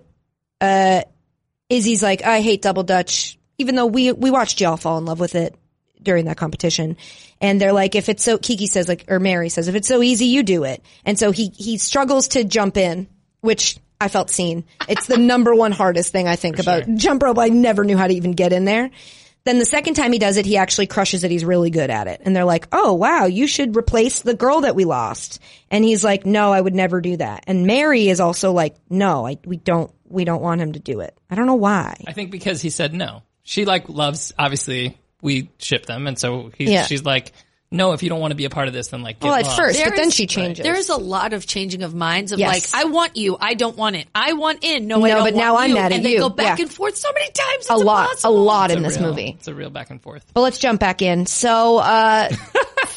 S3: uh, Izzy's like, I hate double dutch, even though we, we watched y'all fall in love with it during that competition. And they're like, if it's so, Kiki says like, or Mary says, if it's so easy, you do it. And so he, he struggles to jump in, which I felt seen. It's the number one hardest thing I think about jump rope. I never knew how to even get in there. Then the second time he does it, he actually crushes it. He's really good at it. And they're like, oh, wow, you should replace the girl that we lost. And he's like, no, I would never do that. And Mary is also like, no, I, we don't, we don't want him to do it. I don't know why.
S4: I think because he said no. She like loves obviously we ship them, and so he,
S3: Yeah.
S4: she's like, no, if you don't want to be a part of this, then like get
S3: Well, at
S4: lost.
S3: first, but
S6: There
S3: then
S6: is-
S3: she changes.
S6: There is a lot of changing of minds of
S3: Yes.
S6: like, I want you, I don't want it. I want in, no, I
S3: No,
S6: don't
S3: but
S6: want
S3: now I'm
S6: you.
S3: mad at
S6: and they
S3: you.
S6: go back
S3: Yeah.
S6: and forth so many times. It's
S3: a lot,
S6: impossible.
S3: a lot
S4: It's
S3: in
S4: a
S3: this
S4: real-
S3: movie.
S4: It's a real back and forth.
S3: But let's jump back in. So, uh,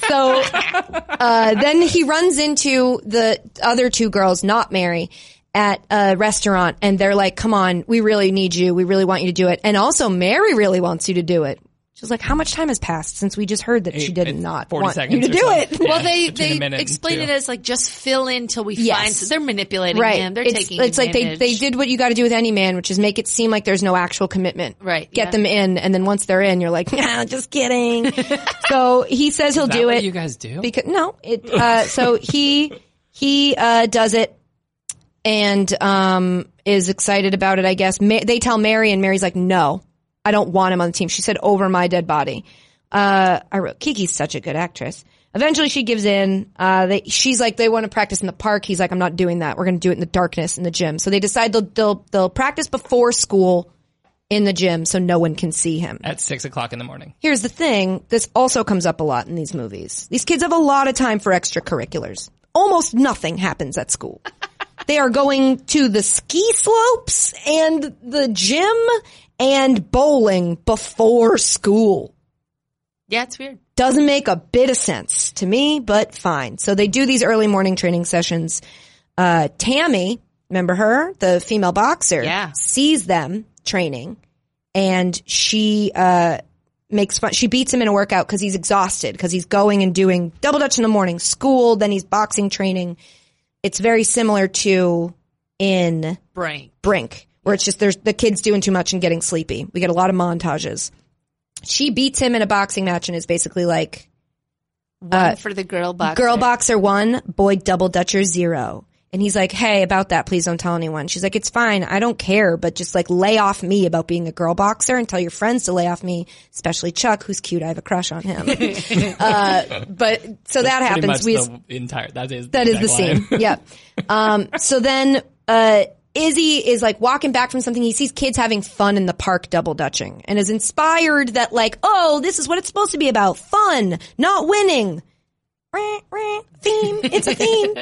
S3: so, uh, then he runs into the other two girls, not Mary, at a restaurant and they're like, come on, we really need you. We really want you to do it. And also Mary really wants you to do it. She's like, how much time has passed since we just heard that she did not
S4: 40
S3: want
S4: seconds
S3: you to
S4: or
S3: do
S4: something.
S3: it?
S4: Yeah,
S6: Well, they
S4: between a
S6: they
S4: minute and
S6: explain
S4: two.
S6: it as like just fill in till we
S3: Yes.
S6: find. So they're manipulating
S3: Right.
S6: him. They're
S3: it's,
S6: taking.
S3: It's like they,
S6: advantage.
S3: they did what you got to do with any man, which is make it seem like there's no actual commitment.
S6: Right,
S3: Get
S6: yeah.
S3: them in, and then once they're in, you're like, nah, just kidding. so he says he'll
S4: Is that
S3: do
S4: what
S3: it.
S4: You guys do.
S3: because no it uh so he he uh does it and um is excited about it i guess Ma- they tell mary and mary's like no i don't want him on the team she said over my dead body uh i wrote kiki's such a good actress eventually she gives in uh they, she's like they want to practice in the park he's like i'm not doing that we're going to do it in the darkness in the gym so they decide they'll they'll, they'll practice before school in the gym so no one can see him
S4: at six o'clock in the morning.
S3: Here's the thing. This also comes up a lot in these movies. These kids have a lot of time for extracurriculars. Almost nothing happens at school. they are going to the ski slopes and the gym and bowling before school.
S6: Yeah, it's weird.
S3: Doesn't make a bit of sense to me, but fine. So they do these early morning training sessions. Uh, Tammy, remember her, the female boxer,
S6: Yeah.
S3: sees them training and she, uh, makes fun. She beats him in a workout because he's exhausted because he's going and doing double dutch in the morning, school, then he's boxing training. It's very similar to in
S6: Brain.
S3: Brink, where it's just there's the kids doing too much and getting sleepy. We get a lot of montages. She beats him in a boxing match and is basically like, uh,
S6: One for the girl box.
S3: Girl boxer one, boy double dutcher zero. And he's like, hey, about that, please don't tell anyone. She's like, it's fine. I don't care, but just like lay off me about being a girl boxer and tell your friends to lay off me, especially Chuck, who's cute. I have a crush on him. uh, but so that
S4: Pretty
S3: happens.
S4: much
S3: We-
S4: the entire that is
S3: that is the
S4: tagline.
S3: scene. Yeah. Um, so then, uh, Izzy is like walking back from something. He sees kids having fun in the park double dutching and is inspired that like, oh, this is what it's supposed to be about. Fun, not winning. Rah, rah, Theme. It's a theme.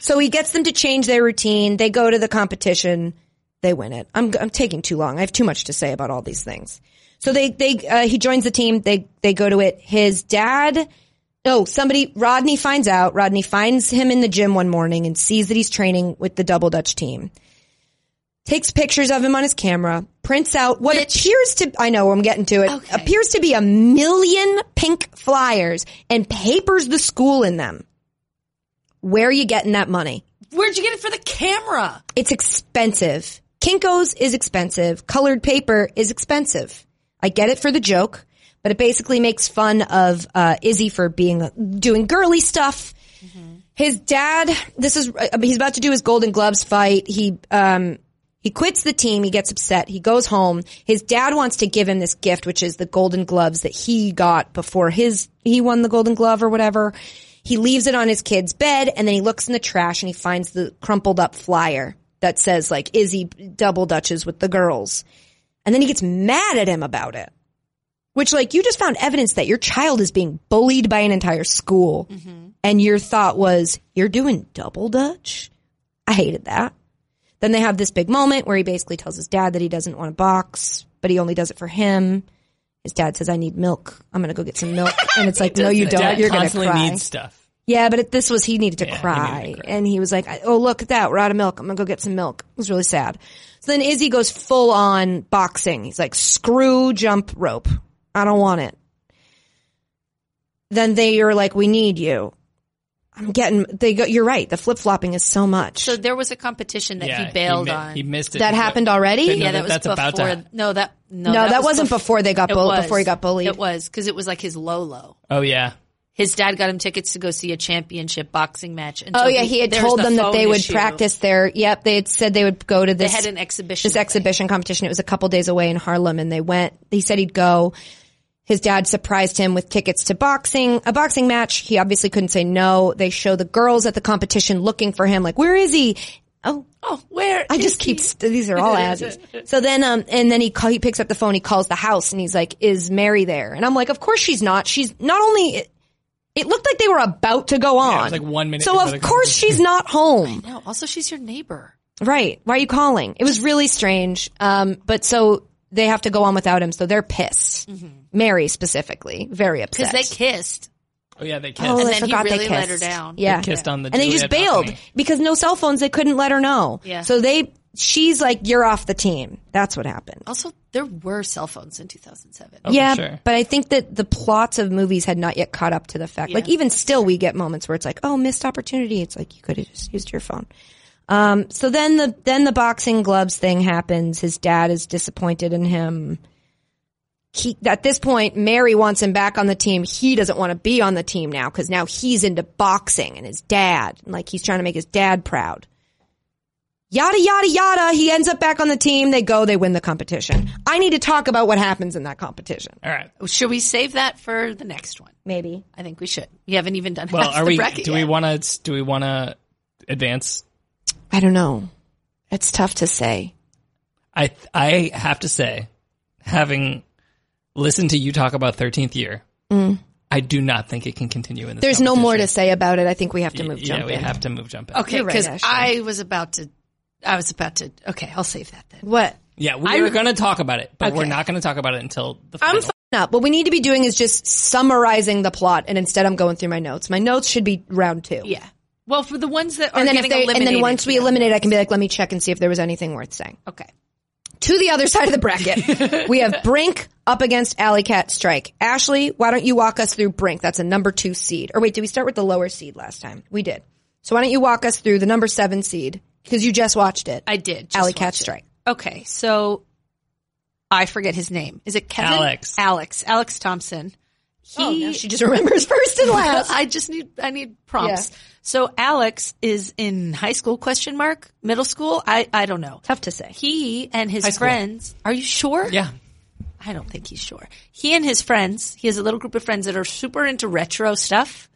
S3: so he gets them to change their routine. They go to the competition. They win it. I'm, I'm taking too long. I have too much to say about all these things. So they, they, uh, he joins the team. They, they go to it. His dad, no, Oh, somebody, Rodney finds out. Rodney finds him in the gym one morning and sees that he's training with the Double Dutch team. Takes pictures of him on his camera, prints out what appears to, I know I'm getting to it, appears to be a million pink flyers and papers the school in them. Where are you getting that money?
S6: Where'd you get it for the camera?
S3: It's expensive. Kinko's is expensive. Colored paper is expensive. I get it for the joke, but it basically makes fun of uh, Izzy for being doing girly stuff. His dad, this is uh, he's about to do his Golden Gloves fight. He um he quits the team. He gets upset. He goes home. His dad wants to give him this gift, which is the Golden Gloves that he got before his he won the Golden Glove or whatever. He leaves it on his kid's bed, and then he looks in the trash and he finds the crumpled up flyer that says like Izzy double dutches with the girls, and then he gets mad at him about it. Which like you just found evidence that your child is being bullied by an entire school,
S4: Mm-hmm.
S3: and your thought was you're doing double dutch. I hated that. Then they have this big moment where he basically tells his dad that he doesn't want to box, but he only does it for him. His dad says, "I need milk. I'm gonna go get some milk," and it's like, "No, you don't.
S4: Dad
S3: You're gonna
S4: constantly
S3: cry."
S4: needs stuff.
S3: Yeah, but it, this was he needed to
S4: Yeah, he
S3: cry,
S4: needed to cry.
S3: and he was like, "Oh, look at that! We're out of milk. I'm gonna go get some milk." It was really sad. So then Izzy goes full on boxing. He's like, "Screw jump rope. I don't want it." Then they are like, "We need you." I'm getting. They go. You're right. The flip flopping is so much.
S6: So there was a competition that
S4: Yeah,
S6: he bailed
S4: mi-
S6: on.
S4: He missed it.
S3: that
S4: But-
S3: happened already.
S4: But no,
S6: yeah, that,
S4: that-
S6: was
S4: that's
S6: before.
S4: about to happen.
S6: No, that no,
S3: No, that
S6: was
S3: wasn't before they got
S6: It
S3: bull-
S6: was.
S3: before he got bullied.
S6: It was because it was like his Lolo.
S4: Oh yeah.
S6: His dad got him tickets to go see a championship boxing match. And
S3: Oh
S6: so
S3: yeah, he had
S6: there was
S3: told
S6: the
S3: them that
S6: phone
S3: they would
S6: issue.
S3: practice their. Yep, they had said they would go to
S6: They
S3: this
S6: had an exhibition.
S3: this
S6: thing.
S3: exhibition competition. It was a couple days away in Harlem, and they went. He said he'd go. His dad surprised him with tickets to boxing, a boxing match. He obviously couldn't say no. They show the girls at the competition looking for him, like, where is he? Oh,
S6: Oh, where?
S3: I
S6: is
S3: just
S6: he?
S3: keep, st- these are all asses. So then, um, and then he call, he picks up the phone, he calls the house and he's like, is Mary there? And I'm like, of course she's not. She's not only, it, it looked like they were about to go on.
S4: was like one minute
S3: So
S4: before
S3: of
S4: the
S3: course she's not home.
S6: No, also she's your neighbor.
S3: Right. Why are you calling? It was really strange. Um, but so they have to go on without him, so they're pissed. Mary specifically, very upset.
S6: Mm-hmm. Because they kissed.
S4: Oh yeah. They kissed.
S3: oh,
S6: And
S3: I
S6: then he
S3: forgot they
S6: really let
S3: kissed.
S6: her down.
S3: Yeah,
S4: They kissed on the
S3: and they
S4: Julia
S3: just bailed
S4: balcony.
S3: because no cell phones. They couldn't let her know.
S6: Yeah.
S3: So they, she's like, "You're off the team." That's what happened.
S6: Also, there were cell phones in 2007.
S4: Oh, for
S3: yeah,
S4: sure.
S3: but I think that the plots of movies had not yet caught up to the fact. like even still, we get moments where it's like, "Oh, missed opportunity." It's like you could have just used your phone. Um, so then the then the boxing gloves thing happens. His dad is disappointed in him. He, at this point, Mary wants him back on the team. He doesn't want to be on the team now because now he's into boxing and his dad, and like he's trying to make his dad proud. Yada yada yada. He ends up back on the team. They go. They win the competition. I need to talk about what happens in that competition.
S4: All right.
S6: Oh, Should we save that for the next one?
S3: Maybe.
S6: I think we should. We haven't even done
S4: Well,
S6: half
S4: are
S6: the
S4: we?
S6: bracket
S4: Do
S6: yet.
S4: we want to? Do we want to advance?
S3: I don't know. It's tough to say.
S4: I I have to say, having listened to you talk about Thirteenth Year, I do not think it can continue in this.
S3: Mm. There's no more to
S4: competition.
S3: say about it. I think we have to move
S4: Yeah,
S3: jump
S4: we
S3: in.
S4: have to move jump in.
S6: Okay,
S3: You're right,
S6: because
S3: Ashley.
S6: I was about to. I was about to. Okay, I'll save that then.
S3: What?
S4: Yeah, we are going to talk about it, but we're
S3: Okay.
S4: not going to talk about it until the
S3: I'm
S4: final.
S3: f up. What we need to be doing is just summarizing the plot, and instead I'm going through my notes. My notes should be round two.
S6: Yeah. Well, for the ones that are
S3: And then if
S6: getting
S3: they, and
S6: eliminated,
S3: then once we
S6: yeah.
S3: eliminate, I can be like, let me check and see if there was anything worth saying.
S6: Okay.
S3: To the other side of the bracket, we have Brink up against Alley Cat Strike. Ashley, why don't you walk us through Brink? That's a number two seed. Or wait, did we start with the lower seed last time? We did. So why don't you walk us through the number seven seed because you just watched it?
S6: I did. just
S3: Alley
S6: watch
S3: Cat
S6: it.
S3: Strike.
S6: Okay, so I forget his name. Is it Kevin?
S4: Alex.
S6: Alex. Alex Thompson. He.
S3: oh, now she just remembers first and last.
S6: I just need I need prompts. So Alex is in high school question mark middle school I I don't know.
S3: Tough to say.
S6: He and his
S4: school.
S6: friends. Are you sure?
S4: Yeah.
S6: I don't think he's sure. He and his friends, he has a little group of friends that are super into retro stuff.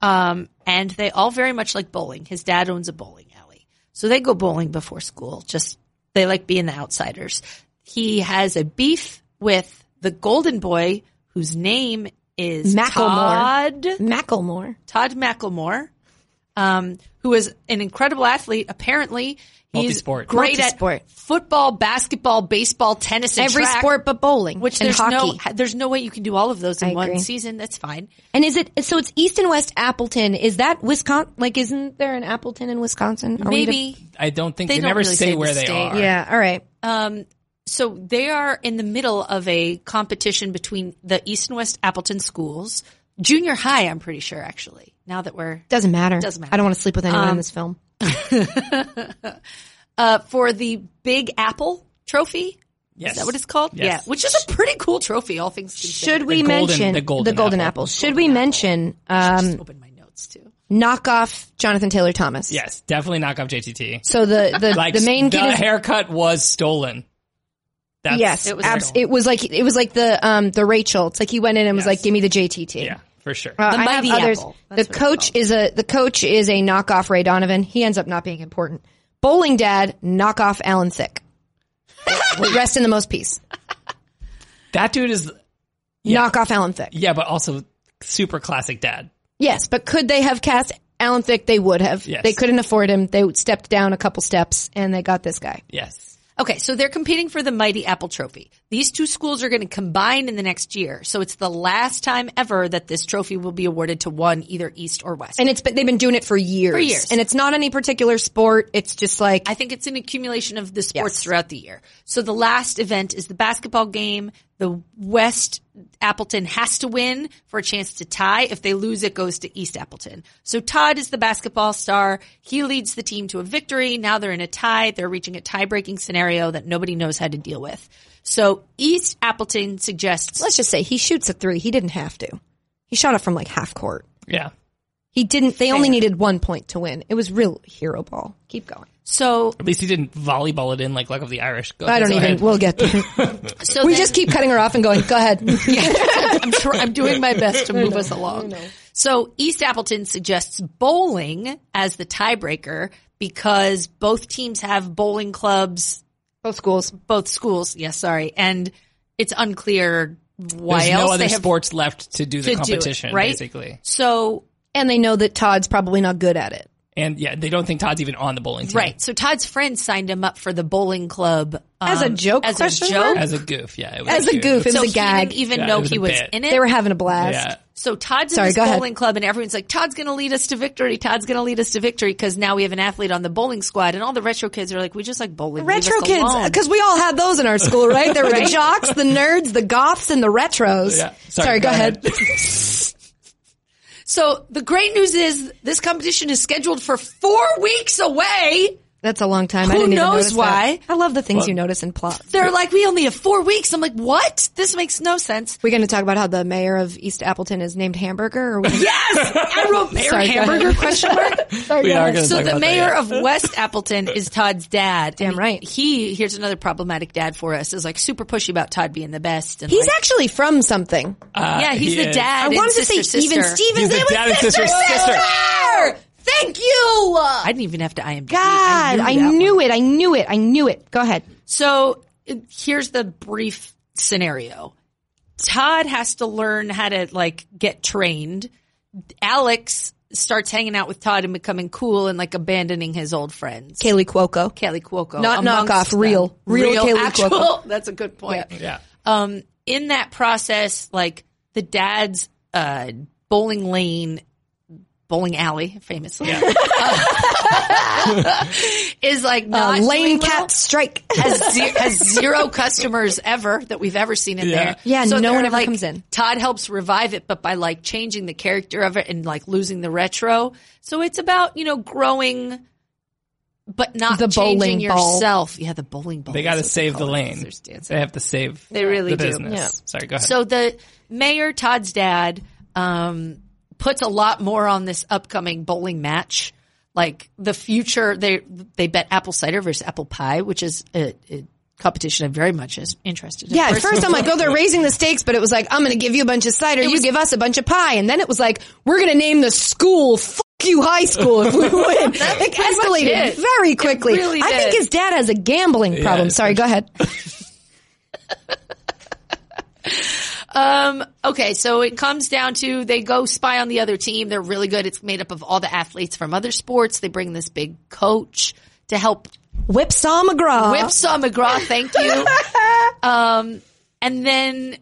S6: Um, and they all very much like bowling. His dad owns a bowling alley. So they go bowling before school. Just, they like being the outsiders. He has a beef with the golden boy whose name is
S3: Macklemore.
S6: Todd.
S3: Macklemore.
S6: Todd Macklemore, um, who is an incredible athlete. Apparently, he's
S4: Multisport.
S6: great
S3: Multisport.
S6: at football, basketball, baseball, tennis, and
S3: Every
S6: track,
S3: sport but bowling
S6: Which
S3: and
S6: there's
S3: hockey.
S6: no there's no way you can do all of those in
S3: I
S6: one
S3: agree.
S6: season. That's fine.
S3: And is it so? It's East and West Appleton. Is that Wisconsin? Like, isn't there an Appleton in Wisconsin? Are we
S6: Maybe
S4: I don't think
S6: They
S4: they,
S6: don't
S4: never
S6: really say
S4: say
S6: the
S4: where they
S6: state.
S4: are.
S3: to- yeah. All right.
S6: Um, so they are in the middle of a competition between the East and West Appleton schools, junior high. I'm pretty sure, actually. Now that we're
S3: Doesn't matter. Um,
S6: Doesn't matter.
S3: I don't want to sleep with anyone in this film.
S6: uh, for the Big Apple Trophy,
S4: Yes.
S6: is that what it's called?
S4: Yes.
S6: Yeah, which is a pretty cool trophy, all things considered.
S3: Should we
S4: golden-
S3: mention
S4: the golden apple.
S3: apple. Should we mention um,
S6: open my notes too.
S3: knockoff Jonathan Taylor Thomas?
S4: Yes, definitely knock off JTT.
S3: So the the,
S4: Like
S3: the main
S4: the
S3: kid is
S4: haircut was stolen. That's,
S3: yes.
S6: It
S3: It
S6: was
S3: was,
S6: stolen.
S3: it was like it was like the um the Rachel. It's like he went in and was like, "Give me the JTT."
S4: yeah, for sure.
S3: Uh,
S6: The
S3: I have
S6: mighty
S3: others.
S6: apple.
S3: The
S6: That's what it's
S3: coach is a the coach is a knockoff Ray Donovan. He ends up not being important. Bowling dad knockoff Alan Thick. Rest in the most peace.
S4: that dude is
S3: Knockoff Alan Thick.
S4: yeah, but also super classic dad.
S3: Yes, but could they have cast Alan Thick? They would have.
S4: Yes.
S3: They couldn't afford him. They stepped down a couple steps and they got this guy.
S4: Yes,
S6: Okay, so they're competing for the Mighty Apple Trophy. These two schools are going to combine in the next year, so it's the last time ever that this trophy will be awarded to one, either East or West.
S3: And it's been, they've been doing it for years. For
S6: years.
S3: And it's not any particular sport. It's just like
S6: I think it's an accumulation of the sports throughout the year. So the last event is the basketball game. The West Appleton has to win for a chance to tie. If they lose, it goes to East Appleton. So Todd is the basketball star. He leads the team to a victory. Now they're in a tie. They're reaching a tie breaking scenario that nobody knows how to deal with. So East Appleton suggests
S3: let's just say he shoots a three. He didn't have to. He shot it from like half court.
S4: yeah.
S3: He didn't. They only needed one point to win. It was real hero ball. Keep going.
S6: so
S4: At least he didn't volleyball it in like Luck of the Irish. Go
S3: I don't
S4: go
S3: even.
S4: ahead.
S3: We'll get there.
S6: so
S3: we
S6: then-
S3: just keep cutting her off and going. Go ahead.
S6: I'm try- I'm doing my best to move us along. So East Appleton suggests bowling as the tiebreaker because both teams have bowling clubs,
S3: Both schools.
S6: both schools. Yes, sorry, and it's unclear why
S4: There's
S6: else
S4: no other
S6: they have
S4: sports left to do the
S6: to
S4: competition,
S6: do it, right?
S4: basically.
S6: So
S3: And they know that Todd's probably not good at it.
S4: And yeah, they don't think Todd's even on the bowling team.
S6: right, so Todd's friend signed him up for the bowling club
S3: As a
S6: um,
S3: joke,
S6: As a
S3: question
S6: joke,
S3: mark?
S4: As a goof, yeah. It was
S3: As a goof, it was
S6: so
S3: a
S6: he
S3: gag.
S6: didn't even
S4: Yeah,
S6: know
S4: it was
S6: he
S4: a
S6: was
S4: bit.
S6: in it.
S3: They were having a blast.
S4: Yeah.
S6: So Todd's
S3: Sorry,
S6: in
S3: go
S6: this
S3: ahead.
S6: bowling club, and everyone's like, "Todd's going to lead us to victory. Todd's going to lead us to victory." Because now we have an athlete on the bowling squad, and all the retro kids are like, "We just like bowling." Leave us
S3: Retro kids,
S6: alone."
S3: because we all had those in our school, right? There were the jocks, the nerds, the goths, and the retros.
S4: Yeah.
S3: Sorry, go, ahead.
S6: So the great news is this competition is scheduled for four weeks away.
S3: That's a long time. I
S6: Who
S3: didn't even
S6: knows
S3: notice that.
S6: why?
S3: I love the things you notice in plots.
S6: They're like, "We only have four weeks." I'm like, "What? This makes no sense."
S3: We're going to talk about how the mayor of East Appleton is named Hamburger. Or we-
S6: Yes, I wrote Mayor
S3: Sorry, go
S6: Hamburger
S3: ahead.
S6: question mark.
S4: We are gonna
S6: So
S4: talk
S6: the
S4: about
S6: mayor
S4: that,
S6: of West Appleton is Todd's dad.
S3: Damn
S6: And
S3: right.
S6: He here's another problematic dad for us is like super pushy about Todd being the best. And
S3: He's
S6: like,
S3: actually from something.
S6: yeah, he's
S4: he
S6: the
S4: is.
S6: dad.
S3: I
S6: and
S3: wanted
S6: sister,
S3: to say even
S6: sister.
S3: Stevens.
S4: He's the
S3: They were
S4: dad and sister's sister.
S3: sister. Thank you.
S6: I didn't even have to IMDb.
S3: God, I
S6: that one.
S3: knew it. I knew it. I knew it. Go ahead.
S6: So it- here's the brief scenario. Todd has to learn how to like get trained. Alex starts hanging out with Todd and becoming cool and like abandoning his old friends.
S3: Kaylee Cuoco.
S6: Kelly Cuoco.
S3: Not
S6: amongst
S3: knockoff,
S6: them.
S3: real. Real Kaley
S6: actual.
S3: Cuoco.
S6: That's a good point.
S4: Yeah.
S6: Um, in that process, like the dad's uh, bowling lane, bowling alley, famously, is like not
S3: Uh, lane
S6: doing well.
S3: cat strike.
S6: has, ze- has zero customers ever that we've ever seen in
S4: Yeah.
S6: there.
S3: Yeah, no
S6: they're,
S3: one ever
S6: like,
S3: comes in.
S6: Todd helps revive it, but by like changing the character of it and like losing the retro. So it's about you know growing but not
S3: The
S6: changing
S3: bowling ball.
S6: yourself. Yeah, the bowling ball.
S4: They
S6: is
S4: got to
S6: what they
S4: save the
S6: call it.
S4: lane.
S6: There's dancing.
S4: They have to save.
S6: They really
S4: the
S6: do.
S4: business.
S3: Yeah.
S4: Sorry, go ahead.
S6: So the mayor, Todd's dad, um, puts a lot more on this upcoming bowling match. Like the future, they they bet apple cider versus apple pie, which is a, a competition I'm very much is interested in.
S3: Yeah, at first I'm like, oh, they're raising the stakes, but it was like, I'm going to give you a bunch of cider, you give us a bunch of pie. And then it was like, we're going to name the school Fuck You High School if we win. it escalated
S6: it.
S3: very quickly.
S6: really
S3: I think
S6: did.
S3: his dad has a gambling problem.
S4: it's
S3: Sorry, go ahead.
S6: Um, okay, so it comes down to they go spy on the other team. They're really good. It's made up of all the athletes from other sports. They bring this big coach to help
S3: Whipsaw McGraw.
S6: Whipsaw McGraw, thank you. um, and then,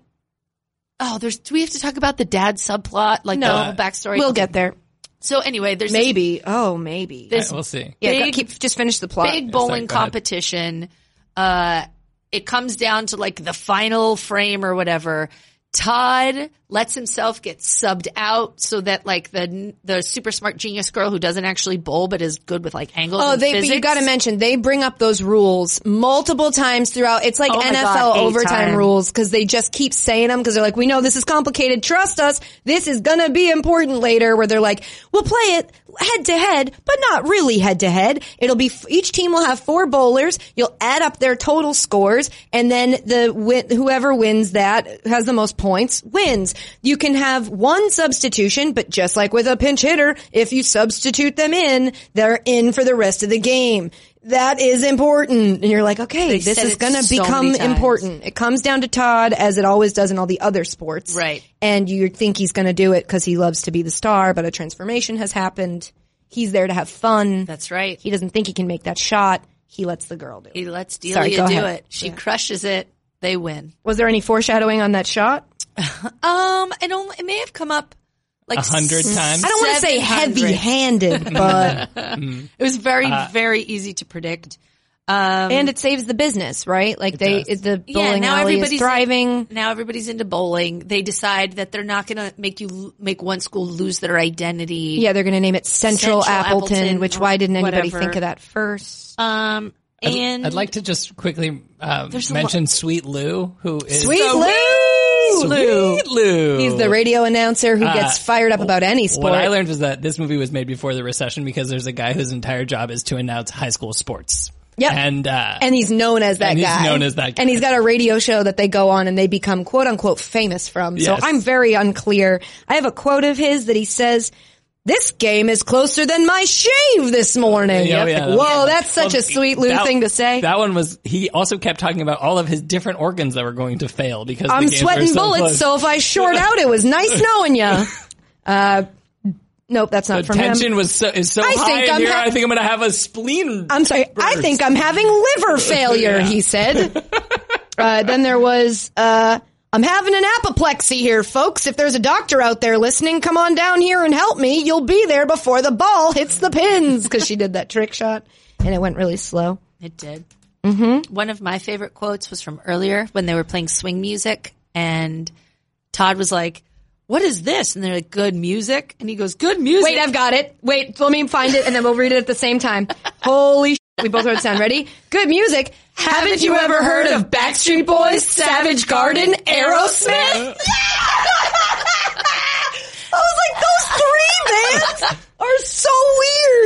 S6: oh, there's. Do we have to talk about the dad subplot, like the whole backstory?
S3: We'll get there.
S6: So anyway, there's this
S3: Maybe. Oh, maybe.
S6: There's-
S4: we'll see.
S3: yeah,
S6: big-
S3: keep, just finish the plot.
S6: big bowling
S4: Sorry, go ahead.
S6: competition. Uh, it comes down to like the final frame or whatever. Todd lets himself get subbed out so that like the the super smart genius girl who doesn't actually bowl but is good with like angles.
S3: Oh,
S6: and
S3: they, but
S6: physics.
S3: you got to mention they bring up those rules multiple times throughout. It's like
S6: Oh my
S3: NFL
S6: God, eight
S3: overtime
S6: times.
S3: rules because they just keep saying them because they're like, we know this is complicated. Trust us, this is gonna be important later. Where they're like, we'll play it head to head, but not really head to head. It'll be f- each team will have four bowlers. You'll add up their total scores, and then the wi- whoever wins that has the most points wins. You can have one substitution, but just like with a pinch hitter, if you substitute them in, they're in for the rest of the game. That is important. And you're like, okay, this
S6: said
S3: is
S6: it
S3: going to
S6: so many
S3: become
S6: times.
S3: important. It comes down to Todd as it always does in all the other sports.
S6: Right.
S3: And you think he's going to do it because he loves to be the star, but a transformation has happened. He's there to have fun.
S6: That's right.
S3: He doesn't think he can make that shot. He lets the girl do it.
S6: He lets Delia
S3: Sorry, go
S6: do
S3: ahead.
S6: it. She crushes it. They win.
S3: Was there any foreshadowing on that shot?
S6: Um, it only it may have come up like
S4: A hundred
S6: s-
S4: times.
S3: I don't want to say
S6: 700.
S3: heavy handed, but,
S6: It was very very easy to predict. Um,
S3: and Uh, it saves the business, right? Like they,
S4: does.
S3: the bowling alley is thriving.
S6: Now everybody's into bowling. They decide that they're not going to make you l- make one school lose their identity.
S3: Yeah, they're going to name it Central,
S6: Central
S3: Appleton,
S6: Appleton
S3: which
S6: or
S3: why didn't anybody
S6: whatever.
S3: think of that first?
S6: Um, and
S4: I'd like to just quickly um,
S6: a
S4: mention Sweet Lou, who is
S3: Sweet Lou!
S4: Sweet Lou.
S3: He's the radio announcer who gets fired up about any sport.
S4: What I learned was that this movie was made before the recession because there's a guy whose entire job is to announce high school sports.
S3: Yep.
S4: And uh,
S3: and he's known as that
S4: And he's
S3: guy.
S4: known as that guy.
S3: And he's got a radio show that they go on and they become quote unquote famous from. So
S4: Yes.
S3: I'm very unclear. I have a quote of his that he says, this game is closer than my shave this morning.
S4: Yeah, yeah,
S3: Like,
S4: that-
S3: Whoa, that's such a sweet Lou
S4: that-
S3: thing to say.
S4: That one was. He also kept talking about all of his different organs that were going to fail because the
S3: I'm
S4: games were
S3: sweating
S4: so
S3: bullets,
S4: close.
S3: so if I short out, it was nice knowing you. Uh, nope, that's not from him.
S4: tension was so is so
S3: I
S4: high
S3: think
S4: in
S3: I'm
S4: here.
S3: ha-
S4: I think I'm gonna have a spleen.
S3: I'm sorry. I think I'm having liver failure, he said. uh, then there was, uh, I'm having an apoplexy here, folks. If there's a doctor out there listening, come on down here and help me. You'll be there before the ball hits the pins because she did that trick shot and it went really slow.
S6: it did. Mm-hmm. One of my favorite quotes was from earlier when they were playing swing music, and Todd was like, "What is this?" And they're like, "Good music," and he goes, "Good music."
S3: Wait, I've got it. Wait, let me find it and then we'll read it at the same time. Holy sh- we both heard sound. Ready? Good music. Haven't you ever heard of Backstreet Boys, Savage Garden, Aerosmith? I was like, those three bands are so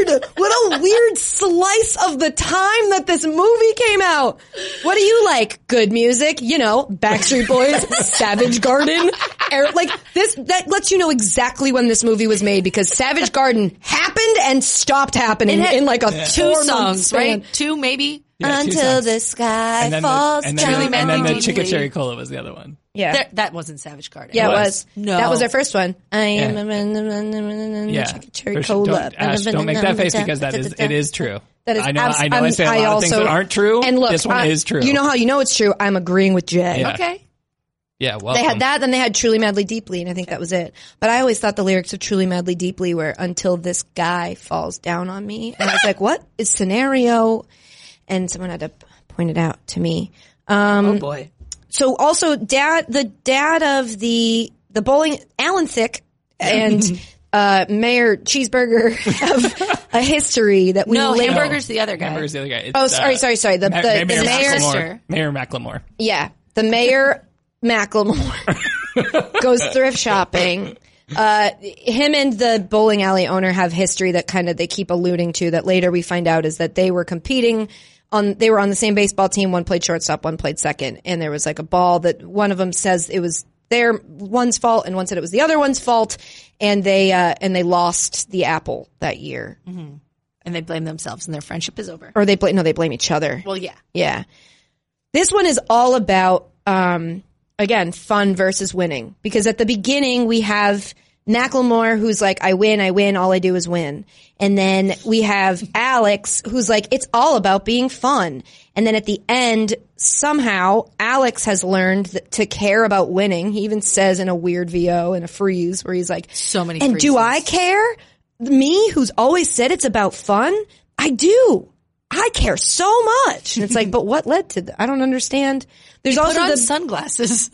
S3: weird. What a weird slice of the time that this movie came out. What do you like? Good music, you know, Backstreet Boys, Savage Garden. Air, like this, that lets you know exactly when this movie was made because Savage Garden happened and stopped happening
S6: It had
S3: in like a
S6: two
S3: four-month
S6: songs,
S3: span.
S6: right? Two maybe.
S4: Yeah, two songs.
S3: sky
S4: and then the, and then,
S6: down
S4: the, and then the
S6: on me.
S4: Chickacherry Cola was the other one.
S3: Yeah.
S6: There- that wasn't Savage Garden.
S3: yeah, it
S4: was.
S3: was.
S6: No.
S3: That was their first one. I am
S4: Yeah.
S3: a
S4: Yeah,
S3: cherry
S4: There's- don't,
S3: cola.
S4: Ash, don't make that face because that is it is true.
S3: That is
S4: I know.
S3: abs-
S4: I know. I
S3: I'm-
S4: say a lot of things
S3: also-
S4: that aren't true.
S3: And look,
S4: this one
S3: I-
S4: is true.
S3: You know how you know it's true? I'm agreeing with Jay.
S4: Yeah.
S6: Okay.
S4: Yeah. Well,
S3: They had that, then they had Truly Madly Deeply, and I think that was it. But I always thought the lyrics of Truly Madly Deeply were until this guy falls down on me. And I was like, what is scenario? And someone had to point it out to me. Um,
S6: Oh boy.
S3: so also dad the dad of the the bowling Alan Thick and uh, Mayor Cheeseburger have a history that we
S6: No,
S3: label.
S6: hamburger's the other guy.
S4: Hamburger's the other guy. It's,
S3: Oh, sorry,
S4: uh,
S3: sorry, sorry. The,
S4: Ma-
S3: the, the
S4: Mayor
S3: mayor,
S4: Macklemore. Mayor Macklemore.
S3: yeah, the mayor Macklemore goes thrift shopping. Uh, him and the bowling alley owner have history that kind of they keep alluding to. That later we find out is that they were competing on. They were on the same baseball team. One played shortstop, one played second, and there was like a ball that one of them says it was their one's fault, and one said it was the other one's fault, and they uh, and they lost the apple that year,
S6: And they blame themselves and their friendship is over.
S3: or they blame no, they blame each other.
S6: Well, yeah.
S3: Yeah. This one is all about, um, again, fun versus winning. Because at the beginning, we have Macklemore, who's like, I win, I win, all I do is win. And then we have Alex, who's like, it's all about being fun. And then at the end, somehow, Alex has learned th- to care about winning. He even says in a weird VO and a freeze where he's like,
S6: So many
S3: And do
S6: freezes.
S3: I care? Me, who's always said it's about fun? I do. I care so much. And it's like, but what led to that? I don't understand. There's
S6: Put
S3: also
S6: on
S3: the,
S6: sunglasses.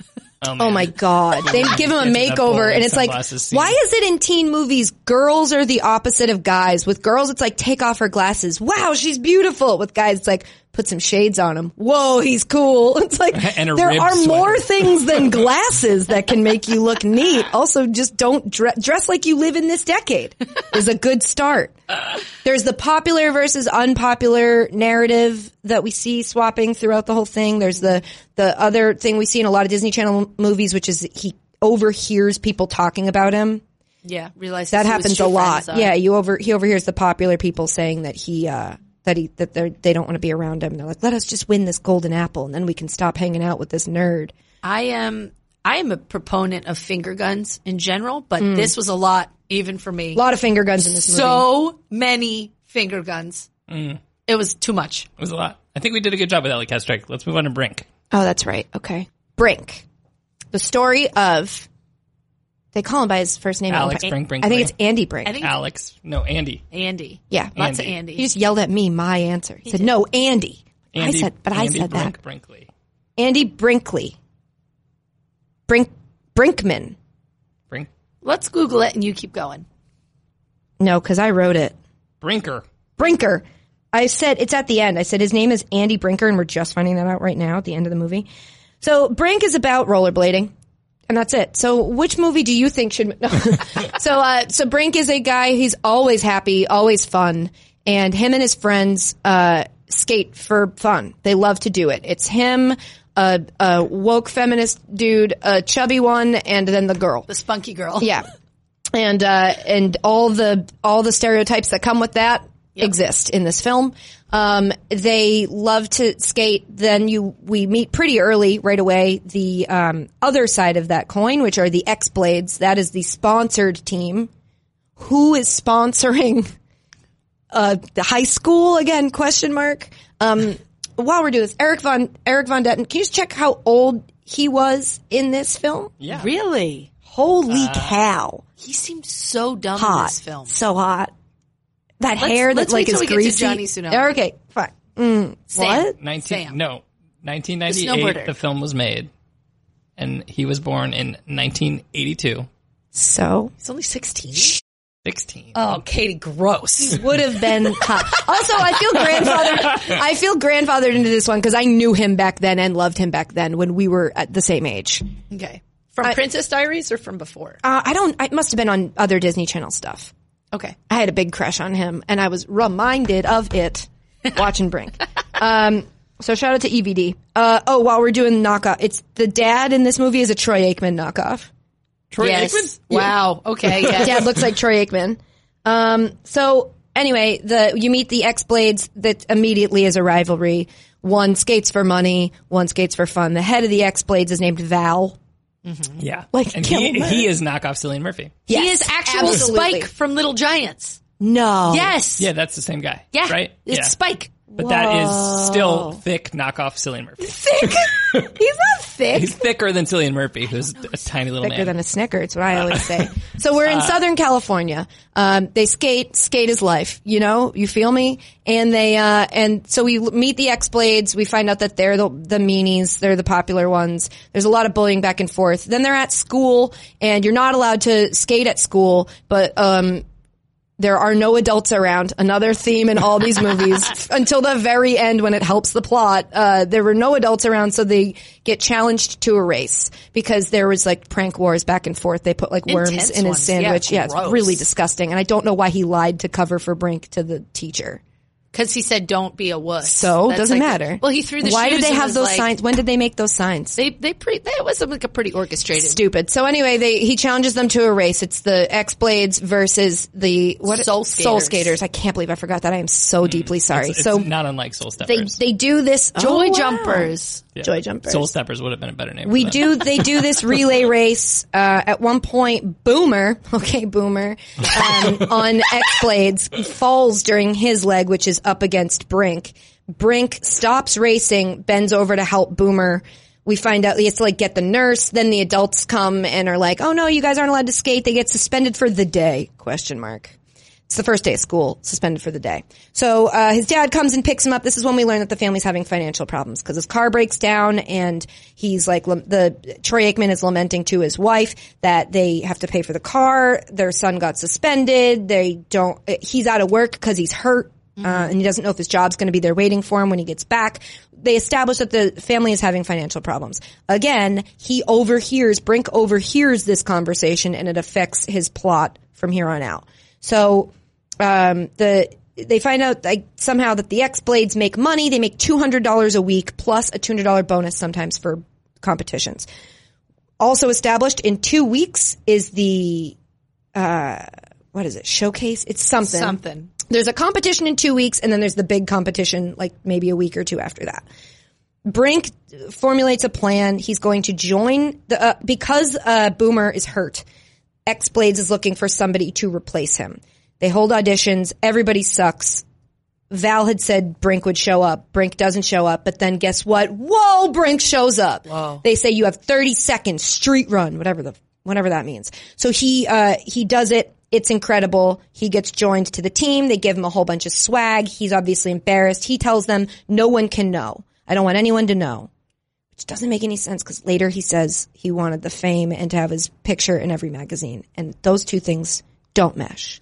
S3: oh my God. They give him a
S4: It's that bowl
S3: makeover and
S4: and
S3: it's like,
S4: sunglasses scene.
S3: why is it in teen movies girls are the opposite of guys? With girls, it's like, take off her glasses. Wow, she's beautiful. With guys, it's like, put some shades on him. Whoa, he's cool. It's like,
S4: And a
S3: there
S4: ribbed
S3: are more
S4: sweater.
S3: things than glasses that can make you look neat. Also, just don't dre- dress like you live in this decade is a good start. There's the popular versus unpopular narrative that we see swapping throughout the whole thing. There's the the other thing we see in a lot of Disney Channel movies, which is he overhears people talking about him.
S6: Yeah. Realize
S3: That happens a lot. Yeah, you over he overhears the popular people saying that he uh that he that they they don't want to be around him. They're like, let us just win this golden apple, and then we can stop hanging out with this nerd.
S6: I am. I am a proponent of finger guns in general, but this was a lot, even for me.
S3: A Mm. lot of finger guns in this movie.
S6: so many finger guns. It was too much.
S4: It was a lot. I think we did a good job with Ellie Castrick. Let's move on to Brink.
S3: Oh, that's right. Okay. Brink. The story of. They call him by his first name.
S4: Alex
S3: I-
S4: Brink, Brink,
S3: I think
S4: Brink.
S3: it's Andy Brink.
S6: I think
S4: Alex. No, Andy.
S6: Andy.
S3: yeah.
S6: Lots of
S4: Andy.
S6: Andy.
S3: He just yelled at me my answer. He, said, no, Andy.
S4: Andy
S3: I said, but I
S4: Andy
S3: said
S4: Brink,
S3: that.
S4: Brinkley.
S3: Andy Brinkley. Brink, Brinkman.
S4: Brink.
S6: Let's Google it and you keep going.
S3: No, cause I wrote it.
S4: Brinker.
S3: Brinker. I said it's at the end. I said his name is Andy Brinker, and we're just finding that out right now at the end of the movie. So Brink is about rollerblading, and that's it. So which movie do you think should? No. so uh, so Brink is a guy. He's always happy, always fun, and him and his friends uh, skate for fun. They love to do it. It's him, a, a woke feminist dude, a chubby one, and then the girl.
S6: The spunky girl.
S3: Yeah. And uh, and all the all the stereotypes that come with that exist in this film. Um, they love to skate. Then you we meet pretty early right away the um, other side of that coin, which are the X Blades. That is the sponsored team. Who is sponsoring uh, the high school again? Question mark. Um, while we're doing this, Eric von Eric von Detten, can you just check how old he was in this film?
S4: Yeah.
S6: Really?
S3: Holy cow!
S6: He seemed so dumb in this film.
S3: So hot. That
S6: Let's-
S3: hair that
S6: let's
S3: like
S6: wait till
S3: is
S6: we get to
S3: greasy.
S6: Johnny Tsunami.
S3: Okay, fine. Mm,
S6: Sam.
S3: What?
S4: 19
S6: Sam.
S4: no
S6: The
S4: 1998
S6: snowboarder.
S4: the film was made and he was born in 1982
S3: So
S6: He's only 16.
S4: 16
S3: Uh,
S6: Oh, Katie, gross.
S3: would have been hot. Also, I feel grandfathered. I feel grandfathered into this one because I knew him back then and loved him back then when we were at the same age.
S6: okay. From Princess Diaries or from before?
S3: Uh, I don't. It must have been on other Disney Channel stuff.
S6: Okay.
S3: I had a big crush on him, and I was reminded of it watching Brink. Um, so shout out to EVD. Uh, oh, while we're doing knockoff, it's the dad in this movie is a Troy Aikman knockoff.
S4: Troy
S6: Yes.
S4: Aikman?
S6: Wow. Okay. Yes.
S3: dad looks like Troy Aikman. Um, so anyway, the you meet the X Blades that immediately is a rivalry. One skates for money, one skates for fun. The head of the X Blades is named Val.
S4: yeah
S3: Like
S4: and
S3: Kilmer.
S4: he, he is knockoff Cillian Murphy
S6: He is actual
S3: absolutely.
S6: Spike from Little Giants.
S3: No.
S6: Yes.
S4: yeah that's the same guy
S6: Yeah.
S4: right
S6: It's
S4: yeah
S6: Spike.
S4: But that is still thick knockoff Cillian Murphy.
S3: He's not thick.
S4: He's thicker than Cillian Murphy, who's a tiny little
S3: Thicker
S4: man. Uh.
S3: than a Snicker. It's what I always say. So we're in Southern California. Um, they skate. Skate is life. You know. You feel me? And they uh, and so we l- meet the X Blades. We find out that they're the, the meanies. They're the popular ones. There's a lot of bullying back and forth. Then they're at school, and you're not allowed to skate at school. But um, there are no adults around. Another theme in all these movies f- until the very end when it helps the plot. Uh, there were no adults around, so they get challenged to a race because there was like prank wars back and forth. They put like worms
S6: Intense
S3: in his
S6: ones. Yeah,
S3: sandwich. Yeah,
S6: gross.
S3: it's really disgusting. And I don't know why he lied to cover for Brink to the teacher.
S6: because he said don't be a wuss.
S3: So
S6: That's
S3: doesn't
S6: like-
S3: matter.
S6: well, he threw the.
S3: Why
S6: shoes
S3: did they
S6: and
S3: have
S6: was
S3: those
S6: like-
S3: signs? When did they make those signs?
S6: They they pretty that was um, like a pretty orchestrated.
S3: Stupid. So anyway, they he challenges them to a race. It's the X Blades versus the what
S6: Soul
S3: Soul
S6: Skaters.
S3: Skaters. I can't believe I forgot that. I am so deeply sorry.
S4: Hmm. It's
S3: so
S4: not unlike Soul
S3: they
S4: Steppers.
S3: they do this
S6: Joy
S3: Oh, wow.
S6: jumpers.
S3: joy jumpers.
S4: Soul Steppers would have been a better name.
S3: we
S4: for that.
S3: do they do this relay race uh, at one point boomer okay boomer um, on x blades falls during his leg which is up against brink brink stops racing bends over to help boomer we find out it's like get the nurse then the adults come and are like oh no you guys aren't allowed to skate they get suspended for the day question mark it's the first day of school, suspended for the day. So uh, his dad comes and picks him up. This is when we learn that the family's having financial problems because his car breaks down, and he's like lem- the Troy Aikman is lamenting to his wife that they have to pay for the car. Their son got suspended. They don't. uh, He's out of work because he's hurt, uh, and he doesn't know if his job's going to be there waiting for him when he gets back. They establish that the family is having financial problems. Again, he overhears Brink overhears this conversation, and it affects his plot from here on out. So um, the they find out like somehow that the X Blades make money. They make two hundred dollars a week plus a two hundred dollar bonus sometimes for competitions. Also established in two weeks is the uh, what is it showcase? It's something.
S6: Something.
S3: There's a competition in two weeks, and then there's the big competition like maybe a week or two after that. Brink formulates a plan. He's going to join the uh, because uh, Boomer is hurt. X Blades is looking for somebody to replace him. They hold auditions. Everybody sucks. Val had said Brink would show up. Brink doesn't show up, but then guess what? Whoa, Brink shows up. They say you have 30 seconds street run, whatever the whatever that means. So he uh he does it. It's incredible. He gets joined to the team. They give him a whole bunch of swag. He's obviously embarrassed. He tells them no one can know. I don't want anyone to know which doesn't make any sense because later he says he wanted the fame and to have his picture in every magazine. And those two things don't mesh.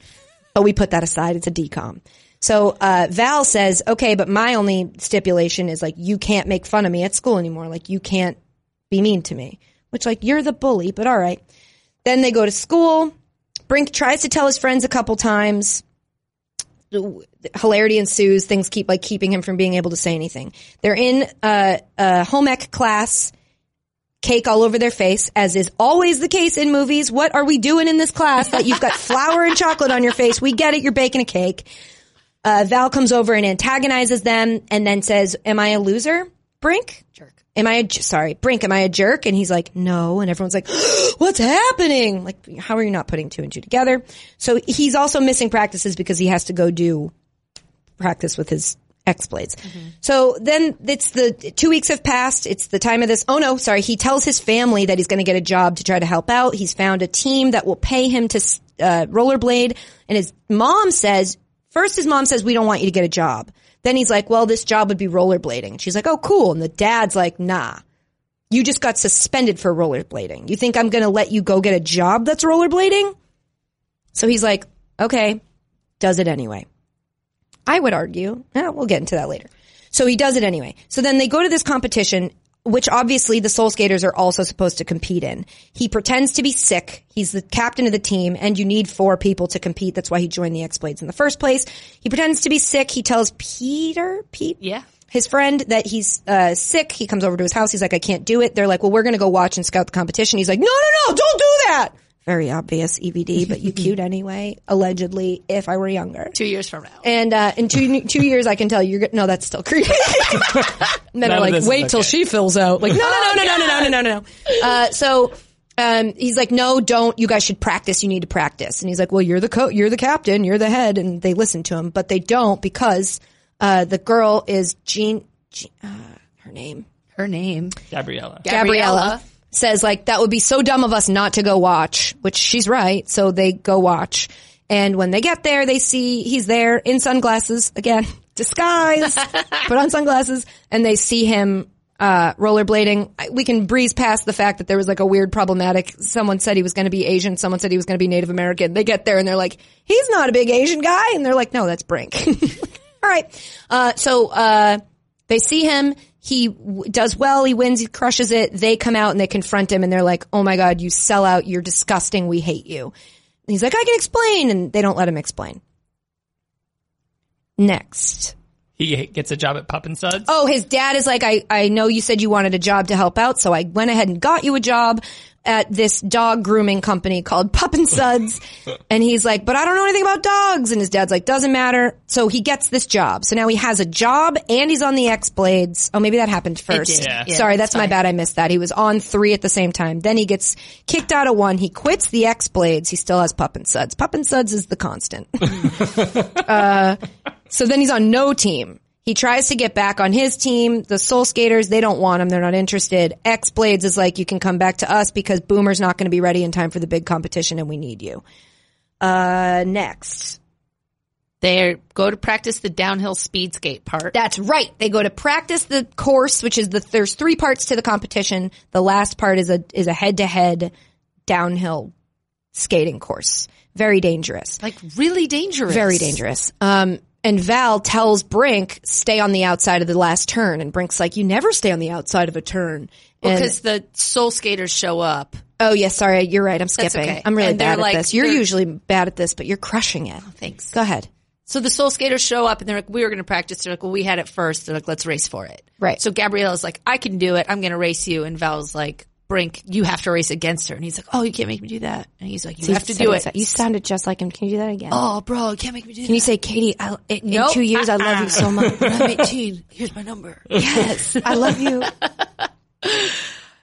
S3: But we put that aside. It's a decom. So uh, Val says, okay, but my only stipulation is like, you can't make fun of me at school anymore. Like, you can't be mean to me, which, like, you're the bully, but all right. Then they go to school. Brink tries to tell his friends a couple times hilarity ensues. Things keep like keeping him from being able to say anything. They're in a, a home ec class, cake all over their face, as is always the case in movies. What are we doing in this class that you've got flour and chocolate on your face? We get it. You're baking a cake. Uh, Val comes over and antagonizes them, and then says, "Am I a loser, Brink?" Jerk. Am I a j- sorry, Brink? Am I a jerk? And he's like, "No." And everyone's like, "What's happening?" Like, how are you not putting two and two together? So he's also missing practices because he has to go do practice with his X blades. So then it's the two weeks have passed. It's the time of this. Oh no, sorry. He tells his family that he's going to get a job to try to help out. He's found a team that will pay him to uh, rollerblade. And his mom says, first his mom says, we don't want you to get a job. Then he's like, well, this job would be rollerblading. And she's like, oh cool. And the dad's like, nah, you just got suspended for rollerblading. You think I'm going to let you go get a job that's rollerblading? So he's like, okay, does it anyway. I would argue. Eh, we'll get into that later. So he does it anyway. So then they go to this competition, which obviously the Soul Skaters are also supposed to compete in. He pretends to be sick. He's the captain of the team, and you need four people to compete. That's why he joined the X Blades in the first place. He pretends to be sick. He tells Peter, Pete,
S6: Yeah.
S3: his friend that he's uh, sick. He comes over to his house. He's like, I can't do it. They're like, well, we're going to go watch and scout the competition. He's like, no, no, no, don't do that. Very obvious EVD, but you cute anyway, allegedly, if I were younger.
S6: Two years from now.
S3: And uh, in two two years, I can tell you, you're gonna- no, that's still creepy. and then
S4: None
S3: I'm
S4: of
S3: like,
S4: this Oh, is
S3: wait till
S4: okay.
S3: she fills out. Like, no, no, no, no, no, no, no, no, no, no. Uh, so um, he's like, no, don't. You guys should practice. You need to practice. And he's like, well, you're the co- you're the captain, you're the head, and they listen to him, but they don't because Uh, the girl is Jean. Jean uh, her name
S6: Her name.
S4: Gabriella.
S3: Gabriella says like that would be so dumb of us not to go watch, which she's right. So they go watch. And when they get there, they see he's there in sunglasses again, disguise, put on sunglasses, and they see him uh, rollerblading. I- We can breeze past the fact that there was like a weird problematic. Someone said he was going to be Asian. Someone said he was going to be Native American. They get there and they're like, he's not a big Asian guy. And they're like, no, that's Brink. All right. Uh, so, uh, they see him. He w- does well. He wins. He crushes it. They come out and they confront him and they're like, Oh my God, you sell out. You're disgusting. We hate you. And he's like, I can explain. And they don't let him explain. Next.
S4: He gets a job at Pop and Suds.
S3: Oh, his dad is like, I, I know you said you wanted a job to help out. So I went ahead and got you a job at this dog grooming company called Pup and Suds. and he's like, but I don't know anything about dogs. And his dad's like, doesn't matter. So he gets this job. So now he has a job and he's on the X Blades. Oh, maybe that happened first.
S4: Yeah.
S3: Sorry, that's my bad. I missed that. He was on three at the same time. Then he gets kicked out of one. He quits the X Blades. He still has Pup and Suds. Pup and Suds is the constant. So then he's on no team. He tries to get back on his team. The Soul Skaters, they don't want him. They're not interested. X Blades is like, you can come back to us because Boomer's not going to be ready in time for the big competition and we need you. Uh, next.
S6: They go to practice the downhill speed skate part.
S3: That's right. They go to practice the course, which is the, there's three parts to the competition. The last part is a, is a head to head downhill skating course. Very dangerous.
S6: like really dangerous.
S3: Very dangerous. Um, and Val tells Brink, stay on the outside of the last turn. And Brink's like, you never stay on the outside of a turn. And-
S6: Because the soul skaters show up.
S3: oh, yes, sorry, you're right. I'm skipping.
S6: okay.
S3: I'm really
S6: And they're
S3: bad at
S6: like-
S3: this. You're
S6: they're- Oh,
S3: usually bad at this, but you're crushing it.
S6: Thanks.
S3: Go ahead.
S6: So the soul skaters show up and they're like, we were going to practice. They're like, well, we had it first. They're like, let's race for it.
S3: Right.
S6: So Gabriella's like, I can do it. I'm going to race you. And Val's like, Brink, you have to race against her. And he's like, oh, you can't make me do that. And he's like, you have to do it.
S3: You sounded just like him. Can you do that again?
S6: oh, bro, you can't make me do
S3: Can
S6: that.
S3: you say, Katie, I, in, in
S6: Nope.
S3: two years, I love you so much.
S6: When I'm 18. Here's my number.
S3: yes, I love you.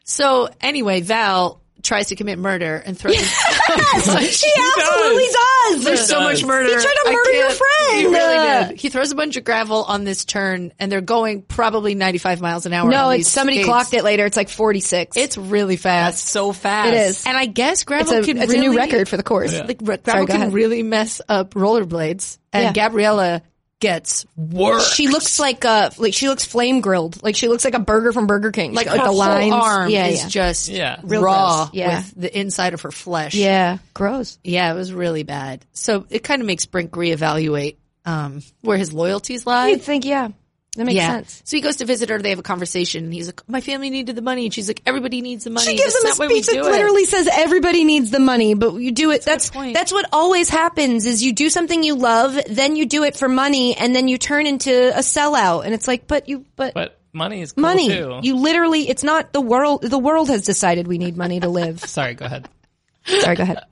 S6: So anyway, Val tries to commit murder and throws.
S3: she absolutely does.
S6: There's so much murder.
S3: He tried to
S6: I
S3: murder your
S6: can't-
S3: friend.
S6: He really did. He throws a bunch of gravel on this turn, and they're going probably 95 miles an hour.
S3: No,
S6: on
S3: it's
S6: these
S3: somebody
S6: skates.
S3: clocked it later. It's like 46.
S6: It's really fast.
S4: so fast.
S3: It is.
S6: and I guess gravel
S3: it's a,
S6: can
S3: it's a
S6: really,
S3: new record for the course.
S6: Like, ra-
S3: Sorry,
S6: gravel
S3: go
S6: can
S3: ahead.
S6: really mess up rollerblades, and
S3: Yeah.
S6: Gabriella gets
S4: Worse.
S3: She looks like a like she looks flame grilled. Like she looks like a burger from Burger King.
S6: like,
S3: She's got,
S6: her
S3: like the lines.
S6: whole arm
S3: yeah,
S6: is
S3: yeah.
S6: just
S4: Yeah. Real
S6: raw
S3: gross. Yeah.
S6: with the inside of her flesh.
S3: yeah, gross.
S6: Yeah, it was really bad. So it kind of makes Brink reevaluate um, where his loyalties lie.
S3: You'd think, yeah, that makes
S6: yeah.
S3: sense.
S6: So he goes to visit her. They have a conversation. And he's like, "My family needed the money," and she's like, "Everybody needs the money."
S3: She gives
S6: That's
S3: him a
S6: not why we
S3: speech that
S6: do it."
S3: literally says everybody needs the money, but you do it. That's
S6: point.
S3: that's what always happens: is you do something you love, then you do it for money, and then you turn into a sellout. And it's like, but you, but,
S4: But money is cool
S3: money.
S4: too.
S3: You literally, it's not the world. The world has decided we need money to live.
S4: Sorry, go ahead.
S3: Sorry, go ahead.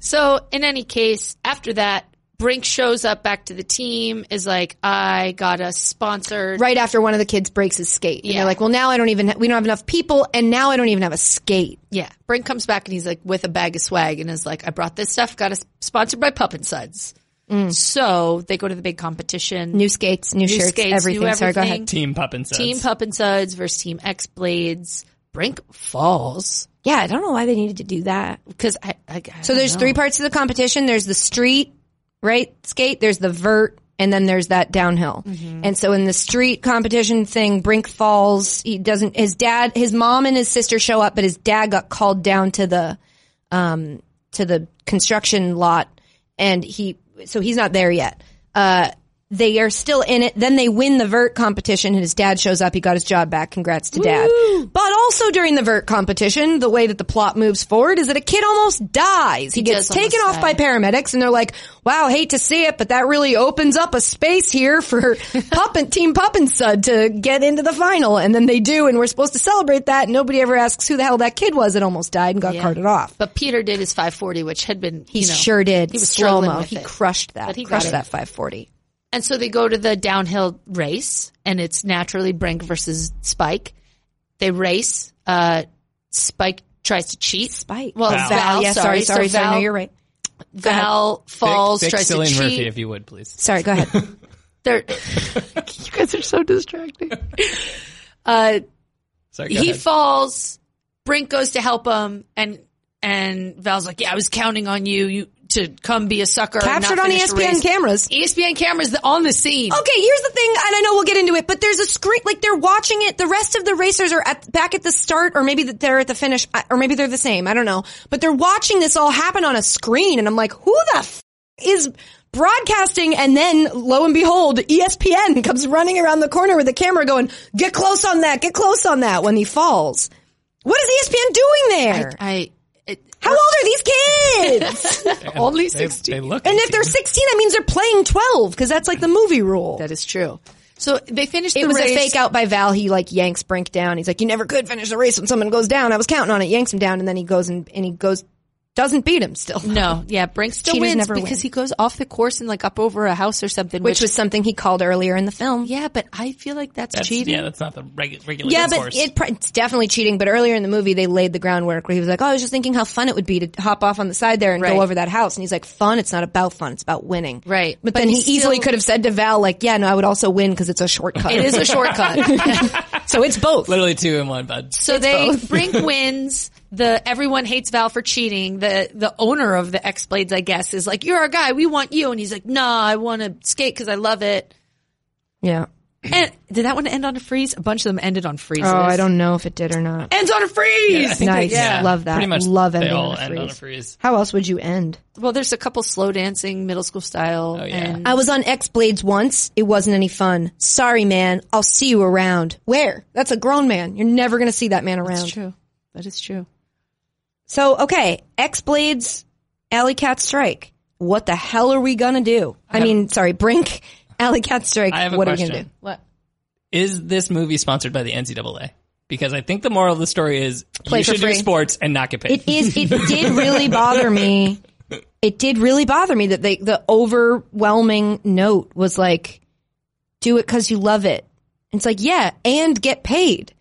S6: So in any case, after that, Brink shows up back to the team. Is like, "I got us sponsored."
S3: Right after one of the kids breaks his skate, and
S6: Yeah.
S3: they're like, "Well, now I don't even ha- we don't have enough people, and now I don't even have a skate."
S6: Yeah. Brink comes back and he's like with a bag of swag and is like, "I brought this stuff. Got us sponsored by Pup and Suds." So they go to the big competition.
S3: Mm. New skates, new, shirts,
S6: skates, new
S3: everything. Sorry, go
S6: everything.
S3: ahead.
S4: Team Pup and Suds.
S6: Team Pup and Suds versus Team X Blades. Brink falls
S3: Yeah, I don't know why they needed to do that.
S6: because I, I, I
S3: So
S6: don't
S3: there's
S6: know.
S3: three parts to the competition. There's the street, right? Skate. There's the vert, and then there's that downhill.
S6: Mm-hmm.
S3: And so in the street competition thing, Brink falls. He doesn't. His dad, his mom, and his sister show up, but his dad got called down to the, um, to the construction lot, and he so he's not there yet. Uh. They are still in it. Then they win the vert competition, and his dad shows up. He got his job back. Congrats to dad. But also during the vert competition, the way that the plot moves forward is that a kid almost dies. He, gets
S6: does almost
S3: taken off
S6: die.
S3: by paramedics, and they're like, "Wow, hate to see it, but that really opens up a space here for Pup and Team Pup and Sud to get into the final." And then they do, and we're supposed to celebrate that. Nobody ever asks who the hell that kid was that almost died and got carted off.
S6: But Peter did his 540, which had been
S3: He
S6: you know,
S3: sure did.
S6: He was
S3: slow
S6: struggling
S3: mo.
S6: with
S3: He
S6: it.
S3: crushed that.
S6: But he got
S3: crushed
S6: it.
S3: that 540.
S6: And so they go to the downhill race, and it's naturally Brink versus Spike. They race. Uh, Spike tries to cheat.
S3: Spike.
S6: Well, Val.
S3: yeah,
S6: sorry,
S3: sorry, sorry,
S6: So
S3: sorry.
S6: Val,
S3: No, you're right.
S6: Val falls,
S4: Thick, thick
S6: tries
S4: Cillian
S6: to cheat.
S4: Murphy, if you would, please.
S3: Sorry, go ahead.
S6: They're,
S4: you guys are so distracting.
S6: uh,
S4: Sorry, go
S6: he
S4: ahead.
S6: falls. Brink goes to help him, and and Val's like, "Yeah, I was counting on you, you to come be a sucker." and not
S3: Captured on E
S6: finish the
S3: ESPN
S6: race." E
S3: cameras.
S6: ESPN cameras th- on the scene.
S3: Okay, here's the thing, and I know we'll get into it, but there's a screen, like they're watching it. The rest of the racers are at back at the start, or maybe that they're at the finish, I- or maybe they're the same. I don't know, but they're watching this all happen on a screen, and I'm like, who the f- is broadcasting? And then, lo and behold, E ESPN comes running around the corner with the camera going, "Get close on that! Get close on that!" When he falls, what is E ESPN doing there?
S6: I it,
S3: How old are these kids?
S6: only
S4: They,
S6: sixteen.
S4: they look
S3: and if they're 16, that means they're playing 12 because that's like the movie rule.
S6: That is true. So they finished.
S3: It
S6: the
S3: was
S6: race.
S3: a fake out by Val. He like yanks Brink down. He's like, "You never could finish the race when someone goes down." I was counting on it. Yanks him down, and then he goes and, and he goes, doesn't beat him still,
S6: No, yeah, Brink still
S3: Cheaters
S6: wins
S3: never
S6: because
S3: win.
S6: he goes off the course and like up over a house or something.
S3: which was something he called earlier in the film.
S6: yeah, but I feel like that's,
S4: that's,
S6: cheating.
S4: Yeah, that's not the regu- regular
S3: Yeah, but
S4: course.
S3: it, pr- it's definitely cheating. But earlier in the movie, they laid the groundwork where he was like, "Oh, I was just thinking how fun it would be to hop off on the side there and
S6: Right.
S3: go over that house." And he's like, "Fun? It's not about fun. It's about winning."
S6: Right.
S3: But,
S6: But
S3: then he
S6: he's
S3: easily
S6: still-
S3: could have said to Val, "Like, yeah, no, I would also win because it's a shortcut.
S6: It is a shortcut.
S3: so it's both."
S4: Literally two in one, bud.
S6: So they Brink wins. The everyone hates Val for cheating. The the owner of the X Blades, I guess, is like, "You're our guy. We want you." And he's like, "Nah, I want to skate because I love it."
S3: Yeah.
S6: And did that one end on a freeze? A bunch of them ended on freezes.
S3: Oh, I don't know if it did or not.
S6: Ends on a freeze.
S4: I think
S3: Nice.
S4: they- yeah,
S3: Love that.
S4: Pretty much
S3: Love
S4: they
S3: ending
S4: all
S3: on a
S4: end on a
S3: freeze.
S4: freeze.
S3: How else would you end?
S6: Well, there's a couple slow dancing, middle school style.
S4: Oh, yeah.
S6: and-
S3: I was on X Blades once. It wasn't any fun. Sorry, man. I'll see you around. Where? That's a grown man. You're never going to see that man
S6: that's
S3: around.
S6: true. That is true.
S3: So, okay. X Blades, Alley Cat Strike. What the hell are we going to do? I, mean, sorry, Brink, Alley Cat Strike.
S4: I have a
S3: what
S4: question.
S3: are we going to do?
S6: What?
S4: Is this movie sponsored by the NCAA? Because I think the moral of the story is
S3: Play
S4: you
S3: for
S4: should
S3: free.
S4: do sports and not get paid.
S3: It is, it did really bother me. It did really bother me that they, the overwhelming note was like, do it because you love it. And it's like, yeah, and get paid.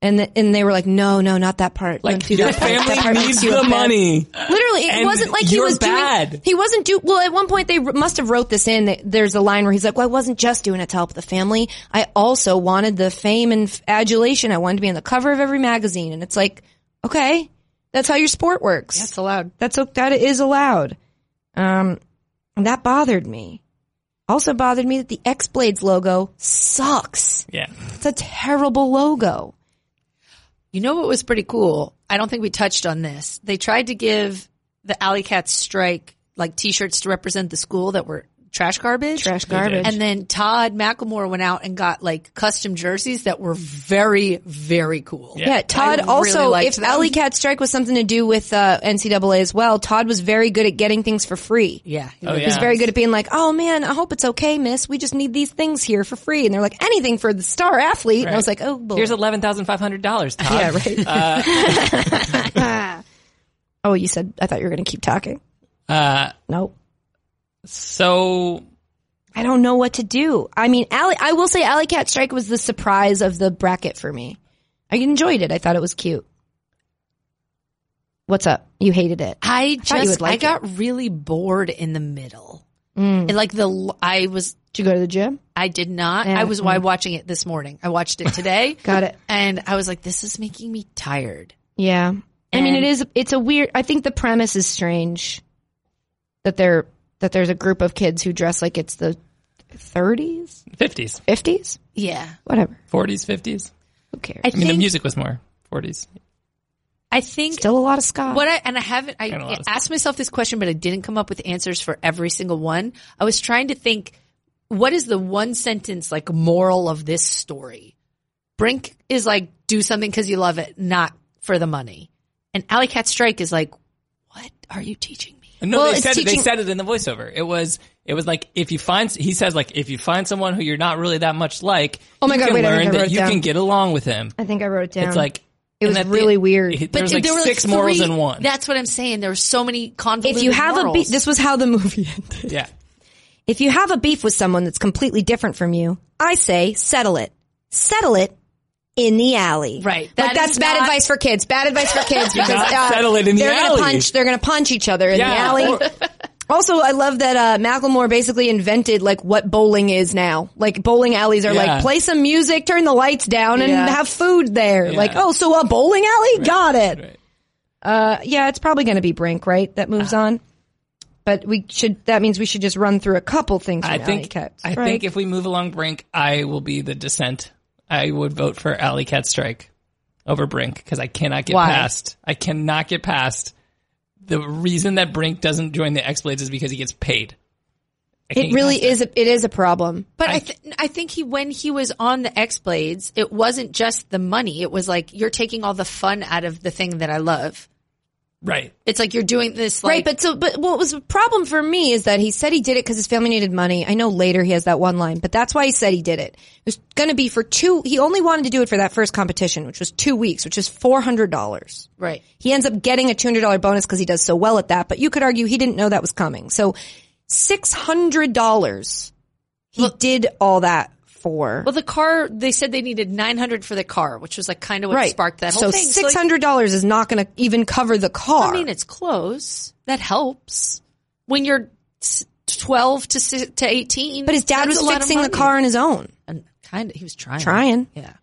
S3: And the, and they were like, no, no, not that part. Don't
S4: like
S3: do
S4: your
S3: that part. That part
S4: family
S3: makes
S4: needs
S3: you a
S4: the
S3: bad-
S4: money.
S3: Literally, it
S4: And
S3: wasn't like he
S4: you're
S3: was doing.
S4: bad.
S3: He wasn't do. Well, at one point they r- must have wrote this in. That there's a line where he's like, "Well, I wasn't just doing it to help the family. I also wanted the fame and f- adulation. I wanted to be on the cover of every magazine." And it's like, okay, that's how your sport works.
S6: That's allowed.
S3: That's o- that is allowed. Um, and that bothered me. Also bothered me that the X Blades logo sucks.
S4: Yeah.
S3: It's a terrible logo.
S6: You know what was pretty cool? I don't think we touched on this. They tried to give the Alley Cats strike like T-shirts to represent the school that were trash garbage.
S3: Trash garbage.
S6: And then Todd McElmore went out and got like custom jerseys that were very, very cool.
S4: Yeah.
S3: Yeah, Todd
S6: I really
S3: also,
S6: liked
S3: if
S6: them.
S3: Alley Cat Strike was something to do with uh, NCAA as well, Todd was very good at getting things for free.
S6: Yeah.
S4: Oh, yeah.
S3: He's very good at being like, oh man, I hope it's okay, miss. We just need these things here for free. And they're like, anything for the star athlete. And I was like, oh, boy.
S4: Here's eleven thousand five hundred dollars, Todd.
S3: Yeah, right.
S6: Uh,
S3: oh, you said, I thought you were going to keep talking.
S4: Uh,
S3: No.
S4: so
S3: I don't know what to do. I mean, Alley, I will say Alley Cat Strike was the surprise of the bracket for me. I enjoyed it. I thought it was cute. What's up? You hated it.
S6: I
S3: you
S6: just,
S3: would like Mm.
S6: I got really bored in the middle. And, like the, l- I was,
S3: Did you go to the gym?
S6: I did not.
S3: Yeah,
S6: I was why watching it this morning. I watched it today.
S3: Got it.
S6: And I was like, this is making me tired.
S3: Yeah. I mean,
S6: And-
S3: it is, it's a weird, I think the premise is strange that there, that there's a group of kids who dress like it's the 30s,
S4: fifties,
S3: 50s,
S6: Yeah.
S3: whatever.
S4: forties, fifties.
S3: Who cares?
S6: I
S4: I mean,
S6: think,
S4: the music was more forties.
S6: I think
S3: Still a lot of Scott.
S6: What I and I haven't
S4: Kinda a
S6: I
S4: lot of
S6: asked myself this question, but I didn't come up with answers for every single one. I was trying to think what is the one sentence like moral of this story? Brink is like do something because you love it, not for the money. And Alley Cat Strike is like, what are you teaching me?
S4: No,
S3: Well,
S4: they
S3: it's
S4: said it, they
S3: teaching-
S4: said it in the voiceover. It was it was like if you find he says like if you find someone who you're not really that much like,
S3: Oh my
S4: you
S3: God,
S4: can
S3: wait, I think
S4: learn
S3: I wrote
S4: that
S3: it
S4: you
S3: down.
S4: can get along with him.
S3: I think I wrote it down.
S4: It's like
S3: It was really weird.
S4: There was like
S6: there were
S4: six
S6: like
S4: morals
S6: three-
S4: in one.
S6: That's what I'm saying. There were so many convoluted
S3: if you have a beef,
S6: morals.
S3: this was how the movie ended.
S4: yeah,
S3: If you have a beef with someone that's completely different from you, I say settle it. Settle it in the alley.
S6: Right.
S3: Like
S6: That
S3: that's
S6: is
S3: bad
S6: not-
S3: advice for kids. Bad advice for kids because
S4: not
S3: uh,
S4: settle it in the
S3: they're
S4: alley.
S3: Gonna punch, they're going to punch each other in
S4: Yeah,
S3: the alley.
S4: or-
S3: Also, I love that uh, Macklemore basically invented like what bowling is now. Like bowling alleys are
S4: Yeah.
S3: like play some music, turn the lights down, and
S2: Yeah.
S3: have food there.
S4: Yeah.
S3: Like oh, so a bowling alley, got it.
S4: Right.
S3: Uh, yeah, it's probably going to be Brink, right? That moves
S4: Ah.
S3: on. But we should. That means we should just run through a couple things. From
S4: I
S3: Alley
S4: think
S3: Cats,
S4: I
S3: right?
S4: think if we move along Brink, I will be the dissent. I would vote for Alley Cat Strike over Brink because I cannot get
S3: Why?
S4: past. I cannot get past the reason that Brink doesn't join the X Blades is because he gets paid. I can't
S3: it
S4: get
S3: really
S4: past that.
S3: is. A, it is a problem.
S6: But I, th- I think he when he was on the X Blades, it wasn't just the money. It was like you're taking all the fun out of the thing that I love.
S4: right.
S6: It's like you're doing this like
S3: Right, but so, but what was a problem for me is that he said he did it because his family needed money. I know later he has that one line, but that's why he said he did it. It was going to be for two. He only wanted to do it for that first competition, which was two weeks, which is four hundred dollars.
S6: right.
S3: He ends up getting a two hundred dollar bonus because he does so well at that. But you could argue he didn't know that was coming. So six hundred dollars he did all that for.
S6: Well, the car they said they needed 900 for the car, which was like kind of what sparked that whole
S3: so
S6: thing. So, like,
S3: six hundred dollars is not going to even cover the car.
S6: I mean, it's close. That helps when you're s- 12 to si- to 18.
S3: but his dad
S6: that's
S3: was
S6: a lot of
S3: fixing the
S6: money.
S3: car on his own.
S6: and kind of he was trying.
S4: Mm-hmm.
S3: Trying.
S6: Yeah.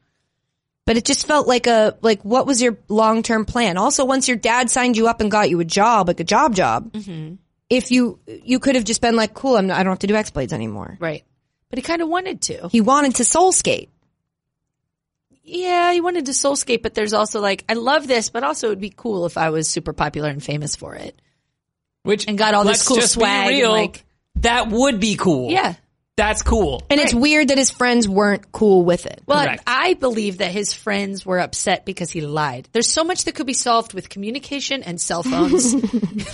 S3: But it just felt like a like what was your long term plan? Also, once your dad signed you up and got you a job, like a job job,
S4: Mm-hmm.
S3: if you you could have just been like, cool, I'm not, I don't have to do X Blades anymore.
S6: Right. But he kind of wanted to.
S3: He wanted to soul skate.
S6: yeah, he wanted to soulscape, but there's also like, I love this, but also it would be cool if I was super popular and famous for it.
S4: Which
S6: And got all this
S4: let's
S6: cool
S4: just be
S6: swag and,
S4: real,
S6: like-
S4: that would be cool.
S6: Yeah.
S4: that's cool.
S3: And it's weird that his friends weren't cool with it.
S6: Well,
S4: Correct.
S6: I believe that his friends were upset because he lied. There's so much that could be solved with communication and cell phones.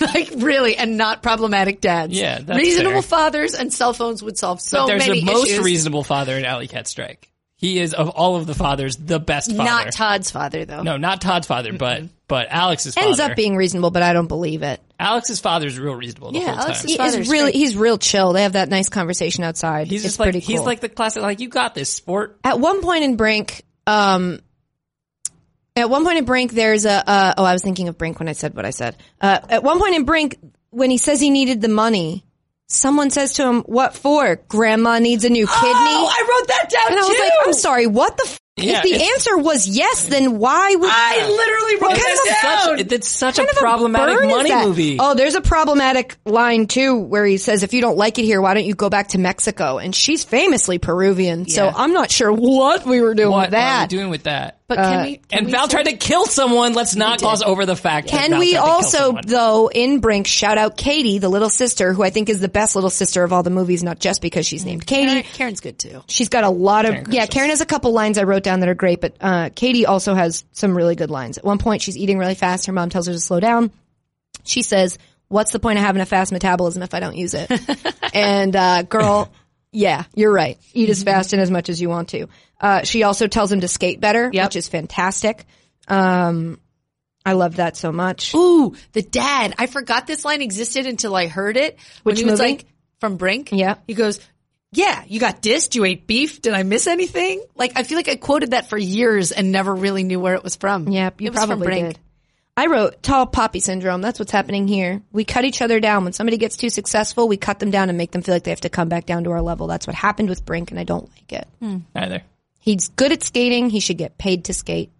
S6: like really, and not problematic dads.
S4: Yeah, that's
S6: Reasonable
S4: fair.
S6: fathers and cell phones would solve so
S4: but there's
S6: many
S4: the most
S6: issues.
S4: reasonable father in Alley Cat Strike. He is of all of the fathers the best father.
S6: Not Todd's father though.
S4: no, not Todd's father, but but Alex's father.
S3: Ends up being reasonable, but I don't believe it.
S4: Alex's father's real reasonable the
S6: Yeah,
S4: whole time.
S6: Alex's
S3: He
S6: father's
S3: is really
S6: great.
S3: he's real chill. They have that nice conversation outside.
S4: He's
S3: it's
S4: just like
S3: pretty cool.
S4: he's like the classic like you got this sport.
S3: at one point in Brink, um, at one point in Brink, there's a. Uh, oh, I was thinking of Brink when I said what I said. Uh, at one point in Brink, when he says he needed the money, someone says to him, "What for? Grandma needs a new kidney."
S6: Oh, I wrote that down
S3: and I was like, "I'm sorry, what the? F-?
S4: Yeah,
S3: if the
S4: it's-
S3: answer was yes, then why would
S6: literally wrote
S3: kind of
S4: It's such, it- it's such a problematic
S3: burn is
S4: money
S3: that?
S4: movie.
S3: Oh, there's a problematic line too where he says, if you don't like it here, why don't you go back to Mexico? And she's famously Peruvian, so
S6: Yeah.
S3: I'm not sure what we were doing
S4: what
S3: with
S4: are we
S3: that.
S4: doing with that?
S6: But can we? Can
S4: and
S6: we
S4: Val
S6: say-
S4: tried to kill someone. Let's not gloss over the fact. that
S3: Can
S4: Val
S3: we
S4: tried to kill
S3: also,
S4: someone.
S3: though, in Brink, shout out Katie, the little sister, who I think is the best little sister of all the movies, not just because she's named Katie.
S6: Karen's good too.
S3: She's got a lot of, yeah, Karen has a couple lines I wrote down that are great, but, uh, Katie also has some really good lines. At one point, she's eating really fast. Her mom tells her to slow down. She says, what's the point of having a fast metabolism if I don't use it? and, uh, girl, yeah, you're right. Eat
S4: Mm-hmm.
S3: as fast and as much as you want to. Uh, she also tells him to skate better, which is fantastic. Um, I love that so much.
S6: Ooh, the dad. I forgot this line existed until I heard it. when
S3: Which
S6: he was
S3: movie?
S6: like from Brink.
S3: Yeah.
S6: He goes, Yeah, you got dissed, you ate beef. Did I miss anything? Like I feel like I quoted that for years and never really knew where it was from.
S3: Yeah, you
S6: it was
S3: probably
S6: from Brink.
S3: did. I wrote tall poppy syndrome. That's what's happening here. We cut each other down. When somebody gets too successful, we cut them down and make them feel like they have to come back down to our level. That's what happened with Brink, and I don't like it.
S6: Hmm.
S4: Neither.
S3: He's good at skating. He should get paid to skate.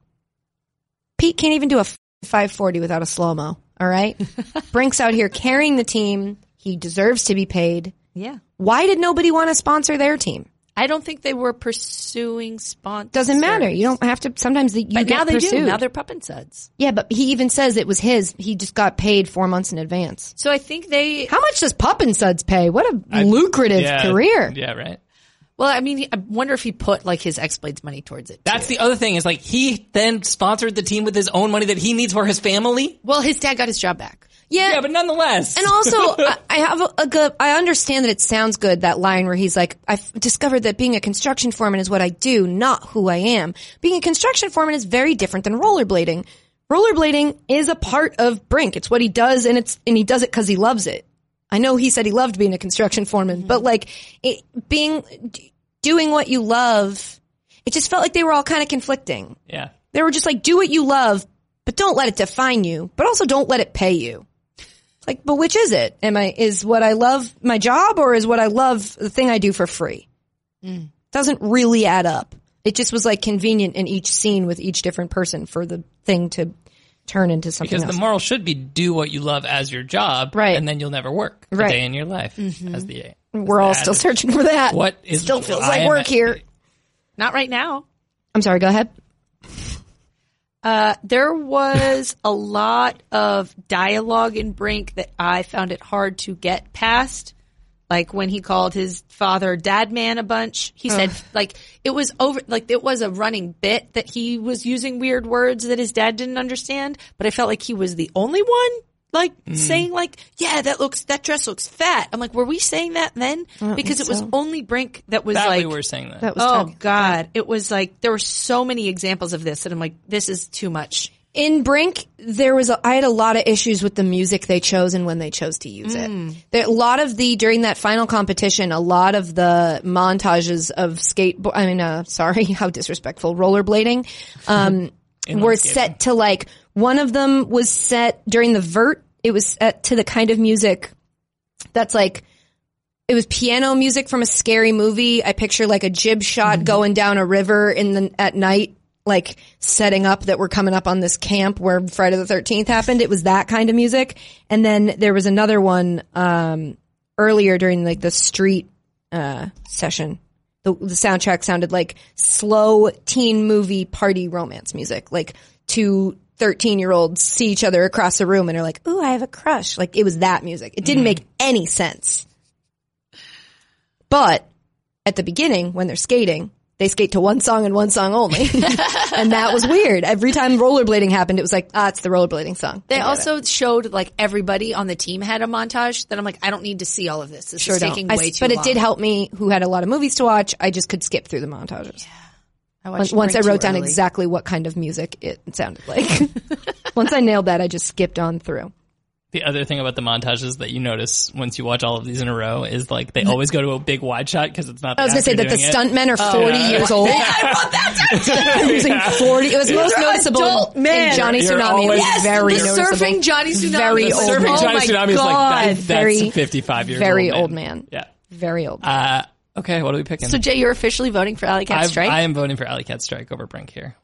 S3: Pete can't even do a f- 540 without a slow mo. All right. Brink's out here carrying the team. He deserves to be paid.
S6: Yeah.
S3: Why did nobody want to sponsor their team?
S6: I don't think they were pursuing sponsors.
S3: Doesn't matter. You don't have to. Sometimes the, you
S6: But
S3: get
S6: now they do.
S3: pursued.
S6: Now they're pup and suds.
S3: yeah, but he even says it was his. He just got paid four months in advance.
S6: So I think they
S3: How much does Pup and Suds pay? What a lucrative
S4: Yeah,
S3: career.
S4: Yeah, right.
S6: well, I mean, I wonder if he put like his X Blades money towards it.
S4: That's the other thing is like he then sponsored the team with his own money that he needs for his family.
S6: well, his dad got his job back.
S4: Yeah, but nonetheless.
S3: and also, I, I have a, a good, I understand that it sounds good, that line where he's like, I've discovered that being a construction foreman is what I do, not who I am. Being a construction foreman is very different than rollerblading. Rollerblading is a part of Brink. It's what he does and it's, and he does it cause he loves it. I know he said he loved being a construction foreman,
S6: Mm-hmm.
S3: but like it, being, d- doing what you love, it just felt like they were all kind of conflicting.
S4: yeah.
S3: They were just like, do what you love, but don't let it define you, but also don't let it pay you. It's like, but which is it? Am I is what I love my job or is what I love the thing I do for free?
S4: Mm.
S3: Doesn't really add up. It just was like convenient in each scene with each different person for the thing to turn into something
S4: Because
S3: else.
S4: the moral should be do what you love as your job,
S3: Right.
S4: And then you'll never work a
S3: Right.
S4: day in your life. As the
S3: We're all still searching for that.
S4: what is
S3: still feels
S4: I
S3: like
S4: am
S3: work
S4: at-
S3: here?
S6: Not right now.
S3: I'm sorry. Go ahead.
S6: Uh, there was a lot of dialogue in Brink that I found it hard to get past. Like when he called his father dad man a bunch, he said like it was over, like it was a running bit that he was using weird words that his dad didn't understand, but I felt like he was the only one like saying like, yeah, that looks, that dress looks fat. I'm like, were we saying that then? Because it was only Brink that was
S4: That
S6: like,
S4: we were saying that.
S3: That was
S6: oh
S3: talking-
S6: God, it was like, there were so many examples of this that I'm like, this is too much.
S3: in Brink, there was a, I had a lot of issues with the music they chose and when they chose to use it. There, a lot of the during that final competition, a lot of the montages of skateboard. I mean, uh, sorry, how disrespectful rollerblading um, were set to like one of them was set during the vert. It was set to the kind of music that's like it was piano music from a scary movie. I picture like a jib shot going down a river in the at night, like setting up that we're coming up on this camp where Friday the Thirteenth happened. It was that kind of music, and then there was another one um, earlier during like the street uh, session. The, the soundtrack sounded like slow teen movie party romance music, like two 13 year olds see each other across the room and are like, ooh, I have a crush. Like it was that music. It didn't make any sense. But at the beginning, when they're skating, they skate to one song and one song only. and that was weird. Every time rollerblading happened, it was like, ah, it's the rollerblading song.
S6: They also showed like everybody on the team had a montage that I'm like, I don't need to see all of this. This
S3: Sure
S6: is
S3: don't.
S6: taking
S3: I-
S6: way too
S3: but it
S6: long.
S3: did help me who had a lot of movies to watch. I just could skip through the montages.
S6: I
S3: Once-
S6: watched
S3: Once I
S6: Brink
S3: wrote
S6: too
S3: down
S6: early.
S3: exactly what kind of music it sounded like. Once I nailed that, I just skipped on through.
S4: The other thing about the montages that you notice once you watch all of these in a row is like they always go to a big wide shot because it's not.
S3: I was
S4: going to
S3: say that the stuntmen are 40 years old. I'm using 40. It was most noticeable
S6: adult man.
S3: in Johnny
S4: You're
S3: Tsunami. It was
S4: always-
S3: very
S6: the
S3: noticeable.
S6: surfing Johnny Tsunami.
S3: Very
S6: The
S3: old.
S4: Serving
S3: man.
S6: Oh
S4: Johnny
S6: my
S4: Tsunami is like
S6: God.
S4: that,
S3: Very-
S4: that's 55 years
S3: very
S4: old
S3: old
S4: man.
S3: man.
S4: Yeah.
S3: Very old.
S4: Uh, okay, what are we picking?
S6: So Jay, you're officially voting for Alley Cat
S4: I've-
S6: Strike.
S4: I am voting for Alley Cat Strike over Brink here.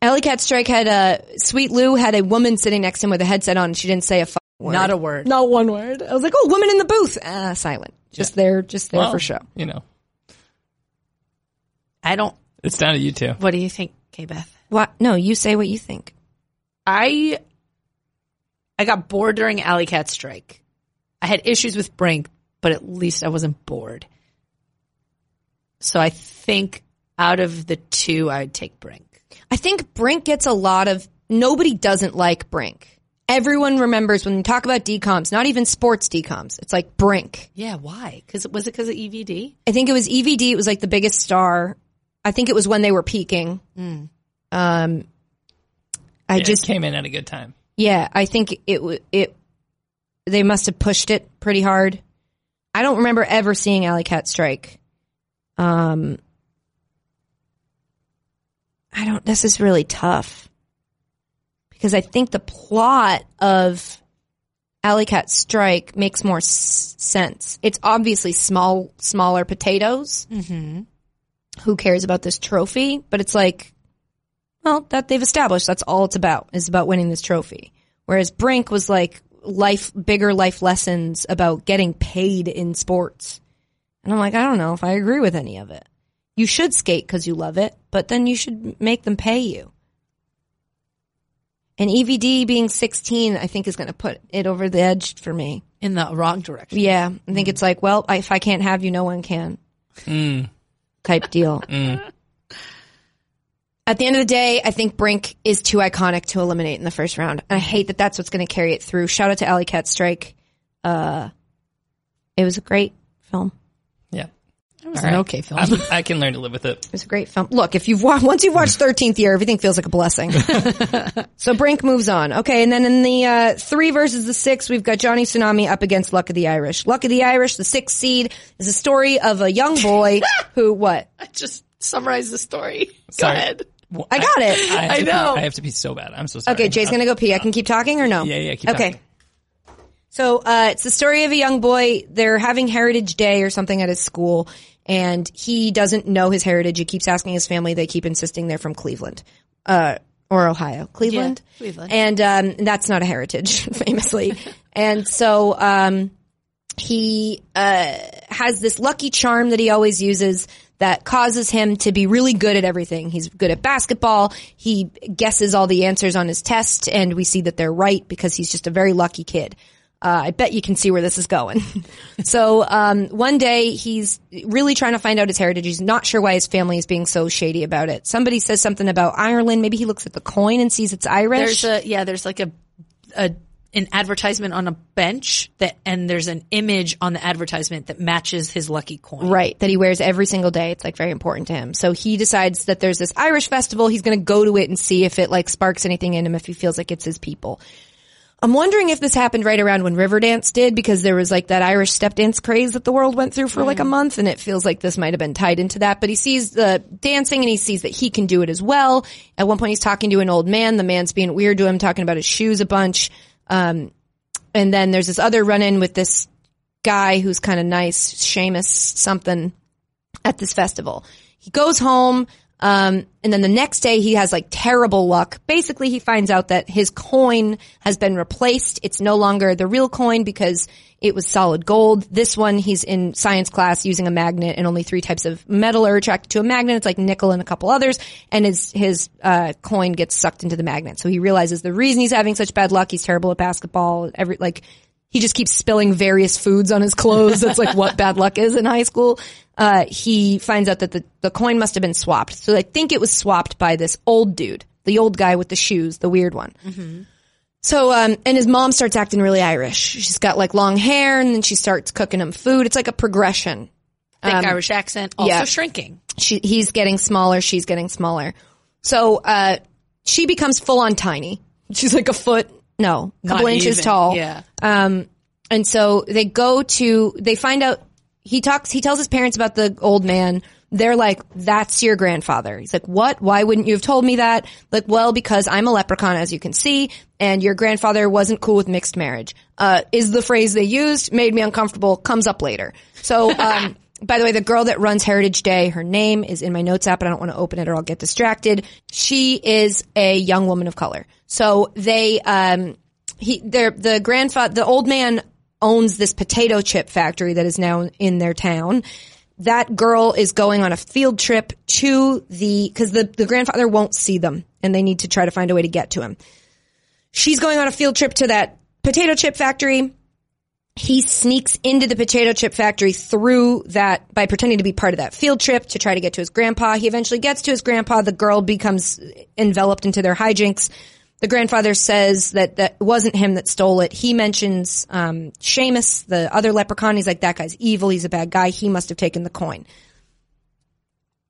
S3: Alley Cat Strike had a Sweet Lou had a woman sitting next to him with a headset on. and She didn't say a f- word.
S6: Not a word.
S3: Not one word. I was like, oh, woman in the booth. Ah, silent. Just there, just there
S4: Well,
S3: for show.
S4: You know,
S6: I don't.
S4: it's down to you two.
S6: What do you think, K Beth?
S3: What? No, you say what you think.
S6: I I got bored during Alley Cat Strike. I had issues with Brink, but at least I wasn't bored. So I think out of the two, I'd take Brink.
S3: I think Brink gets a lot of nobody doesn't like Brink. Everyone remembers when we talk about decoms, not even sports decoms. It's like Brink.
S6: Yeah, why? Because was it because of E EVD?
S3: I think it was EVD. It was like the biggest star. I think it was when they were peaking. Um, I
S4: It
S3: just
S4: just came in at a good time.
S3: yeah. I think it w- it they must have pushed it pretty hard. I don't remember ever seeing Alley Cat strike. Um, I don't. This is really tough because I think the plot of Alley Cat Strike makes more s- sense. It's obviously small, smaller potatoes. Mm-hmm. Who cares about this trophy? But it's like, well, that they've established that's all it's about is about winning this trophy. Whereas Brink was like life, bigger life lessons about getting paid in sports. And I'm like, I don't know if I agree with any of it. You should skate because you love it, but then you should make them pay you. And EVD being 16, I think is going to put it over the edge for me.
S6: In the wrong direction.
S3: Yeah. I think it's like, well, I- if I can't have you, no one can
S4: Mm.
S3: type deal. At the end of the day, I think Brink is too iconic to eliminate in the first round. And I hate that that's what's going to carry it through. Shout out to Alley Cat Strike. Uh, it was a great film.
S4: Yeah.
S6: It was
S4: All
S6: an
S4: right.
S6: okay film.
S4: I'm- I can learn to live with it.
S3: It was a great film. Look, if you've wa- once you've watched Thirteenth Year, everything feels like a blessing. so Brink moves on. Okay, and then in the uh, three versus the six, we've got Johnny Tsunami up against Luck of the Irish. Luck of the Irish, the sixth seed, is a story of a young boy who what?
S6: Just summarize the story.
S4: Sorry.
S6: Go ahead.
S4: Well,
S3: I got it.
S4: I, have
S6: I
S4: to pee-
S6: know.
S4: I have to be so bad. I'm so sorry.
S3: Okay, Jay's gonna go pee. I can Uh, keep talking or no?
S4: Yeah, yeah, keep
S3: okay.
S4: talking.
S3: So uh, it's the story of a young boy. They're having Heritage Day or something at his school, and he doesn't know his heritage. He keeps asking his family. They keep insisting they're from Cleveland uh, or Ohio. Cleveland?
S6: Cleveland.
S3: And um, that's not a heritage, famously. and so um, he uh, has this lucky charm that he always uses that causes him to be really good at everything. He's good at basketball. He guesses all the answers on his test, and we see that they're right because he's just a very lucky kid. Uh, I bet you can see where this is going. so um, one day he's really trying to find out his heritage. He's not sure why his family is being so shady about it. Somebody says something about Ireland. Maybe he looks at the coin and sees it's Irish.
S6: There's a yeah. There's like a, a an advertisement on a bench that, and there's an image on the advertisement that matches his lucky coin.
S3: Right, that he wears every single day. It's like very important to him. So he decides that there's this Irish festival. He's going to go to it and see if it like sparks anything in him, if he feels like it's his people. I'm wondering if this happened right around when Riverdance did because there was like that Irish step dance craze that the world went through for like a month and it feels like this might have been tied into that. But he sees the dancing and he sees that he can do it as well. At one point he's talking to an old man. The man's being weird to him, talking about his shoes a bunch. Um, and then there's this other run in with this guy who's kind of nice, Seamus something at this festival. He goes home, um, and then the next day he has like terrible luck. Basically, he finds out that his coin has been replaced. It's no longer the real coin because it was solid gold. This one, he's in science class using a magnet, and only three types of metal are attracted to a magnet. It's like nickel and a couple others, and his his uh, coin gets sucked into the magnet. So he realizes the reason he's having such bad luck. He's terrible at basketball. Every like he just keeps spilling various foods on his clothes. That's like what bad luck is in high school. Uh, he finds out that the, the coin must have been swapped. So I think it was swapped by this old dude, the old guy with the shoes, the weird one.
S6: Mm-hmm.
S3: So, um, and his mom starts acting really Irish. She's got like long hair and then she starts cooking him food. It's like a progression.
S6: Thick Irish accent, also
S3: yeah.
S6: shrinking.
S3: She, he's getting smaller. She's getting smaller. So, uh, she becomes full on tiny. She's like a foot, no, a couple
S6: Not
S3: inches
S6: even,
S3: tall.
S6: Yeah.
S3: And so they go to, they find out, he talks, he tells his parents about the old man. They're like, that's your grandfather. He's like, what? Why wouldn't you have told me that? Like, well, because I'm a leprechaun, as you can see, and your grandfather wasn't cool with mixed marriage. Uh, is the phrase they used, made me uncomfortable, comes up later. So, um, by the way, the girl that runs Heritage Day, her name is in my notes app, and I don't want to open it or I'll get distracted. She is a young woman of color. So they, um, he their the grandfather the old man owns this potato chip factory that is now in their town that girl is going on a field trip to the because the, the grandfather won't see them and they need to try to find a way to get to him she's going on a field trip to that potato chip factory he sneaks into the potato chip factory through that by pretending to be part of that field trip to try to get to his grandpa. He eventually gets to his grandpa. The girl becomes enveloped into their hijinks. The grandfather says that that wasn't him that stole it. He mentions um, Seamus, the other leprechaun. He's like, that guy's evil. He's a bad guy. He must have taken the coin.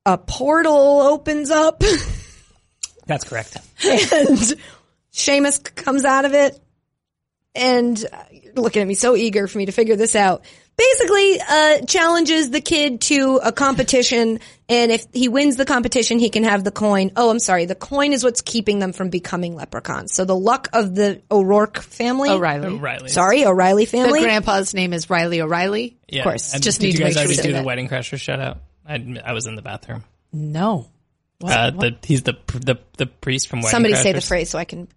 S3: A portal opens up.
S4: That's correct.
S3: and Seamus c- comes out of it and uh, you're looking at me so eager for me to figure this out. Basically, uh, challenges the kid to a competition, and if he wins the competition, he can have the coin. Oh, I'm sorry, the coin is what's keeping them from becoming leprechauns. So the luck of the O'Rourke family,
S6: O'Reilly.
S4: Riley.
S3: sorry, O'Reilly
S6: The
S3: family,
S6: grandpa's name is Riley O'Reilly.
S4: Yeah.
S3: of course.
S4: And
S6: Just
S4: did
S6: need
S4: you
S6: to make
S4: guys
S6: sure we
S4: already
S6: say
S4: do the
S6: that.
S4: Wedding Crasher shout out? I, admit- I was in the bathroom.
S6: No.
S4: Uh, the, he's the, pr- the the priest from Wedding
S3: somebody say the
S4: Crashers.
S3: phrase so I can,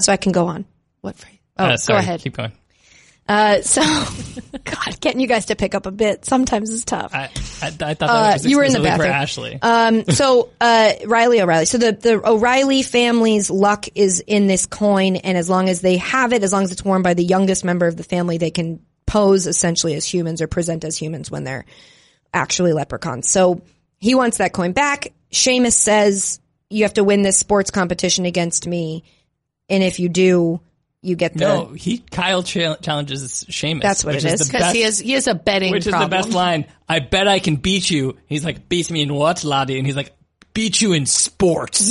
S3: so I can go on.
S6: What phrase?
S4: Uh,
S6: Oh, go
S4: sorry,
S6: ahead.
S4: Keep going.
S3: Uh, so, God, getting you guys to pick up a bit sometimes is tough.
S4: I, I, I thought that was
S3: Uh, you were in the
S4: exclusively
S3: bathroom.
S4: for Ashley.
S3: Um, so uh, Riley O'Reilly. So the the O'Reilly family's luck is in this coin, and as long as they have it, as long as it's worn by the youngest member of the family, they can pose essentially as humans or present as humans when they're actually leprechauns. So he wants that coin back. Seamus says you have to win this sports competition against me, and if you do, you get the.
S4: no, he Kyle cha- challenges Seamus.
S3: uh, That's what
S4: which
S3: it
S4: is
S3: is.
S4: the
S6: Because
S4: best
S6: he has he has a betting
S4: Which is
S6: problem.
S4: the best line? I bet I can beat you. He's like, beat me in what, laddie? And he's like, beat you in sports.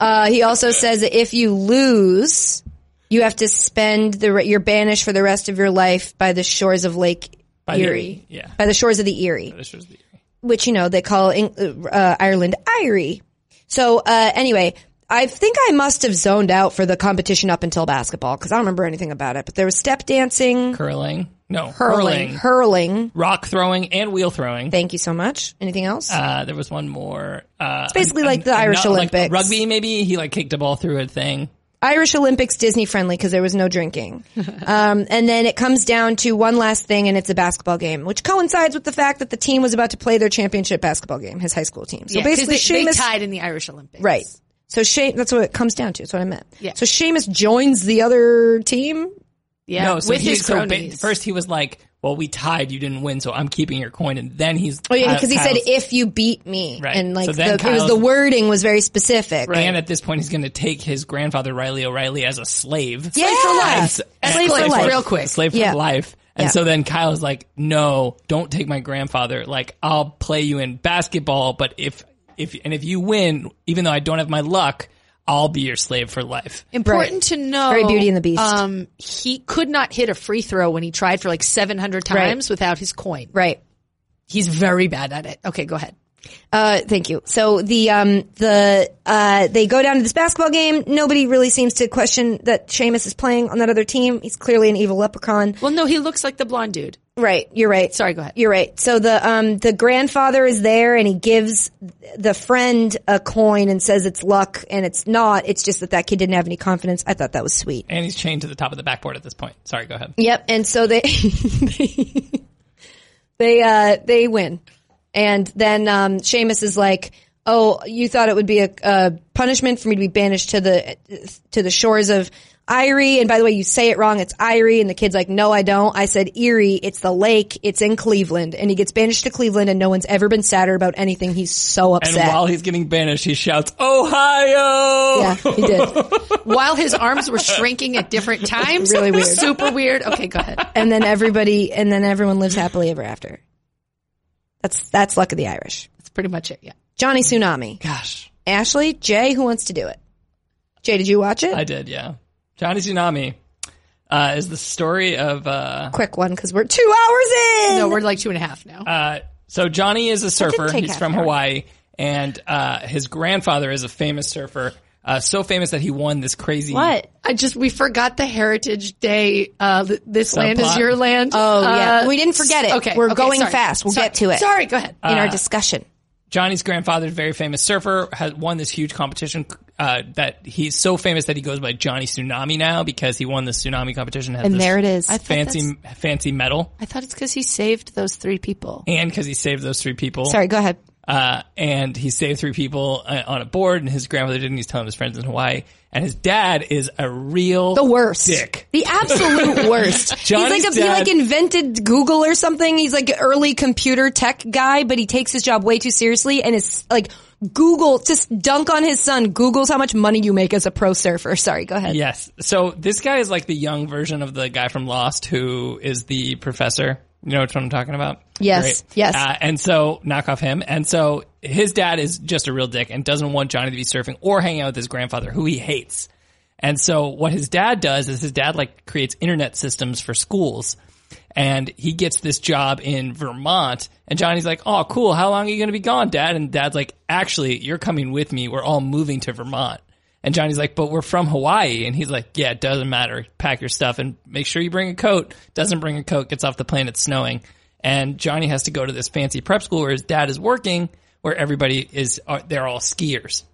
S3: Uh, he also says that if you lose, you have to spend the re- you're banished for the rest of your life by the shores of Lake
S4: By the-
S3: Erie.
S4: yeah.
S3: by the shores of the Erie,
S4: This was the-
S3: which you know they call Eng- uh, Ireland Irie. So uh, anyway, I think I must have zoned out for the competition up until basketball because I don't remember anything about it. But there was step dancing,
S4: Curling. No,
S3: hurling,
S4: hurling.
S3: hurling.
S4: rock throwing and wheel throwing.
S3: Thank you so much. Anything else?
S4: Uh, there was one more. Uh, it's
S3: basically like the Irish Olympics.
S4: rugby, maybe he like kicked a ball through a thing.
S3: Irish Olympics Disney friendly because there was no drinking. um, and then it comes down to one last thing, and it's a basketball game, which coincides with the fact that the team was about to play their championship basketball game, his high school team. So
S6: Yeah, 'cause
S3: basically,
S6: they, they
S3: Seamus
S6: tied in the Irish Olympics.
S3: right. So Seamus, that's what it comes down to. That's what I meant.
S6: Yeah.
S3: So Seamus joins the other team.
S6: Yeah.
S4: No, so
S6: with
S4: he,
S6: his
S4: so ba-
S6: cronies.
S4: first he was like, "Well, we tied. You didn't win, so I'm keeping your coin." And then he's
S3: Oh yeah, because he said
S4: Kyle's-
S3: if you beat me,
S4: Right.
S3: and like
S4: So
S3: the,
S4: then
S3: it was
S4: Kyle's-
S3: the wording was very specific.
S4: And at this point, he's going to take his grandfather Riley O'Reilly as a slave.
S3: Yeah, for life.
S4: And-
S3: Slave for
S4: and-
S3: life.
S6: Real quick.
S4: slave for
S3: Yeah.
S4: life. And
S3: Yeah.
S4: so then Kyle's like, "No, don't take my grandfather. Like, I'll play you in basketball, but if if and if you win, even though I don't have my luck, I'll be your slave for life."
S6: Important
S3: Right.
S6: to know.
S3: Very Beauty and the Beast.
S6: Um, he could not hit a free throw when he tried for like 700 times without his coin.
S3: Right.
S6: He's very bad at it. Okay, go ahead.
S3: Uh, thank you. So the um the uh they go down to this basketball game. Nobody really seems to question that Seamus is playing on that other team. He's clearly an evil leprechaun.
S6: Well, no, he looks like the blonde dude.
S3: Right. You're right.
S6: Sorry, go ahead.
S3: You're right. So the um the grandfather is there and he gives the friend a coin and says it's luck and it's not. It's just that that kid didn't have any confidence. I thought that was sweet.
S4: And he's chained to the top of the backboard at this point. Sorry, go ahead.
S3: Yep, and so they they uh they win. And then um Seamus is like, "Oh, you thought it would be a, a punishment for me to be banished to the to the shores of Irie." And by the way, you say it wrong. It's Irie, and the kid's like, "No, I don't. I said Erie. It's the lake. It's in Cleveland." And he gets banished to Cleveland, and no one's ever been sadder about anything. He's so
S4: And
S3: upset.
S4: while he's getting banished, he shouts, "Ohio!"
S3: yeah, he did.
S6: While his arms were shrinking at different times.
S3: Really weird.
S6: Super weird. Okay, go ahead.
S3: and then everybody, and then everyone lives happily ever after. That's that's luck of the Irish.
S6: That's pretty much it. Yeah.
S3: Johnny Tsunami.
S4: Gosh,
S3: Ashley, Jay, who wants to do it? Jay, did you watch it?
S4: I did. Yeah, Johnny Tsunami uh, is the story of. Uh,
S3: Quick one, because we're two hours in.
S6: No, Oh, we're like two and a half now.
S4: uh, so Johnny is a surfer.
S3: take
S4: He's
S3: half
S4: from
S3: an hour.
S4: Hawaii, and uh, his grandfather is a famous surfer. Uh, so famous that he won this crazy.
S1: What?
S6: I just we forgot the Heritage Day. Uh, th- this land is
S4: Subplot.
S6: your land.
S3: oh yeah,
S6: Uh,
S3: we didn't forget it.
S6: Okay,
S3: we're
S6: okay,
S3: going
S6: sorry.
S3: fast. We'll
S6: Sorry.
S3: get to it
S6: Sorry, go ahead.
S3: in
S4: Uh,
S3: our discussion.
S4: Johnny's grandfather, is a very famous surfer, has won this huge competition uh, that he's so famous that he goes by Johnny Tsunami now because he won the tsunami competition. Has
S3: And
S4: this
S3: there it is.
S6: I thought
S4: Fancy, fancy medal,
S6: I thought it's because he saved those three people.
S4: and because he saved those three people.
S3: Sorry, go ahead.
S4: uh, and he saved three people uh, on a board, and his grandmother didn't. He's telling his friends in Hawaii, and his dad is a real
S3: The worst.
S4: dick.
S3: The absolute worst.
S4: Johnny's
S3: he's like a, he
S4: dad-
S3: like invented Google or something. He's like an early computer tech guy, but he takes his job way too seriously and is like Google just dunk on his son. Google's how much money you make as a pro surfer. Sorry, go ahead.
S4: Yes. So this guy is like the young version of the guy from Lost, who is the professor. You know what I'm talking about?
S3: Yes.
S4: Great.
S3: Yes.
S4: Uh, and so knock off him. And so his dad is just a real dick and doesn't want Johnny to be surfing or hanging out with his grandfather, who he hates. And so what his dad does is his dad like creates internet systems for schools. And he gets this job in Vermont. And Johnny's like, Oh, cool. How long are you going to be gone, dad? And dad's like, Actually, you're coming with me. We're all moving to Vermont. And Johnny's like, But we're from Hawaii. And he's like, Yeah, it doesn't matter. Pack your stuff and make sure you bring a coat. Doesn't bring a coat, gets off the plane. It's snowing. And Johnny has to go to this fancy prep school where his dad is working, where everybody is, are, they're all skiers.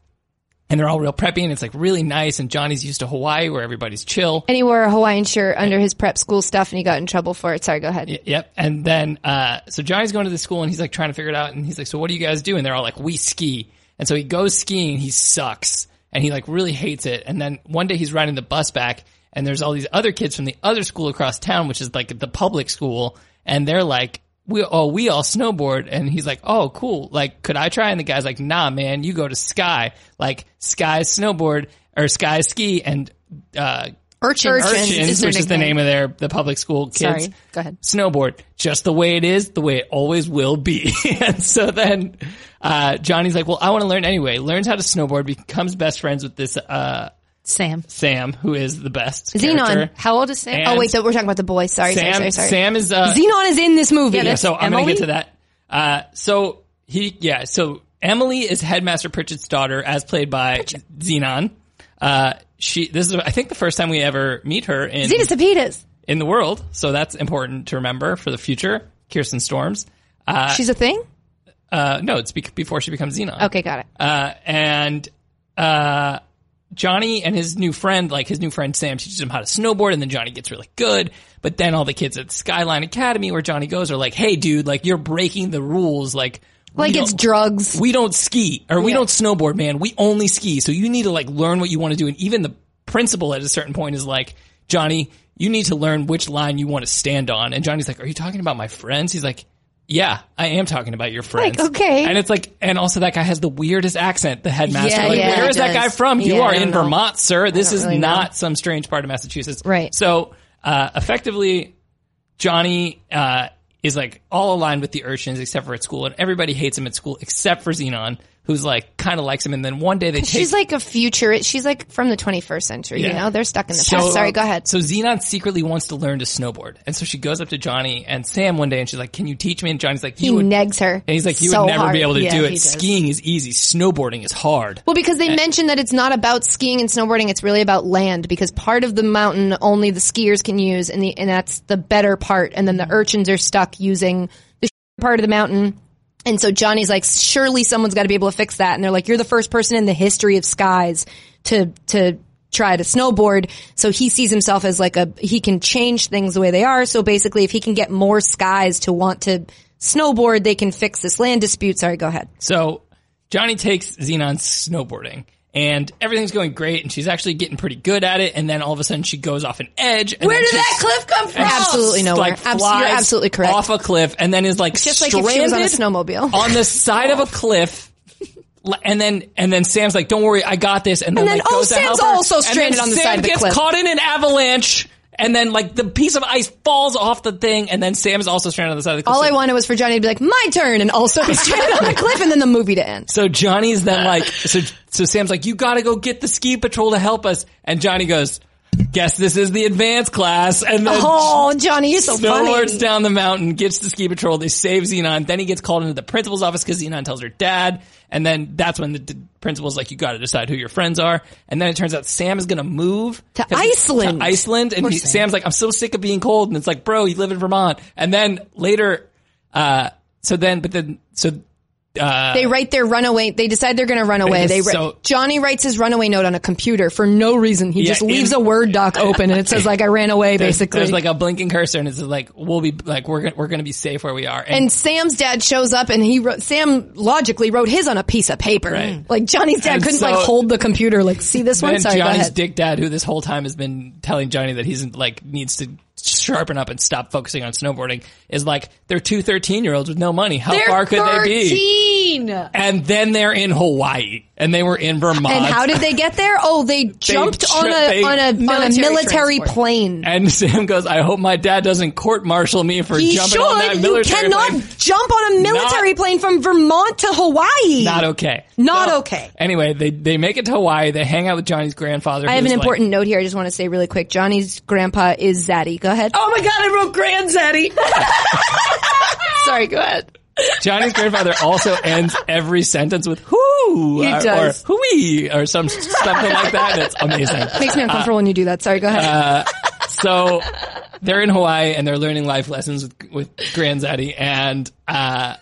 S4: And they're all real preppy and it's like really nice. And Johnny's used to Hawaii where everybody's chill.
S3: And he wore a Hawaiian shirt under his prep school stuff and he got in trouble for it. Sorry, go ahead.
S4: Y- Yep. And then, uh, so Johnny's going to the school and he's like trying to figure it out. And he's like, so what do you guys do? And they're all like, we ski. And so he goes skiing. He sucks and he like really hates it. And then one day he's riding the bus back and there's all these other kids from the other school across town, which is like the public school. And they're like, we, oh, we all snowboard. And he's like, oh, cool. Like, could I try? And the guy's like, nah, man, you go to Sky, like Sky snowboard or Sky ski and, uh,
S6: Urchin,
S4: Urchins,
S6: is their
S4: which is the
S6: nickname.
S4: name of their the public school kids.
S6: Sorry. Go ahead.
S4: Snowboard, just the way it is, the way it always will be. and so then uh, Johnny's like, "Well, I want to learn anyway." Learns how to snowboard, becomes best friends with this uh,
S6: Sam.
S4: Sam, who is the best.
S3: Xenon.
S4: character.
S6: How old is Sam?
S4: And
S3: Oh wait, so we're talking about the boy. Sorry,
S4: Sam,
S3: sorry, sorry, sorry.
S4: Sam is uh,
S3: Xenon is in this movie.
S4: yeah, so I'm going to
S6: Emily?
S4: get to that. Uh, so he, yeah, so Emily is Headmaster Pritchett's daughter, as played by Xenon. Uh, she. This is I think the first time we ever meet her in
S6: Zeta Sapitas.
S4: in the world, so that's important to remember for the future. Kirsten Storms.
S6: She's a thing?
S4: Uh, no, it's bec before she becomes Xenon.
S6: Okay, got it.
S4: Uh, and uh, Johnny and his new friend, like his new friend Sam, teaches him how to snowboard, and then Johnny gets really good. But then all the kids at Skyline Academy, where Johnny goes, are like, "Hey, dude, like you're breaking the rules. Like, we
S6: like it's
S4: don't-
S6: drugs.
S4: we don't ski or we don't snowboard, man. We only ski. So you need to like learn what you want to do. And even the principal at a certain point is like, Johnny, you need to learn which line you want to stand on. And Johnny's like, Are you talking about my friends? He's like, Yeah, I am talking about your friends.
S6: Like, okay.
S4: And it's like, and also that guy has the weirdest accent, the headmaster.
S6: Yeah,
S4: like,
S6: yeah,
S4: where
S6: he
S4: is that
S6: does.
S4: guy from? You
S6: Yeah,
S4: are
S6: I
S4: in
S6: don't know.
S4: Vermont, sir. This
S6: don't
S4: is
S6: really know.
S4: not some strange part of Massachusetts.
S6: Right.
S4: So, uh, effectively, Johnny uh, is like all aligned with the urchins except for at school, and everybody hates him at school except for Xenon, who's like kind of likes him. And then one day they take
S3: She's like a future. She's like from the 21st century. You
S4: Yeah.
S3: know, they're stuck in the
S4: So-
S3: past. Sorry, go ahead.
S4: So Xenon secretly wants to learn to snowboard, and so she goes up to Johnny and Sam one day, and she's like, "Can you teach me?" And Johnny's like,
S3: he
S4: "You would."
S3: negs her.
S4: And he's like, "You
S3: so
S4: would never
S3: hard.
S4: be able to
S7: Yeah,
S4: do
S7: he
S4: it.
S7: does.
S4: Skiing is easy. Snowboarding is hard."
S3: Well, because they mentioned that it's not about skiing and snowboarding; it's really about land. Because part of the mountain only the skiers can use, and the and that's the better part. And then the urchins are stuck using the shitty part of the mountain. And so Johnny's like, surely someone's got to be able to fix that. And they're like, you're the first person in the history of skies to to try to snowboard. So he sees himself as like a he can change things the way they are. So basically, if he can get more skies to want to snowboard, they can fix this land dispute. Sorry, go ahead.
S4: So Johnny takes Xenon snowboarding. And everything's going great, and she's actually getting pretty good at it. And then all of a sudden, she goes off an edge. And
S8: Where
S4: then
S8: did
S4: she
S8: that cliff come from?
S3: Absolutely
S4: no,
S3: nowhere.
S4: Like
S3: Abs-
S4: flies
S3: you're absolutely correct.
S4: Off a cliff and then is like
S3: Just like
S4: stranded
S3: if she was on a snowmobile.
S4: on the side of a cliff. L- And then and then Sam's like, "Don't worry, I got this." And then,
S3: And then,
S4: like, goes
S3: oh,
S4: to
S3: Sam's
S4: help her.
S3: also
S4: And then
S3: stranded on the
S4: Sam
S3: side of the
S4: gets
S3: cliff.
S4: caught in an avalanche. And then like the piece of ice falls off the thing, and then Sam's also stranded on the side of the cliff.
S3: All
S4: So-
S3: I wanted was for Johnny to be like, my turn, and also be stranded on the cliff, and then the movie to end.
S4: So Johnny's then like, so so Sam's like, you gotta go get the ski patrol to help us, and Johnny goes, guess this is the advanced class, and then
S3: Oh, Johnny, you're so
S4: snowboards
S3: funny.
S4: down the mountain, gets the ski patrol, they save Xenon, then he gets called into the principal's office because Xenon tells her dad, and then that's when the d- principal's like, you gotta decide who your friends are, and then it turns out Sam is gonna move
S3: To
S4: 'cause-
S3: Iceland.
S4: to Iceland, and he- Sam's like, I'm so sick of being cold, and it's like, bro, you live in Vermont, and then later, uh, so then, but then, so
S3: They write their runaway. They decide they're going to run away.
S4: just
S3: They wri-
S4: so-
S3: Johnny writes his runaway note on a computer for no reason. He
S4: Yeah,
S3: just leaves
S4: in-
S3: a word doc open, and it says like, "I ran away,"
S4: There's-
S3: basically.
S4: There's like a blinking cursor, and it's like we'll be like we're gonna, we're gonna be safe where we are. And,
S3: and Sam's dad shows up, and he wrote, Sam logically wrote his on a piece of paper.
S4: Right.
S3: Like Johnny's dad
S4: And
S3: couldn't
S4: so-
S3: like hold the computer. Like, see this
S4: then
S3: one? Sorry, go
S4: Johnny's
S3: ahead.
S4: dick dad, who this whole time has been telling Johnny that he's like needs to sharpen up and stop focusing on snowboarding, is like they're two 13 year olds with no money. How far could they be? And then they're in Hawaii, and they were in Vermont.
S3: and how did they get there? Oh, they jumped on a
S4: Uh, tri- they-
S3: on a on a
S6: Military
S3: military
S6: transport.
S3: plane.
S4: And Sam goes, I hope my dad doesn't court martial me for
S3: He
S4: jumping
S3: should.
S4: on that
S3: you
S4: military
S3: cannot
S4: plane.
S3: jump on a military
S4: Not-
S3: plane from Vermont to Hawaii.
S4: Not okay.
S3: Not okay.
S4: Anyway, they they make it to Hawaii. They hang out with Johnny's grandfather.
S3: I have an
S4: who's like-
S3: important note here. I just want to say really quick. Johnny's grandpa is Zaddy. Go ahead.
S6: Oh my god, I wrote Grand Zaddy.
S3: sorry. Go ahead.
S4: Johnny's grandfather also ends every sentence with "whoo" or,
S6: does.
S4: or "hooey" or some something like that. That's amazing.
S3: Makes me uncomfortable when you do that. Sorry. Go ahead.
S4: uh, So they're in Hawaii and they're learning life lessons with, with Grandzaddy, and uh,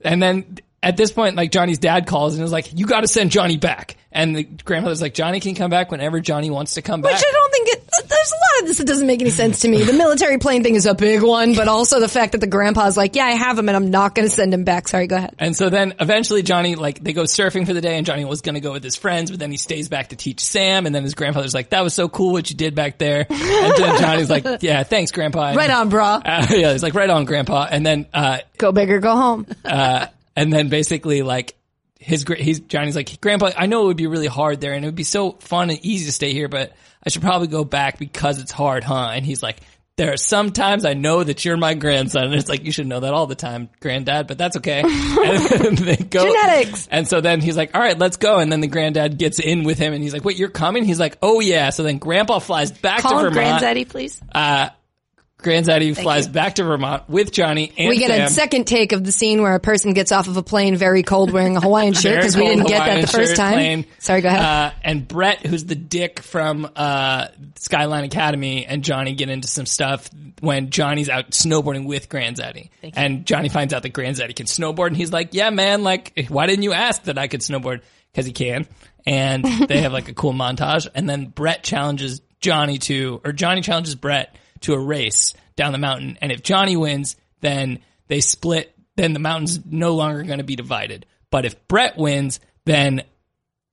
S4: and then at this point, like Johnny's dad calls and is like, "You got to send Johnny back." And the grandmother's like, "Johnny can come back whenever Johnny wants to come back."
S3: Which I don't think it, there's a lot of this that doesn't make any sense to me. The military plane thing is a big one, but also the fact that the grandpa's like, yeah, I have him and I'm not going to send him back. Sorry. Go ahead.
S4: And so then eventually Johnny, like, they go surfing for the day and Johnny was going to go with his friends, but then he stays back to teach Sam. And then his grandfather's like, that was so cool what you did back there. And then Johnny's like, yeah, thanks, grandpa.
S3: Right on, brah.
S4: Uh, yeah, he's like, right on, grandpa. And then, uh,
S3: Go big or go home.
S4: and then basically like his gra- he's Johnny's like grandpa I know it would be really hard there and it would be so fun and easy to stay here but I should probably go back because it's hard huh and he's like there are some times I know that you're my grandson and it's like you should know that all the time granddad but that's okay and then they go
S3: Genetics.
S4: and so then he's like all right let's go and then the granddad gets in with him and he's like wait you're coming he's like oh yeah so then grandpa flies back
S8: Call
S4: to
S8: him
S4: Vermont
S8: Grandzaddy, please.
S4: Grand Zaddy flies back to Vermont with Johnny and
S3: We get
S4: Sam.
S3: a second take of the scene where a person gets off of a plane very cold wearing a Hawaiian shirt because we
S4: Very
S3: didn't
S4: cold
S3: get that
S4: Hawaiian
S3: the first
S4: shirt,
S3: time.
S4: plain.
S3: Sorry, go ahead.
S4: Uh, and Brett, who's the dick from uh, Skyline Academy, and Johnny get into some stuff when Johnny's out snowboarding with Grandzaddy. And Johnny finds out that Grandzaddy can snowboard, and he's like, "Yeah, man, like, why didn't you ask that I could snowboard? Because he can." And they have like a cool montage, and then Brett challenges Johnny to, or Johnny challenges Brett to a race down the mountain, and if Johnny wins, then they split. Then the mountain's no longer going to be divided. But if Brett wins, then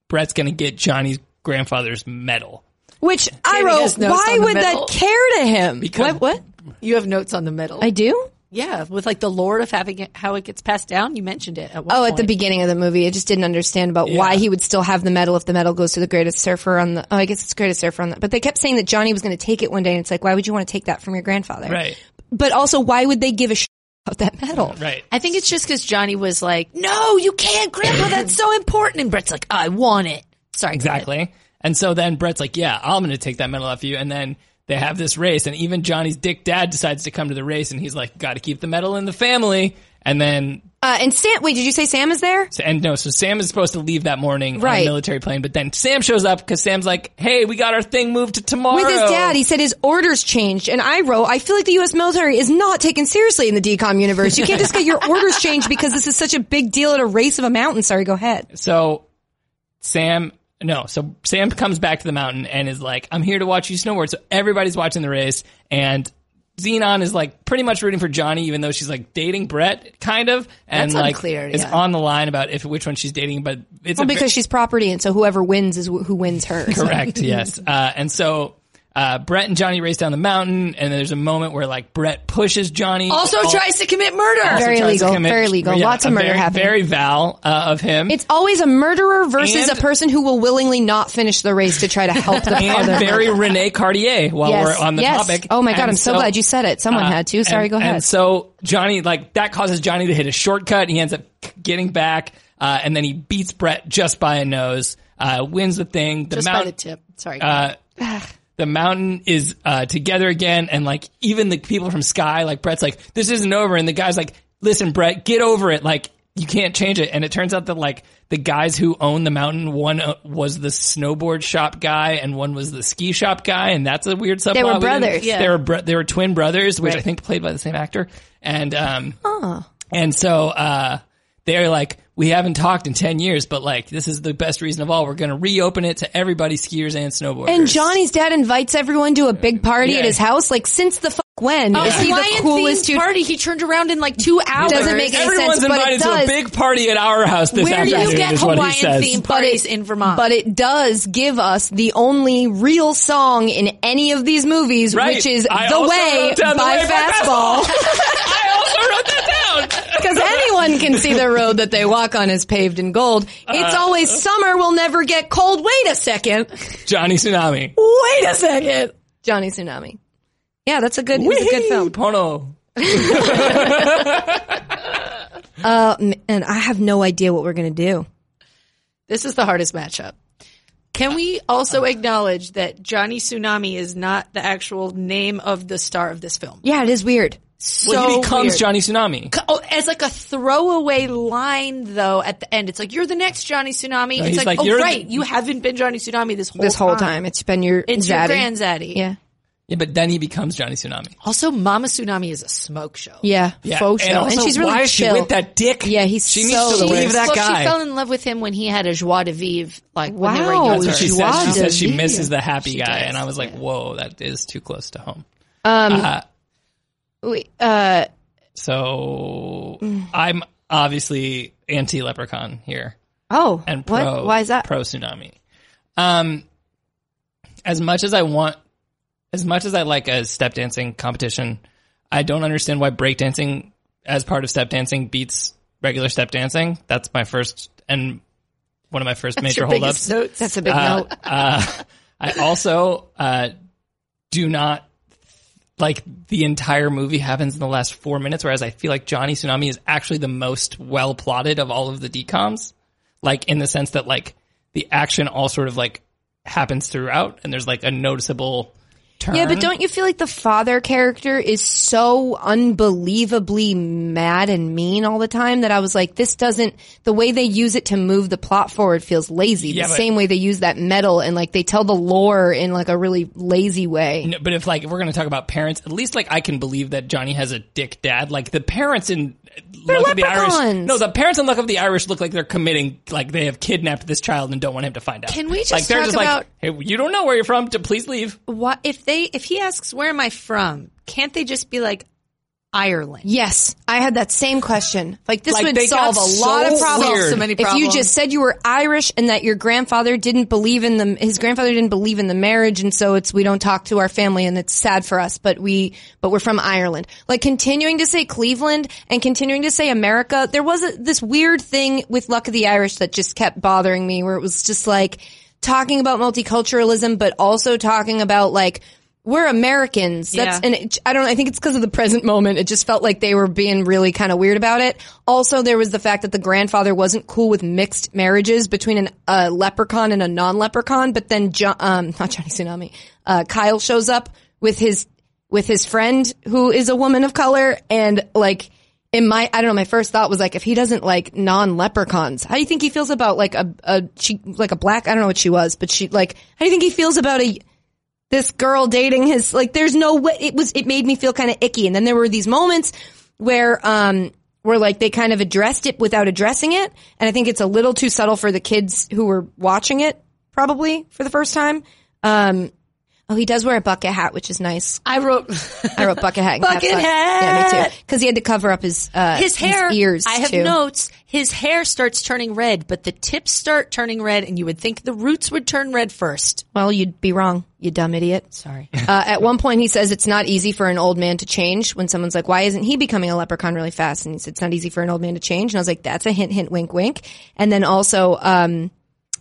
S4: Brett's going to get Johnny's grandfather's medal.
S9: Which I
S10: Tammy
S9: wrote,
S10: has notes
S9: why
S10: on the
S9: would
S10: middle.
S9: that care to him?
S4: Because-
S9: what? What?
S6: You have notes on the middle.
S3: I do?
S6: yeah, with like the lore of having it, how it gets passed down. You mentioned it. At one
S3: Oh,
S6: point.
S3: at the beginning of the movie, I just didn't understand about why he would still have the medal if the medal goes to the greatest surfer on the. Oh, I guess it's greatest surfer on the. But they kept saying that Johnny was going to take it one day, and it's like, why would you want to take that from your grandfather?
S4: Right.
S3: But also, why would they give a shit about that medal?
S4: Right.
S6: I think it's just because Johnny was like, "No, you can't, Grandpa. That's so important." And Brett's like, "I want it." Sorry, go ahead.
S4: Exactly. And so then Brett's like, yeah, I'm going to take that medal off you. And then they have this race. And even Johnny's dick dad decides to come to the race. And he's like, got to keep the medal in the family. And then,
S3: Uh, and Sam, wait, did you say Sam is there?
S4: and no, so Sam is supposed to leave that morning on
S3: Right.
S4: a military plane. But then Sam shows up because Sam's like, hey, we got our thing moved to tomorrow.
S3: With his dad, he said his orders changed, and I wrote, I feel like the U.S. military is not taken seriously in the DCOM universe. You can't just get your orders changed because this is such a big deal at a race of a mountain. Sorry, go ahead.
S4: So Sam, no, so Sam comes back to the mountain and is like, I'm here to watch you snowboard. So everybody's watching the race and Xenon is like pretty much rooting for Johnny, even though she's like dating Brett, kind of, and
S6: That's
S4: like
S6: unclear,
S4: is
S6: yeah.
S4: on the line about if which one she's dating. But it's a
S3: Well,
S4: ve-
S3: because she's property, and so whoever wins is wh- who wins hers.
S4: Correct. yes. Uh, and so uh, Brett and Johnny race down the mountain, and there's a moment where like Brett pushes Johnny.
S6: Also
S4: all-
S6: tries to commit murder.
S4: also
S3: Very
S4: tries to
S3: legal,
S4: commit-
S3: very legal. Lots of
S4: a
S3: murder
S4: very,
S3: happening.
S4: Very Val uh, of him.
S3: It's always a murderer versus
S4: And-
S3: a person who will willingly not finish the race to try to help the
S4: and
S3: other.
S4: very Renee Cartier while
S3: yes.
S4: we're on the
S3: yes.
S4: topic.
S3: Oh my god,
S4: And
S3: I'm so, glad you said it. Someone
S4: uh,
S3: had to. Sorry,
S4: and-
S3: go ahead.
S4: And so Johnny, like that causes Johnny to hit a shortcut. He ends up getting back, uh, and then he beats Brett just by a nose. Uh, wins the thing. The
S6: Just by
S4: mount-
S6: the tip. Sorry.
S4: Uh, the mountain is uh, together again, and like even the people from Sky, like Brett's like, this isn't over, and the guy's like, listen, Brett, get over it, like. You can't change it, and it turns out that like the guys who own the mountain, one uh, was the snowboard shop guy, and one was the ski shop guy, and that's a weird subplot.
S3: They were
S4: we didn't-
S3: brothers.
S4: They were br- they were twin brothers, which I think played by the same actor, and um, and so uh, they're like, we haven't talked in 10 years, but like, this is the best reason of all. We're going to reopen it to everybody, skiers and snowboarders.
S3: and Johnny's dad invites everyone to a big party at his house. Like since the fuck when
S4: Oh,
S3: is he the
S6: Hawaiian
S3: coolest
S6: themed
S3: dude?
S6: party. He turned around in like two hours.
S3: Doesn't make any
S4: Everyone's
S3: sense, but
S4: invited
S3: it
S4: to a
S3: does.
S4: big party at our house this
S3: Where do you
S4: afternoon,
S6: get
S4: is what he
S6: Hawaiian
S4: says.
S6: themed parties in Vermont.
S3: But it does give us the only real song in any of these movies,
S4: Right.
S3: which is
S4: I
S3: "The
S4: also
S3: Way"
S4: wrote down The
S3: by
S4: Way
S3: Fastball.
S4: by I also wrote that down.
S3: Because anyone can see the road that they walk on is paved in gold.
S4: Uh-huh.
S3: It's always summer will never get cold. Wait a second.
S4: Johnny Tsunami.
S3: Wait a second. Johnny Tsunami. Yeah, that's a good, it was a good film.
S4: Pono.
S3: Uh, and I have no idea what we're going to do.
S6: This is the hardest matchup. Can we also acknowledge that Johnny Tsunami is not the actual name of the star of this film?
S3: Yeah, it is weird.
S6: So
S4: Well, he becomes
S6: weird.
S4: Johnny Tsunami.
S6: Oh, as like a throwaway line though at the end. It's like you're the next Johnny Tsunami. it's
S4: he's
S6: like,
S4: like,
S6: oh
S4: "You're the-
S6: right, you haven't been Johnny Tsunami this whole
S3: This whole time. Oh, It's been your
S6: It's
S3: zaddy.
S6: your grand zaddy.
S3: Yeah.
S4: Yeah, but then he becomes Johnny Tsunami.
S6: Also, Mama Tsunami is a smoke show.
S3: Yeah.
S4: Yeah.
S3: Faux show.
S4: And,
S3: And,
S4: also,
S3: she's really
S4: why is
S3: chill.
S4: she with that dick?
S3: Yeah, he's
S4: she
S3: so
S4: needs to
S3: the
S4: leave
S3: worst.
S4: that
S6: well,
S4: guy.
S6: she fell in love with him when he had a joie de vivre. Like when they were
S3: Wow.
S6: younger.
S4: That's what she
S3: Joie
S4: says. She
S3: de
S4: says she
S3: vivre.
S4: misses the happy guy,
S6: does,
S4: and I was like, "Whoa, that is too close to home." Uh-huh.
S3: Wait, Um, uh,
S4: So I'm obviously anti leprechaun here
S3: oh.
S4: and
S3: what?
S4: pro
S3: Why is that?
S4: pro tsunami. Um as much as I want as much as I like a step dancing competition, I don't understand why breakdancing as part of step dancing beats regular step dancing. That's my first and one of my first major holdups.
S3: That's a big
S4: Uh,
S3: note.
S4: uh, I also uh, do not like the entire movie happens in the last four minutes, whereas I feel like Johnny Tsunami is actually the most well plotted of all of the decoms. Like in the sense that like the action all sort of like happens throughout, and there's like a noticeable turn.
S3: Yeah, but don't you feel like the father character is so unbelievably mad and mean all the time that I was like, this doesn't, the way they use it to move the plot forward feels lazy.
S4: Yeah,
S3: the
S4: but-
S3: same way they use that metal and like they tell the lore in like a really lazy way.
S4: No, but if like if we're gonna talk about parents, at least like I can believe that Johnny has a dick dad. Like the parents in Luck of the Irish,
S3: leprechauns.
S4: no, the parents in Luck of the Irish look like they're committing, like they have kidnapped this child and don't want him to find out.
S6: Can we just
S4: like, they're
S6: talk
S4: just
S6: about-
S4: like, hey, you don't know where you're from, to please leave.
S6: What if they if he asks where am I from? Can't they just be like Ireland?
S3: Yes, I had that same question. Like this
S4: Like,
S3: would
S4: they got
S3: solve a lot
S4: so
S3: of problems.
S4: weird. So
S6: many
S3: If you
S6: problems.
S3: just said you were Irish and that your grandfather didn't believe in the his grandfather didn't believe in the marriage, and so it's we don't talk to our family, and it's sad for us, but we but we're from Ireland. Like continuing to say Cleveland and continuing to say America, there was a, this weird thing with Luck of the Irish that just kept bothering me, where it was just like talking about multiculturalism, but also talking about like. We're Americans. That's
S6: Yeah.
S3: and it, I don't. I think it's because of the present moment. It just felt like they were being really kind of weird about it. Also, there was the fact that the grandfather wasn't cool with mixed marriages between an, a leprechaun and a non-leprechaun. But then, jo- um, not Johnny Tsunami, uh, Kyle shows up with his with his friend who is a woman of color, and like in my, I don't know. My first thought was like, if he doesn't like non-leprechauns, how do you think he feels about like a a she like a black? I don't know what she was, but she like how do you think he feels about a this girl dating his like there's no way it was it made me feel kind of icky and then there were these moments where um where like they kind of addressed it without addressing it and i think it's a little too subtle for the kids who were watching it probably for the first time um oh he does wear a bucket hat which is nice
S6: I wrote
S3: i wrote bucket hat in caps
S6: Bucket
S3: lock. yeah me
S6: hat!
S3: too because he had to cover up his uh
S6: his hair
S3: ears
S6: I have
S3: too.
S6: notes. His hair starts turning red, but the tips start turning red and you would think the roots would turn red first.
S3: well you'd be wrong you dumb idiot
S6: Sorry.
S3: Uh, at one point, he says it's not easy for an old man to change. When someone's like, "Why isn't he becoming a leprechaun really fast?" and he said, "It's not easy for an old man to change," and I was like, "That's a hint, hint, wink, wink." And then also, um,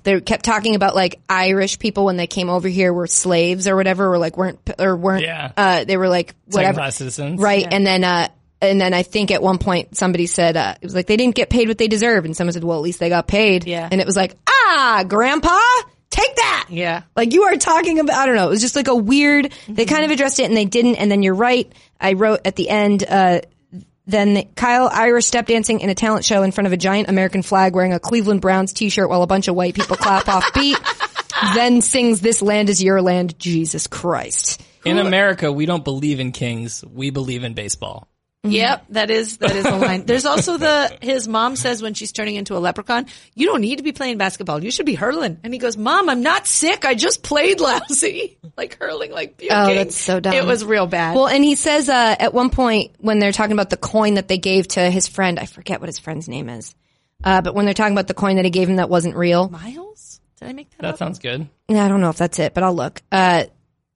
S3: they kept talking about like Irish people when they came over here were slaves or whatever, or like weren't or weren't.
S4: Yeah.
S3: Uh, they were like whatever,
S4: Second-class citizens.
S3: right? And then, uh, and then I think at one point somebody said uh, it was like they didn't get paid what they deserve, and someone said, "Well, at least they got paid."
S6: Yeah.
S3: and it was like, ah, Grandpa, take that.
S6: Yeah. Mm-hmm.
S3: Like you are talking about, I don't know. It was just like a weird, they kind of addressed it and they didn't. And then you're right. I wrote at the end, uh, then Kyle Irish step dancing in a talent show in front of a giant American flag wearing a Cleveland Browns t-shirt while a bunch of white people clap off beat. Then sings This Land is Your Land, Jesus Christ.
S4: In America, we don't believe in kings. We believe in baseball.
S6: Yep, that is that is the line. There's also the his mom says when she's turning into a leprechaun, you don't need to be playing basketball. You should be hurling. And he goes, "Mom, I'm not sick. I just played lousy, like hurling, like puking."
S3: Oh, that's so dumb.
S6: It was real bad.
S3: Well, and he says uh, at one point when they're talking about the coin that they gave to his friend, I forget what his friend's name is. Uh, but when they're talking about the coin that he gave him that wasn't real,
S6: Miles, did I make that,
S4: That
S6: up?
S4: sounds good.
S3: Yeah, I don't know if that's it, but I'll look. Uh,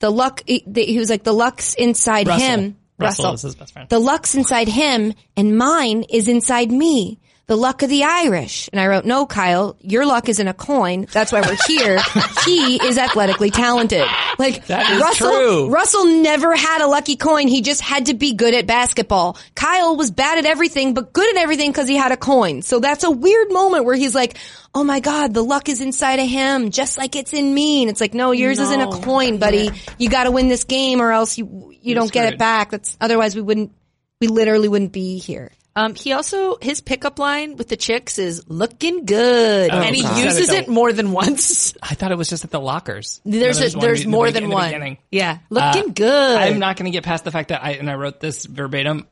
S3: the luck, he, the, he was like, the luck's inside
S4: Russell.
S3: him.
S4: Russell is his best friend.
S3: The luck's inside him, and mine is inside me. The luck of the Irish. And I wrote, no, Kyle, your luck is in a coin. That's why we're here. he is athletically talented. Like,
S4: That is
S3: Russell,
S4: true.
S3: Russell never had a lucky coin. He just had to be good at basketball. Kyle was bad at everything, but good at everything because he had a coin. So that's a weird moment where he's like, Oh my God, the luck is inside of him, just like it's in me. And it's like, no, yours isn't a coin, buddy. You got to win this game or else you, you don't get
S4: screwed.
S3: it back. That's otherwise we wouldn't, we literally wouldn't be here.
S6: Um, he also his pickup line with the chicks is looking good,
S4: Oh,
S6: and he
S4: God.
S6: uses
S4: Said it
S6: it more than once.
S4: I thought it was just at the lockers.
S6: There's
S4: No,
S6: a,
S4: one
S6: there's
S4: in the
S6: more
S4: beg-
S6: than
S4: in the
S6: one.
S4: beginning.
S6: Yeah, looking
S4: Uh,
S6: good.
S4: I'm not going to get past the fact that I and I wrote this verbatim.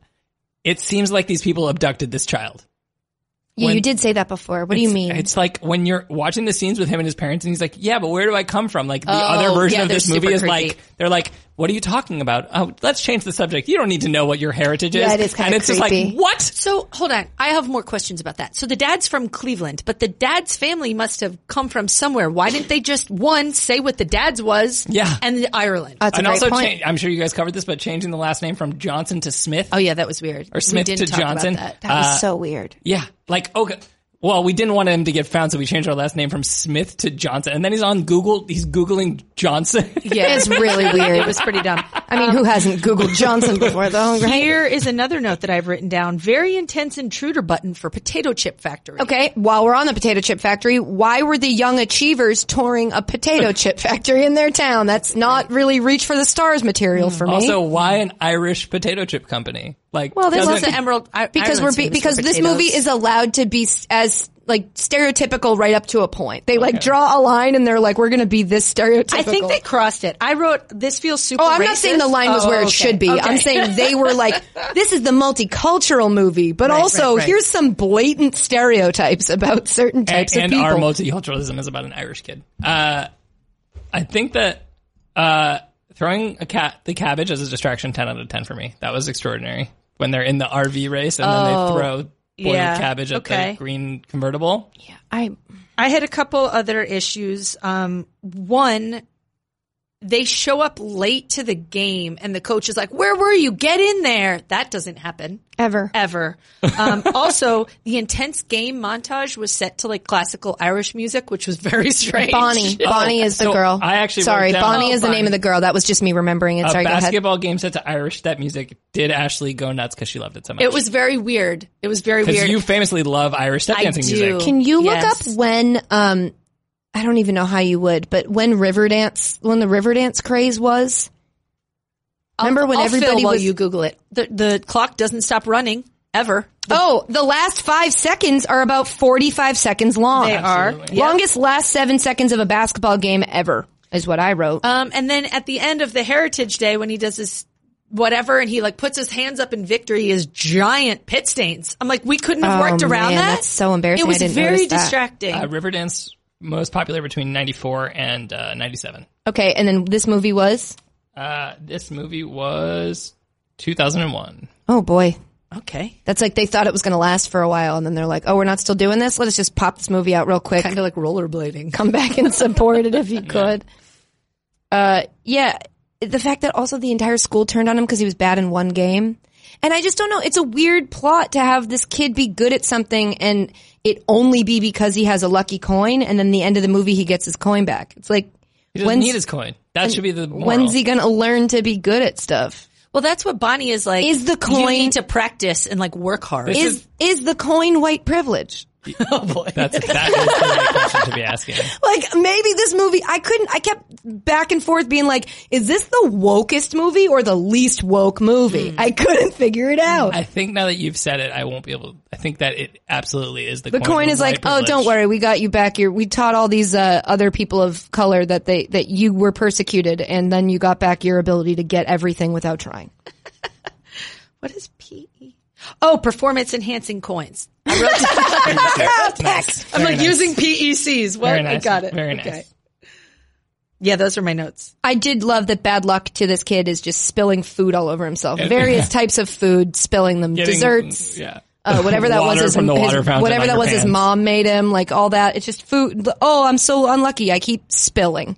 S4: It seems like these people abducted this child.
S3: Yeah,
S4: When-
S3: you did say that before. What do you mean?
S4: It's like when you're watching the scenes with him and his parents, and he's like, "Yeah, but where do I come from?" Like
S3: Oh,
S4: the other version
S6: yeah,
S4: of
S6: they're
S4: this movie
S6: super
S4: is
S6: creepy.
S4: like, "They're like, what are you talking about? Oh, let's change the subject. You don't need to know what your heritage is."
S3: Yeah, it is kinda
S4: and it's just
S3: creepy.
S4: like, "What?"
S6: So hold on, I have more questions about that. So the dad's from Cleveland, but the dad's family must have come from somewhere. Why didn't they just one say what the dad's was?
S4: Yeah.
S6: and Ireland.
S3: That's a
S4: and
S3: great
S4: also,
S3: point.
S4: change- I'm sure you guys covered this, but changing the last name from Johnson to Smith
S6: oh yeah, that was weird.
S4: or Smith
S6: we
S4: to
S6: didn't talk
S4: Johnson.
S6: About that.
S3: that was so weird.
S4: Yeah, like okay. Well, we didn't want him to get found, so we changed our last name from Smith to Johnson. And then he's on Google. He's googling Johnson.
S6: Yeah,
S3: It's really
S6: it
S3: weird.
S6: was pretty dumb.
S3: I mean, who hasn't Googled Johnson before though, right?
S6: Here is another note that I've written down. Very intense intruder button for potato chip factory.
S3: Okay, while we're on the potato chip factory, why were the young achievers touring a potato chip factory in their town? That's not really reach for the stars material
S6: Hmm.
S3: for me.
S4: Also, why an Irish potato chip company? Like, well,
S3: this
S6: Plus the Emerald I-
S3: because we're
S6: Islands
S3: be-
S6: famous for
S3: because this
S6: potatoes.
S3: movie is allowed to be s- as like stereotypical right up to a point. They like draw a line and they're like, we're going to be this stereotypical.
S6: I think they crossed it. I wrote this feels super.
S3: Oh, I'm not
S6: racist."
S3: saying the line was
S6: Oh,
S3: where it
S6: okay,
S3: should be.
S6: okay.
S3: I'm saying they were like, this is the multicultural movie, but also
S6: right, right.
S3: here's some blatant stereotypes about certain types
S4: and,
S3: of
S4: and
S3: people.
S4: our multiculturalism is about an Irish kid. Uh, I think that uh, throwing a cat the cabbage as a distraction, ten out of ten for me. That was extraordinary when they're in the RV race and then they throw
S6: Oh,
S4: boiled
S6: yeah.
S4: cabbage at
S6: Okay.
S4: the green convertible.
S3: I
S6: I had a couple other issues. Um, one, they show up late to the game, and the coach is like, "Where were you? Get in there." That doesn't happen
S3: ever.
S6: ever. Um, also, the intense game montage was set to like classical Irish music, which was very strange.
S3: Bonnie. Bonnie is the
S4: so
S3: girl.
S4: I actually
S3: sorry.
S4: wrote down-
S3: Bonnie is the
S4: Bonnie.
S3: name of the girl. That was just me remembering it.
S4: A
S3: Sorry. Go ahead.
S4: basketball game set to Irish step music. Did Ashley go nuts because she loved it so much?
S6: It was very weird. It was very
S4: because
S6: weird.
S4: you famously love Irish step
S6: I
S4: dancing
S6: do.
S4: music.
S3: Can you look
S6: Yes.
S3: up when? Um, I don't even know how you would, but when Riverdance, when the Riverdance craze was. Remember when
S6: I'll
S3: everybody
S6: fill while
S3: was
S6: you Google it. The the clock doesn't stop running ever.
S3: Oh, the last five seconds are about 45 seconds long.
S6: They are.
S4: Absolutely.
S6: Yeah.
S3: Longest last seven seconds of a basketball game ever is what I wrote.
S6: Um, and then at the end of the Heritage Day, when he does his whatever, and he like puts his hands up in victory, is giant pit stains. I'm like, we couldn't have
S3: Oh,
S6: worked around
S3: man,
S6: that.
S3: that's so embarrassing.
S6: It was
S3: I didn't
S6: very
S3: notice that.
S6: distracting.
S4: Uh, Riverdance most popular between ninety four and uh, ninety seven.
S3: okay, and then this movie was?
S4: Uh, this movie was two thousand and one.
S3: Oh boy.
S6: okay,
S3: That's like they thought it was going to last for a while and then they're like, "Oh, we're not still doing this. Let's just pop this movie out real quick.
S6: kind of like rollerblading.
S3: Come back and support it if you could." Uh yeah, the fact that also the entire school turned on him cuz he was bad in one game. And I just don't know, it's a weird plot to have this kid be good at something and it only be because he has a lucky coin and then the end of the movie he gets his coin back. It's like
S4: He doesn't
S3: when's-
S4: need his coin. That should be the moral.
S3: When's he gonna learn to be good at stuff?
S6: Well, that's what Bonnie is like.
S3: Is the
S6: You
S3: coin-
S6: need to practice and like work hard.
S4: This
S3: Is is the coin white privilege?
S4: Oh, That's that is the right question to be asking.
S3: Like maybe this movie, I couldn't. I kept back and forth being like, is this the wokest movie or the least woke movie? I couldn't figure it out.
S4: I think now that you've said it, I won't be able. I think that it absolutely is the.
S3: the coin is like, oh, don't worry, we got you back. Here, we taught all these uh, other people of color that they that you were persecuted, and then you got back your ability to get everything without trying.
S6: what is PE? Oh, performance enhancing coins.
S4: Nice.
S6: I'm
S4: Very
S6: like
S4: nice.
S6: using PECs. What?
S4: Very
S6: E I
S4: nice.
S6: got it.
S4: Very
S6: okay.
S4: nice.
S6: Yeah, those are my notes.
S3: I did love that bad luck to this kid is just spilling food all over himself. Various types of food, spilling them
S4: Getting-
S3: desserts.
S4: Yeah.
S3: uh, whatever that was
S4: Water
S3: his,
S4: from the
S3: his-
S4: water fountain
S3: whatever
S4: on
S3: that
S4: your
S3: was his
S4: pants.
S3: mom made him like all that it's just food oh i'm so unlucky i keep spilling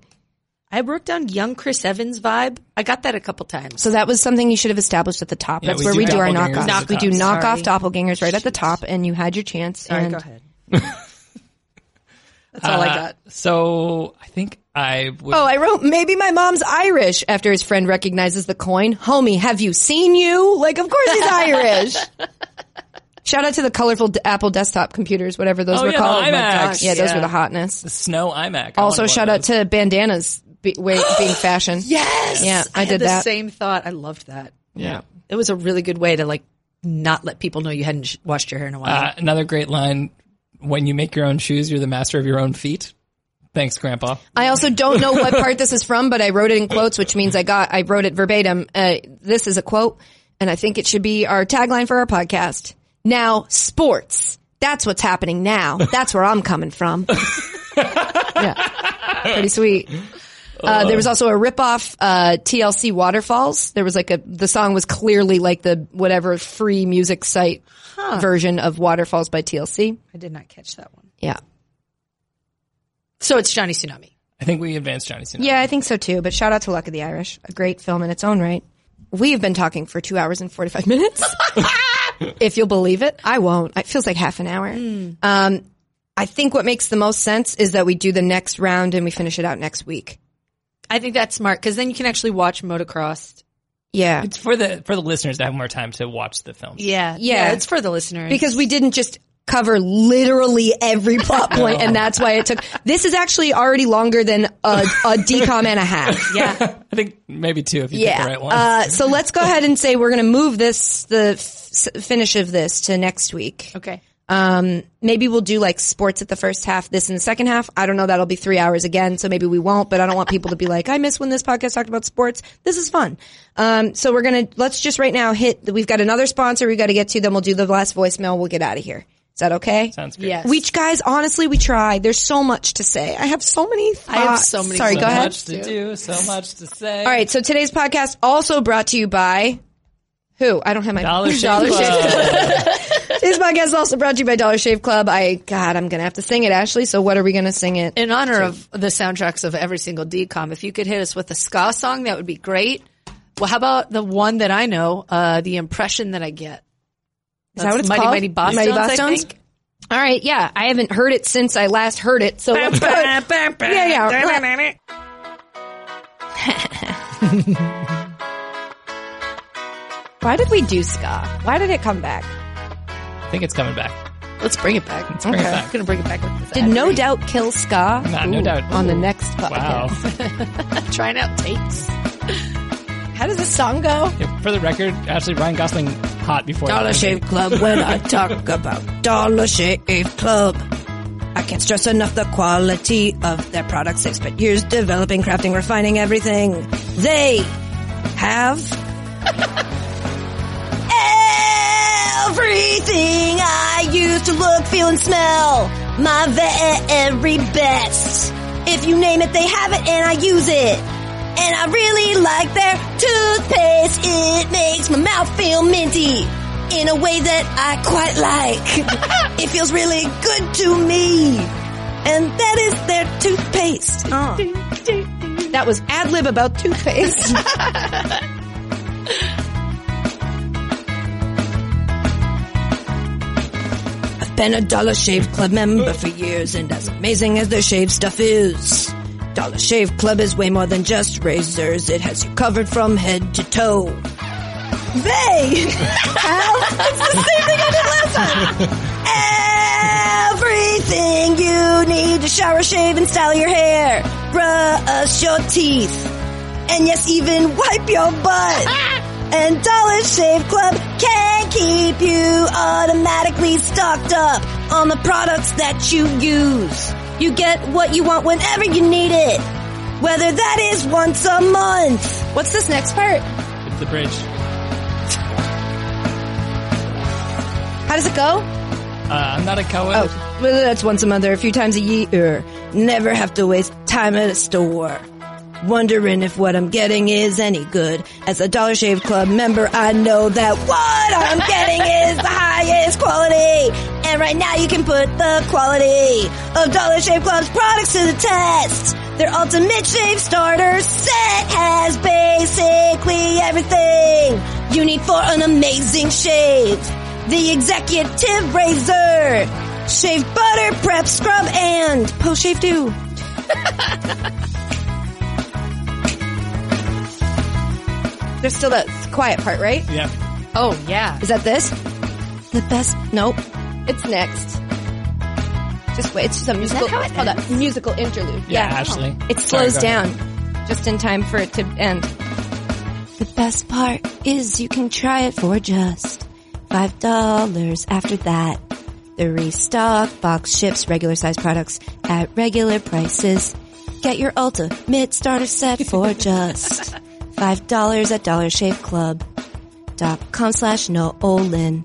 S6: I wrote down young Chris Evans vibe. I got that a couple times.
S3: so that was something you should have established at the top
S4: Yeah,
S3: that's
S4: we
S3: where
S4: do
S3: we do our
S4: doppelgangers
S3: knockoffs
S4: at the
S3: we do
S4: top.
S3: knockoff doppelgangers right at the top and you had your chance
S6: All right,
S3: and
S6: go ahead. That's all I
S3: Uh,
S6: got.
S4: So I think I would.
S3: oh i wrote maybe my mom's irish after his friend recognizes the coin homie have you seen you like of course he's irish shout out to the colorful d- apple desktop computers whatever those
S4: Oh,
S3: were
S4: yeah, the
S3: called
S4: iMacs.
S3: yeah those
S6: Yeah.
S3: were the hotness
S4: Snow iMac.
S3: also shout out to bandanas be, way, being fashion
S6: Yes.
S3: Yeah, I
S6: had
S3: did
S6: the
S3: that.
S6: Same thought. I loved that.
S4: yeah.
S6: It was a really good way to like not let people know you hadn't sh- washed your hair in a while.
S4: Uh, another great line: When you make your own shoes, you're the master of your own feet. Thanks, Grandpa.
S3: I also don't know what part this is from, but I wrote it in quotes, which means I got I wrote it verbatim. Uh, this is a quote, and I think it should be our tagline for our podcast. Now, sports. That's what's happening now. That's where I'm coming from. yeah, pretty sweet.
S6: Oh,
S3: Uh, there was also a ripoff uh, TLC Waterfalls. There was like a the song was clearly like the whatever free music site version of Waterfalls by TLC.
S6: I did not catch that one.
S3: Yeah,
S6: So it's Johnny Tsunami.
S4: I think we advanced Johnny Tsunami.
S3: Yeah, I think so too. But shout out to Luck of the Irish, a great film in its own right. We have been talking for two hours and 45 minutes. if you'll believe it, I won't. It feels like half an hour.
S4: Hmm.
S3: Um, I think what makes the most sense is that we do the next round and we finish it out next week.
S6: I think that's smart because then you can actually watch motocross.
S3: Yeah.
S4: It's for the for the listeners to have more time to watch the films.
S6: Yeah, yeah, it's for the listeners
S3: because we didn't just cover literally every plot point, and that's why it took. This is actually already longer than a, a decom and a half.
S6: yeah,
S4: I think maybe two if you pick
S3: Yeah.
S4: the right one.
S3: Uh, so let's go ahead and say we're going to move this, the f- s- finish of this to next week.
S6: okay.
S3: Um, maybe we'll do like sports at the first half, this in the second half. I don't know. That'll be three hours again. So maybe we won't, but I don't want people to be like, I miss when this podcast talked about sports. This is fun. Um, so we're going to, let's just right now hit, we've got another sponsor we got to get to. Then we'll do the last voicemail. We'll get out of here. Is that okay?
S4: Sounds good.
S6: Yes.
S3: We guys, honestly, we tried. There's so much to say. I have so many. Thoughts.
S6: have so many
S3: Sorry,
S4: So
S3: go ahead.
S4: much to do, so much to say.
S3: All right. So today's podcast also brought to you by who? I don't have my
S4: Dollar Shave
S3: Dollar
S4: Club.
S3: This podcast is also brought to you by Dollar Shave Club. I God, I'm gonna have to sing it, Ashley. So what are we gonna sing it?
S6: In honor of the soundtracks of every single decom, if you could hit us with a ska song, that would be great. Well, how about the one that I know, uh, the impression that I get?
S3: Is that what it's
S6: Mighty
S3: called?
S6: Mighty Boston's,
S3: Mighty
S6: I
S3: Boston's?
S6: think.
S3: All right, yeah. I haven't heard it since I last heard it. So let's go. yeah, yeah. Why did we do ska? Why did it come back?
S4: I think it's coming back.
S6: Let's bring it back. Let's
S4: bring it
S6: I'm
S4: back.
S6: gonna bring it back. With
S3: Did
S6: this.
S3: no doubt kill ska?
S4: Nah, no doubt.
S3: On the next podcast.
S4: Wow.
S6: trying out tapes.
S3: How does this song go?
S4: Yeah, for the record, actually, Ryan Gosling hot before.
S3: Dollar
S4: that.
S3: Shave Club when I talk about Dollar Shave Club. I can't stress enough the quality of their products. They spent years developing, crafting, refining everything. They have everything I used to look, feel, and smell. My very best. If you name it, they have it, and I use it. And I really like their toothpaste. It makes my mouth feel minty in a way that I quite like. it feels really good to me. And that is their toothpaste. That was ad lib about toothpaste. I've been a Dollar Shave Club member for years, and as amazing as their shave stuff is, Dollar Shave Club is way more than just razors. It has you covered from head to toe. They have- it's the same thing I did last time. Everything you need to shower, shave, and style your hair, brush your teeth, and yes, even wipe your butt. And Dollar Shave Club can keep you automatically stocked up on the products that you use. You get what you want whenever you need it. Whether that is once a month. What's this next part?
S4: It's the bridge.
S3: How does it go?
S4: Uh, I'm not a coward.
S3: Oh, well, that's once a month or a few times a year. Never have to waste time at a store. Wondering if what I'm getting is any good. As a Dollar Shave Club member, I know that what I'm getting is the highest quality. And right now you can put the quality of Dollar Shave Club's products to the test. Their ultimate shave starter set has basically everything you need for an amazing shave the executive razor, shave butter, prep scrub, and post shave do. There's still that quiet part, right?
S4: Yeah.
S6: Oh yeah.
S3: Is that this? The best? Nope. It's next. Just wait. It's just a musical.
S6: how it
S3: it's called a musical interlude.
S4: Yeah, Ashley.
S3: It
S4: Sorry,
S3: slows
S4: go ahead.
S3: down just in time for it to end. The best part is you can try it for just $5 after that. The restock box ships regular size products at regular prices. Get your ultimate starter set for just $5 at dollarshaveclub.com slash Nolan.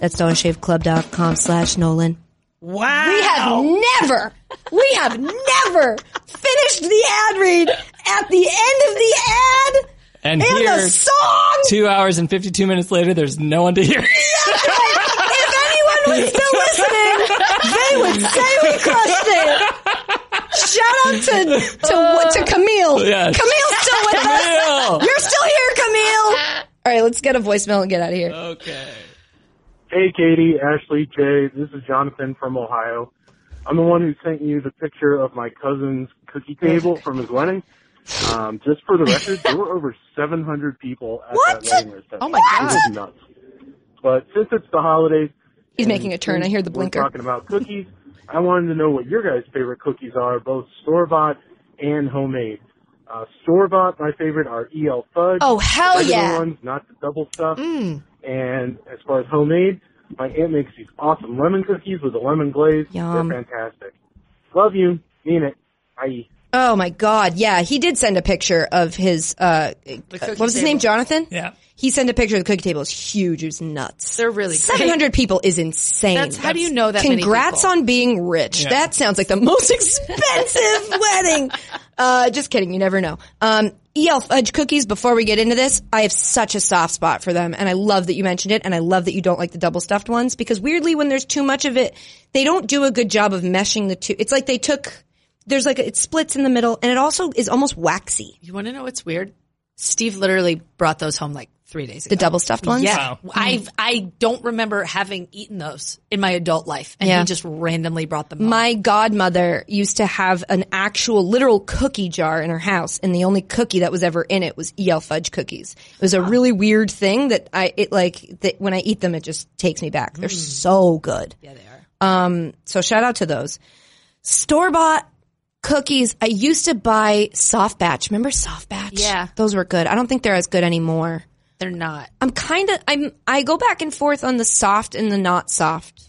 S3: That's dollarshaveclub.com slash Nolan. We have never, we have never finished the ad read at the end of the
S4: And
S3: ad in
S4: here,
S3: the song.
S4: two hours and fifty-two minutes later, there's no one to hear.
S3: If anyone was still listening, they would say we crushed it. Shout out to to, to Camille.
S4: yes.
S3: Camille's still with us.
S4: Camille!
S3: You're still here, Camille. All right, let's get a voicemail and get out of here.
S4: okay.
S11: Hey, Katie, Ashley, Jay. This is Jonathan from Ohio. I'm the one who sent you the picture of my cousin's cookie table from his wedding. Um, just for the record, there were over 700 people at
S3: What?
S11: that wedding reception.
S2: Oh my
S11: It was nuts. But since it's the holidays,
S12: He's
S11: and
S12: making a turn. I hear the
S11: since we're
S12: blinker.
S11: talking about cookies. I wanted to know what your guys' favorite cookies are, both store bought and homemade. Uh, store bought, my favorite are EL fudge.
S12: Oh, hell
S11: regular
S12: yeah. Mm.
S11: ones, not the double stuff. And as far as homemade, my aunt makes these awesome lemon cookies with a lemon glaze.
S12: Yum.
S11: They're fantastic. Love you. Mean it. Bye.
S3: Oh my God. Yeah. He did send a picture of his, uh, what was his name? Jonathan?
S4: Yeah.
S3: He sent a picture of the cookie table. It was huge. It was nuts.
S6: They're really great.
S3: 700 people is insane.
S6: That's- how do you know that many
S3: Congrats
S6: people?
S3: on being rich.
S4: Yeah.
S3: That sounds like the most expensive wedding. Uh, just kidding. You never know. Um, EL fudge cookies, before we get into this, I have such a soft spot for them and I love that you mentioned it and I love that you don't like the double stuffed ones because weirdly when there's too much of it, they don't do a good job of meshing the two. It's like they took, there's like, a, it splits in the middle and it also is almost waxy.
S6: You want to know what's weird? Steve literally brought those home like three days ago.
S3: The double stuffed ones?
S6: Yeah, I I don't remember having eaten those in my adult life, and
S3: Yeah.
S6: he just randomly brought them. home.
S3: My godmother used to have an actual literal cookie jar in her house, and the only cookie that was ever in it was EL fudge cookies. It was a really weird thing that I it like that when I eat them, it just takes me back. They're so good. Hmm. Yeah, they are. Um, so shout out to those store bought cookies. I used to buy soft batch. Remember soft batch?
S6: Yeah.
S3: those were good. I don't think they're as good anymore.
S6: They're not.
S3: I'm kind of I'm I go back and forth on the soft and the not soft.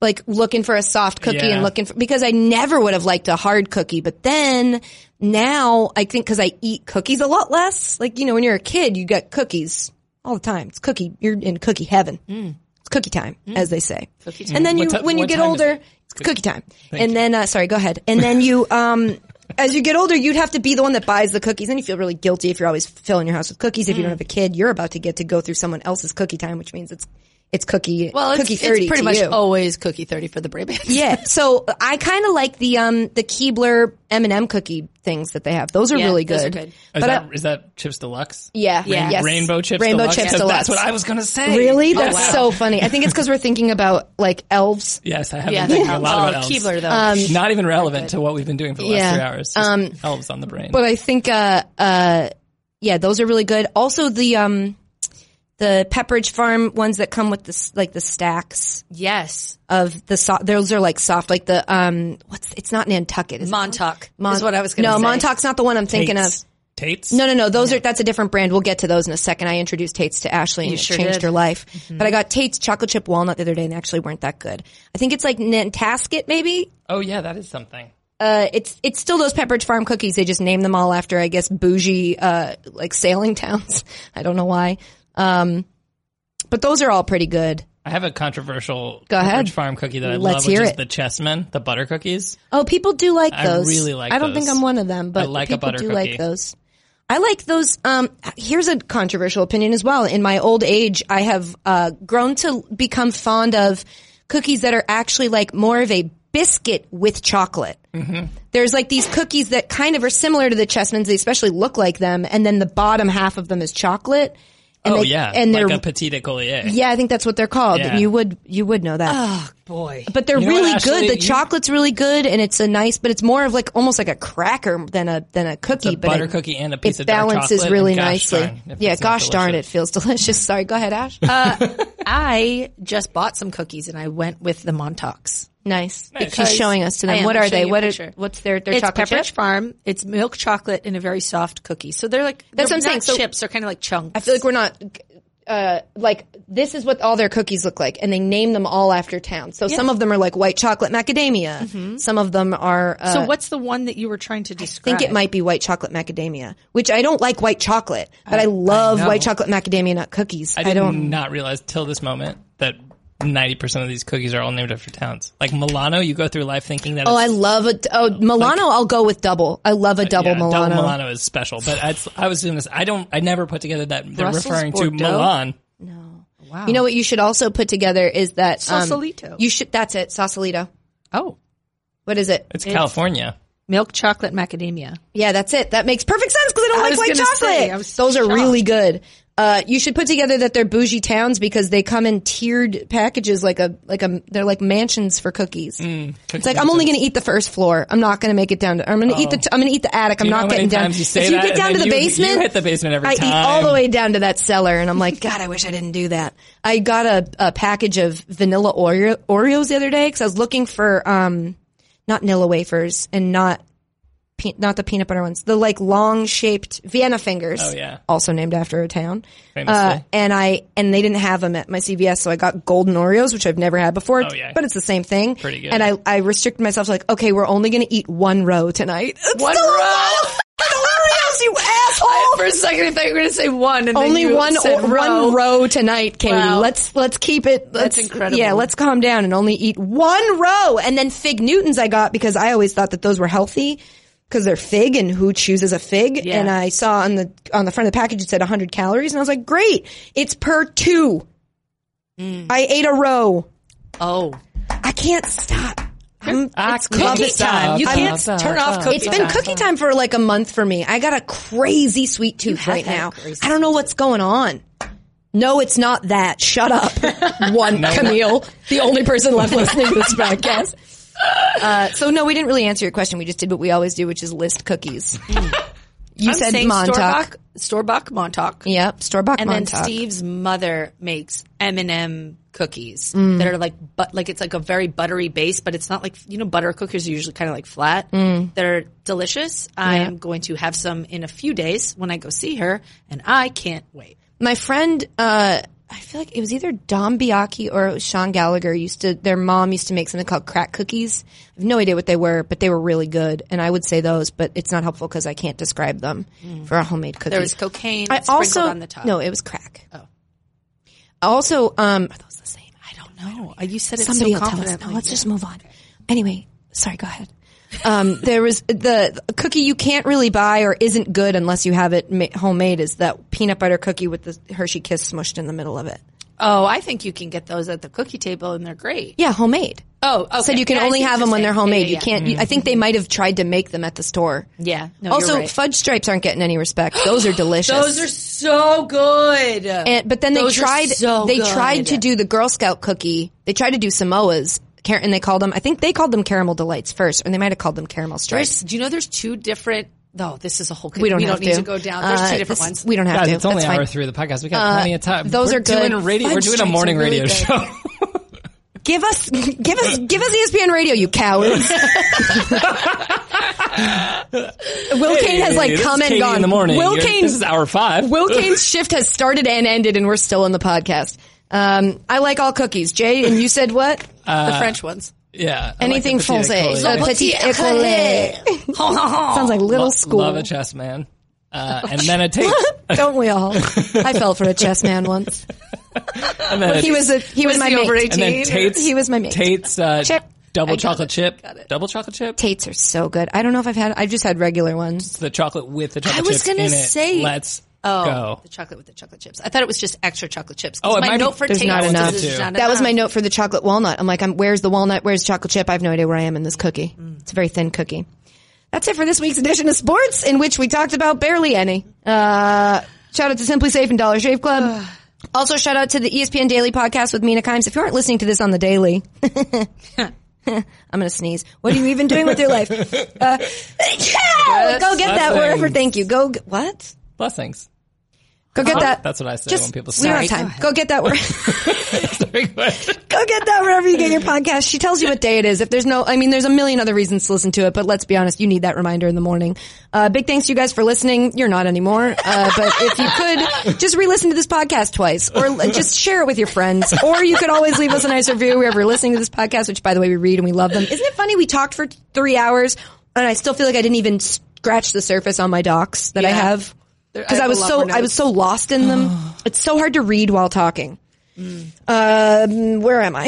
S3: Like looking for a soft cookie
S4: Yeah.
S3: and looking for because I never would have liked a hard cookie, but then now I think cuz I eat cookies a lot less, like you know when you're a kid you got cookies all the time. It's cookie you're in cookie heaven. It's cookie time as they say. And then you
S4: What ti-
S3: when you
S4: what
S3: get
S4: time is
S3: older,
S4: it?
S3: it's cookie time. and then uh, sorry, go ahead. And then you um as you get older, you'd have to be the one that buys the cookies, and you feel really guilty if you're always filling your house with cookies. If you don't have a kid, you're about to get to go through someone else's cookie time, which means it's it's cookie
S6: Well, it's,
S3: cookie
S6: it's
S3: thirty
S6: pretty
S3: to
S6: much
S3: you.
S6: always cookie thirty for the Brabants.
S3: Yeah, so uh, I kind of like the um the Keebler M and m cookie things that they have. Those are
S6: Yeah,
S3: really
S6: those are
S3: good.
S6: good. Is
S4: Is
S3: But
S4: that,
S3: uh,
S4: is that Chips Deluxe?
S3: yeah,
S6: Rain-
S3: yes.
S4: Rainbow Chips
S3: Rainbow
S4: Deluxe?
S3: Chips
S4: 'Cause
S3: Deluxe.
S4: That's what I Oh, was going to say.
S3: Really, that's
S6: wow.
S3: so funny. I think it's because we're thinking about like elves.
S4: Yes, I have
S6: Yeah,
S4: been thinking
S6: they're
S4: a lot about
S6: oh,
S4: elves.
S6: Keebler though.
S4: Not even relevant to what we've been doing for the last
S3: Yeah.
S4: three hours. Just
S3: Um,
S4: elves on the brain.
S3: But I think, uh, uh, yeah, those are really good. Also, the um, the Pepperidge Farm ones that come with the s- like the stacks
S6: yes,
S3: of the so- those are like soft, like the um, what's it's not Nantucket, is it?
S6: Montauk
S3: Mon-
S6: is what I was going to
S3: No,
S6: say.
S3: Montauk's not the one I'm thinking of.
S4: Tate's. Tate's?
S3: No, no, no. Those are that's a different brand. We'll get to those in a second. I introduced Tate's to Ashley and it
S6: sure
S3: changed
S6: did. Mm-hmm.
S3: her life. But I got Tate's chocolate chip walnut the other day and they actually weren't that good. I think it's like Nantasket maybe.
S4: Oh, yeah, that is something.
S3: Uh, it's it's still those Pepperidge Farm cookies. They just name them all after I guess bougie uh like sailing towns. I don't know why. Um, but those are all pretty good.
S4: I have a controversial
S3: Go ahead.
S4: Pepperidge farm cookie that I
S3: Let's
S4: love, which
S3: hear
S4: is
S3: it.
S4: the chessmen, the butter cookies.
S3: Oh, people do like
S4: I
S3: those.
S4: really like
S3: I don't think
S4: those.
S3: I'm one of them, but
S4: I like a
S3: people
S4: butter
S3: do
S4: cookie.
S3: like those. I like those. Um, here's a controversial opinion as well. In my old age, I have uh, grown to become fond of cookies that are actually like more of a biscuit with chocolate.
S4: Mm-hmm.
S3: There's like these cookies that kind of are similar to the chessmen's. They especially look like them, and then the bottom half of them is chocolate. And
S4: oh,
S3: they-
S4: yeah.
S3: and they're
S4: like a petit collier.
S3: yeah, I think that's what they're called.
S4: Yeah.
S3: You would you would know that.
S6: boy.
S3: But they're
S4: You know what,
S3: really
S4: Ashley?
S3: good. The
S4: You-
S3: chocolate's really good, and it's a nice, but it's more of like almost like a cracker than a than a cookie.
S4: It's a
S3: but
S4: butter
S3: it,
S4: cookie and a piece
S3: it
S4: of dark
S3: balances
S4: chocolate,
S3: really
S4: and gosh
S3: nicely.
S4: darn if
S3: yeah,
S4: it's not
S3: gosh darn, it
S4: delicious.
S3: feels delicious. Sorry, go ahead, Ash.
S6: I just bought some cookies and I went with the Montauks.
S3: nice.
S6: Because-
S3: She's showing us to
S6: I
S3: them.
S6: am.
S3: What
S6: I'm
S3: are
S6: showing
S3: they?
S6: you a
S3: What are,
S6: picture.
S3: what's their their
S6: It's
S3: chocolate
S6: Pepperidge
S3: chip?
S6: Farm. It's milk chocolate and a very soft cookie. So they're like
S3: That's
S6: they're
S3: what I'm
S6: not
S3: saying. So-
S6: chips. They're kind of like chunks.
S3: I feel like we're not. Uh, like this is what all their cookies look like, and they name them all after town. So some of them are like white chocolate macadamia. Some of them are. Uh,
S6: so what's the one that you were trying to describe?
S3: think it might be white chocolate macadamia, which I don't like white chocolate, but I, love white chocolate macadamia nut cookies.
S4: I
S3: I,
S4: did
S3: don't.
S4: not realize till this moment that 90% of these cookies are all named after towns. Like Milano, you go through life thinking that
S3: Oh, I
S4: it's
S3: love a oh Milano. I'll go with double. I love a double
S4: Yeah,
S3: Milano.
S4: Double Milano is special, but I, I was doing this. I don't. I never put together that they're
S6: Brussels,
S4: referring to
S6: Bordeaux?
S4: Milan.
S6: Wow.
S3: You know what you should also put together is that um,
S6: Sausalito.
S3: You should. That's it. Sausalito.
S6: oh,
S3: What is it?
S4: It's California.
S6: milk chocolate macadamia.
S3: Yeah, that's it. That makes perfect sense because I don't
S6: I
S3: like
S6: was
S3: white
S6: gonna
S3: chocolate.
S6: say, I was
S3: Those are really good. Uh, you should put together that they're bougie towns because they come in tiered packages, like a like a they're like mansions for cookies. it's like I'm only going to eat the first floor. I'm not going to make it down. To, I'm going to eat the t- I'm going to eat the attic. I'm
S4: Oh. You know
S3: not
S4: how many
S3: getting down.
S4: times you say
S3: if you
S4: that
S3: get
S4: and
S3: down to
S4: then
S3: the
S4: you- you
S3: basement,
S4: hit the basement every
S3: I eat all
S4: time.
S3: the way down to that cellar, and I'm like, God, I wish I didn't do that. I got a, a package of vanilla Oreo, Oreos the other day because I was looking for um not Nilla wafers and not pe- not the peanut butter ones, the like long shaped Vienna fingers.
S4: Oh, yeah.
S3: also named after a town. Uh,
S4: Famously.
S3: and I and they didn't have them at my CVS, so I got golden Oreos, which I've never had before.
S4: Oh, yeah.
S3: but it's the same thing.
S4: Pretty good.
S3: And I I restricted myself to like, okay, we're only going to eat one row tonight. It's
S4: One
S3: still a
S4: row?
S3: lot of fucking Oreos, you asshole!
S2: For a second, I thought you were going to say one, and
S3: Only
S2: then you
S3: one
S2: said
S3: or,
S2: row.
S3: one row tonight, Katie.
S2: Wow.
S3: Let's let's keep it. Let's,
S2: incredible.
S3: Yeah, let's calm down and only eat one row. And then fig Newtons I got because I always thought that those were healthy because they're fig and who chooses a fig. And I saw on the on the front of the package it said 100 calories, and I was like, great, it's per two.
S2: Mm.
S3: I ate a row.
S6: Oh,
S3: I can't stop. I'm,
S2: Ah,
S4: I
S3: it's
S4: can't
S3: cookie
S4: stop.
S3: time.
S4: You
S3: I'm-
S4: can't stop.
S6: turn off cookie
S3: it's been
S6: time.
S3: cookie time for like a month for me. I got a crazy sweet tooth right now. I don't know what's going on. No, it's not that. Shut up, one Camille, the only person left listening to this podcast. Uh, so no, we didn't really answer your question. We just did what we always do, which is list cookies. you
S6: Hmm. I'm
S3: said
S6: saying
S3: Montauk.
S6: Storbuck, Storbuck Montauk.
S3: Yep, store bought
S6: And
S3: Montauk.
S6: then Steve's mother makes M and M cookies
S3: Mm.
S6: that are like, but like it's like a very buttery base, but it's not like you know butter cookies are usually kind of like flat.
S3: Mm.
S6: They're delicious. I'm going to have some in a few days when I go see her, and I can't wait.
S3: my friend, uh, I feel like it was either Dom Biaki or it was Sean Gallagher used to, their mom used to make something called crack cookies. I have no idea what they were, but they were really good. And I would say those, but it's not helpful because I can't describe them for a homemade cookie.
S6: Hmm. There was cocaine
S3: I
S6: sprinkled
S3: also,
S6: on the top.
S3: no, it was crack. Oh. Also, um, are those the same?
S6: I don't know. Oh, You said it
S3: Somebody
S6: so
S3: will tell us.
S6: confidently.
S3: No, let's just move on. Anyway, sorry, go ahead. Um, there was the, the cookie you can't really buy or isn't good unless you have it ma- homemade is that peanut butter cookie with the Hershey Kiss smushed in the middle of it.
S6: Oh, I think you can get those at the cookie table, and they're great.
S3: Yeah, homemade.
S6: Oh, okay.
S3: Said you can
S6: Yeah, I
S3: only
S6: see what
S3: have
S6: you're
S3: them when they're
S6: saying. Yeah,
S3: homemade.
S6: yeah,
S3: You
S6: yeah.
S3: can't. You, I think they might have tried to make them at the store.
S6: Yeah. No, you're
S3: also,
S6: right.
S3: fudge stripes aren't getting any respect. Those are delicious.
S6: those are so good.
S3: And, but then they
S6: Those are
S3: tried.
S6: so
S3: they
S6: good.
S3: tried to do the Girl Scout cookie. They tried to do Samoa's, car- and they called them. I think they called them caramel delights first, and they might have called them caramel stripes.
S6: There's, do you know there's two different? No, this is a whole.
S3: we don't have
S6: need
S3: to.
S6: to. go down. There's
S3: Uh,
S6: two different
S3: this-
S6: ones.
S3: We don't have
S4: Guys,
S3: to.
S4: it's only
S3: That's
S4: an hour
S3: fine. Uh,
S4: through the podcast. We got plenty of time.
S3: those
S4: we're
S3: are good.
S4: Doing a radio,
S3: Fudge
S4: we're doing a
S3: stripes
S4: morning
S3: are really
S4: radio
S3: good.
S4: show.
S3: Give us, give us, give us E ESPN Radio, you cowards. Will Kane has like
S4: This is
S3: come and
S4: Katie
S3: gone.
S4: in the morning.
S3: Will
S4: You're-
S3: Kane
S4: This is hour five.
S3: Will Kane's shift has started and ended, and we're still in the podcast. Um, I like all cookies, Jay. And you said what?
S6: the French ones.
S4: yeah. I
S3: Anything
S4: like the petit
S3: français.
S4: école.
S3: Uh, petit école. Sounds like little
S4: Lo-
S3: school.
S4: Love a chess man. Uh, and then it takes.
S3: Don't we all? I fell for a chess man once.
S4: And then it
S3: He was a he was, my
S6: he
S3: mate.
S6: over
S4: And then Tate's,
S3: He was my mate.
S4: Tate's uh,
S3: Chip.
S4: double chocolate chip. Double chocolate chip.
S3: Tates are so good. I don't know if I've had. I've just had regular ones.
S4: The chocolate with the chocolate
S6: I was
S4: chips
S6: gonna
S4: in
S6: say-
S4: it. Let's
S6: Oh,
S4: go.
S6: the chocolate with the chocolate chips. I thought it was just extra chocolate chips.
S4: Oh, it
S6: my
S4: might be-
S6: note for
S4: there's
S6: Tate's
S4: not
S6: is
S4: enough.
S6: there's not
S3: That was my
S6: enough.
S3: note for the chocolate walnut. I'm like, I'm, where's the walnut? Where's the chocolate chip? I have no idea where I am in this cookie.
S4: Mm.
S3: It's a very thin cookie. That's it for this week's edition of sports, in which we talked about barely any. Uh, shout out to Simply Safe and Dollar Shave Club. also, shout out to the E ESPN Daily podcast with Mina Kimes. If you aren't listening to this on the daily, I'm going to sneeze. What are you even doing with your life? Uh, go get that
S4: Blessings.
S3: wherever. Thank you. Go, g- what?
S4: Blessings.
S3: Go get that.
S4: That's what I say
S3: Just,
S4: when
S3: we
S4: people say
S3: don't have time. Go, get that word.
S4: Very good.
S3: Go get that wherever you get your podcast. She tells you what day it is. If there's no, I mean, there's a million other reasons to listen to it, but let's be honest, you need that reminder in the morning. Uh, big thanks to you guys for listening. You're not anymore. Uh, but if you could just re-listen to this podcast twice or l- just share it with your friends, or you could always leave us a nice review wherever you're listening to this podcast, which by the way, we read and we love them. Isn't it funny? We talked for three hours and I still feel like I didn't even scratch the surface on my docs that I have. Cause I,
S6: have a
S3: was
S6: lot
S3: so,
S6: more
S3: I was so lost in them. it's so hard to read while talking. Um, where am I?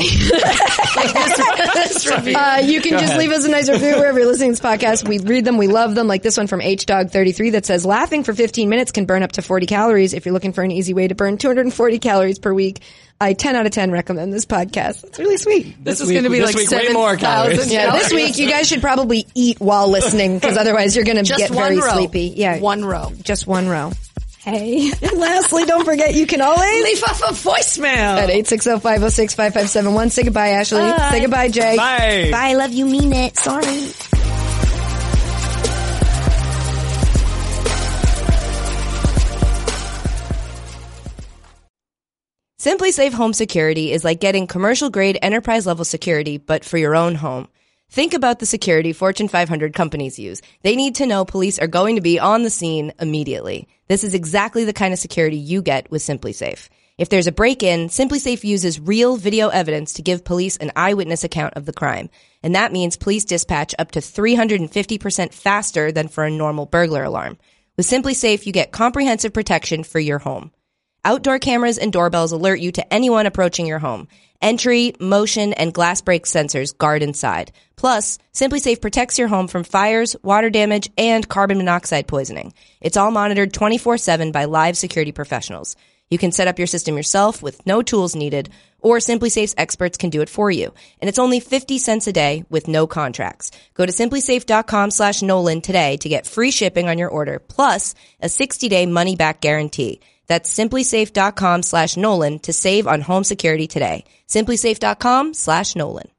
S3: uh, you can just leave us a nice review wherever you're listening to this podcast. We read them, we love them. Like this one from HDog33 that says, laughing for 15 minutes can burn up to 40 calories. If you're looking for an easy way to burn 240 calories per week, I 10 out of 10 recommend this podcast. It's really sweet.
S4: This,
S2: is
S4: week-
S2: gonna be
S4: this
S2: like
S4: week, way more
S2: 7,000
S4: calories.
S3: Yeah, this week you guys should probably eat while listening because otherwise you're going to
S6: Just
S3: get
S6: one
S3: very
S6: row.
S3: sleepy. Yeah,
S6: One row.
S3: just one row.
S12: Hey.
S3: And lastly, don't forget you can always
S2: Leave off a voicemail.
S3: at 860-506-5571. Say goodbye, Ashley. Say goodbye, Jay.
S4: Bye.
S3: Bye. Love you. Mean it. Sorry. Simply Safe Home Security is like getting commercial grade enterprise level security, but for your own home. Think about the security Fortune 500 companies use. They need to know police are going to be on the scene immediately. This is exactly the kind of security you get with Simply Safe. If there's a break in, Simply Safe uses real video evidence to give police an eyewitness account of the crime. And that means police dispatch up to 350% faster than for a normal burglar alarm. With Simply Safe, you get comprehensive protection for your home. Outdoor cameras and doorbells alert you to anyone approaching your home. Entry, motion, and glass break sensors guard inside. Plus, SimpliSafe protects your home from fires, water damage, and carbon monoxide poisoning. It's all monitored 24-7 by live security professionals. You can set up your system yourself with no tools needed, or SimpliSafe's experts can do it for you. And it's only 50 cents a day with no contracts. Go to simplysafe.com slash Nolan today to get free shipping on your order, plus a 60-day money-back guarantee. That's simplysafe.com slash Nolan to save on home security today. Simplysafe.com slash Nolan.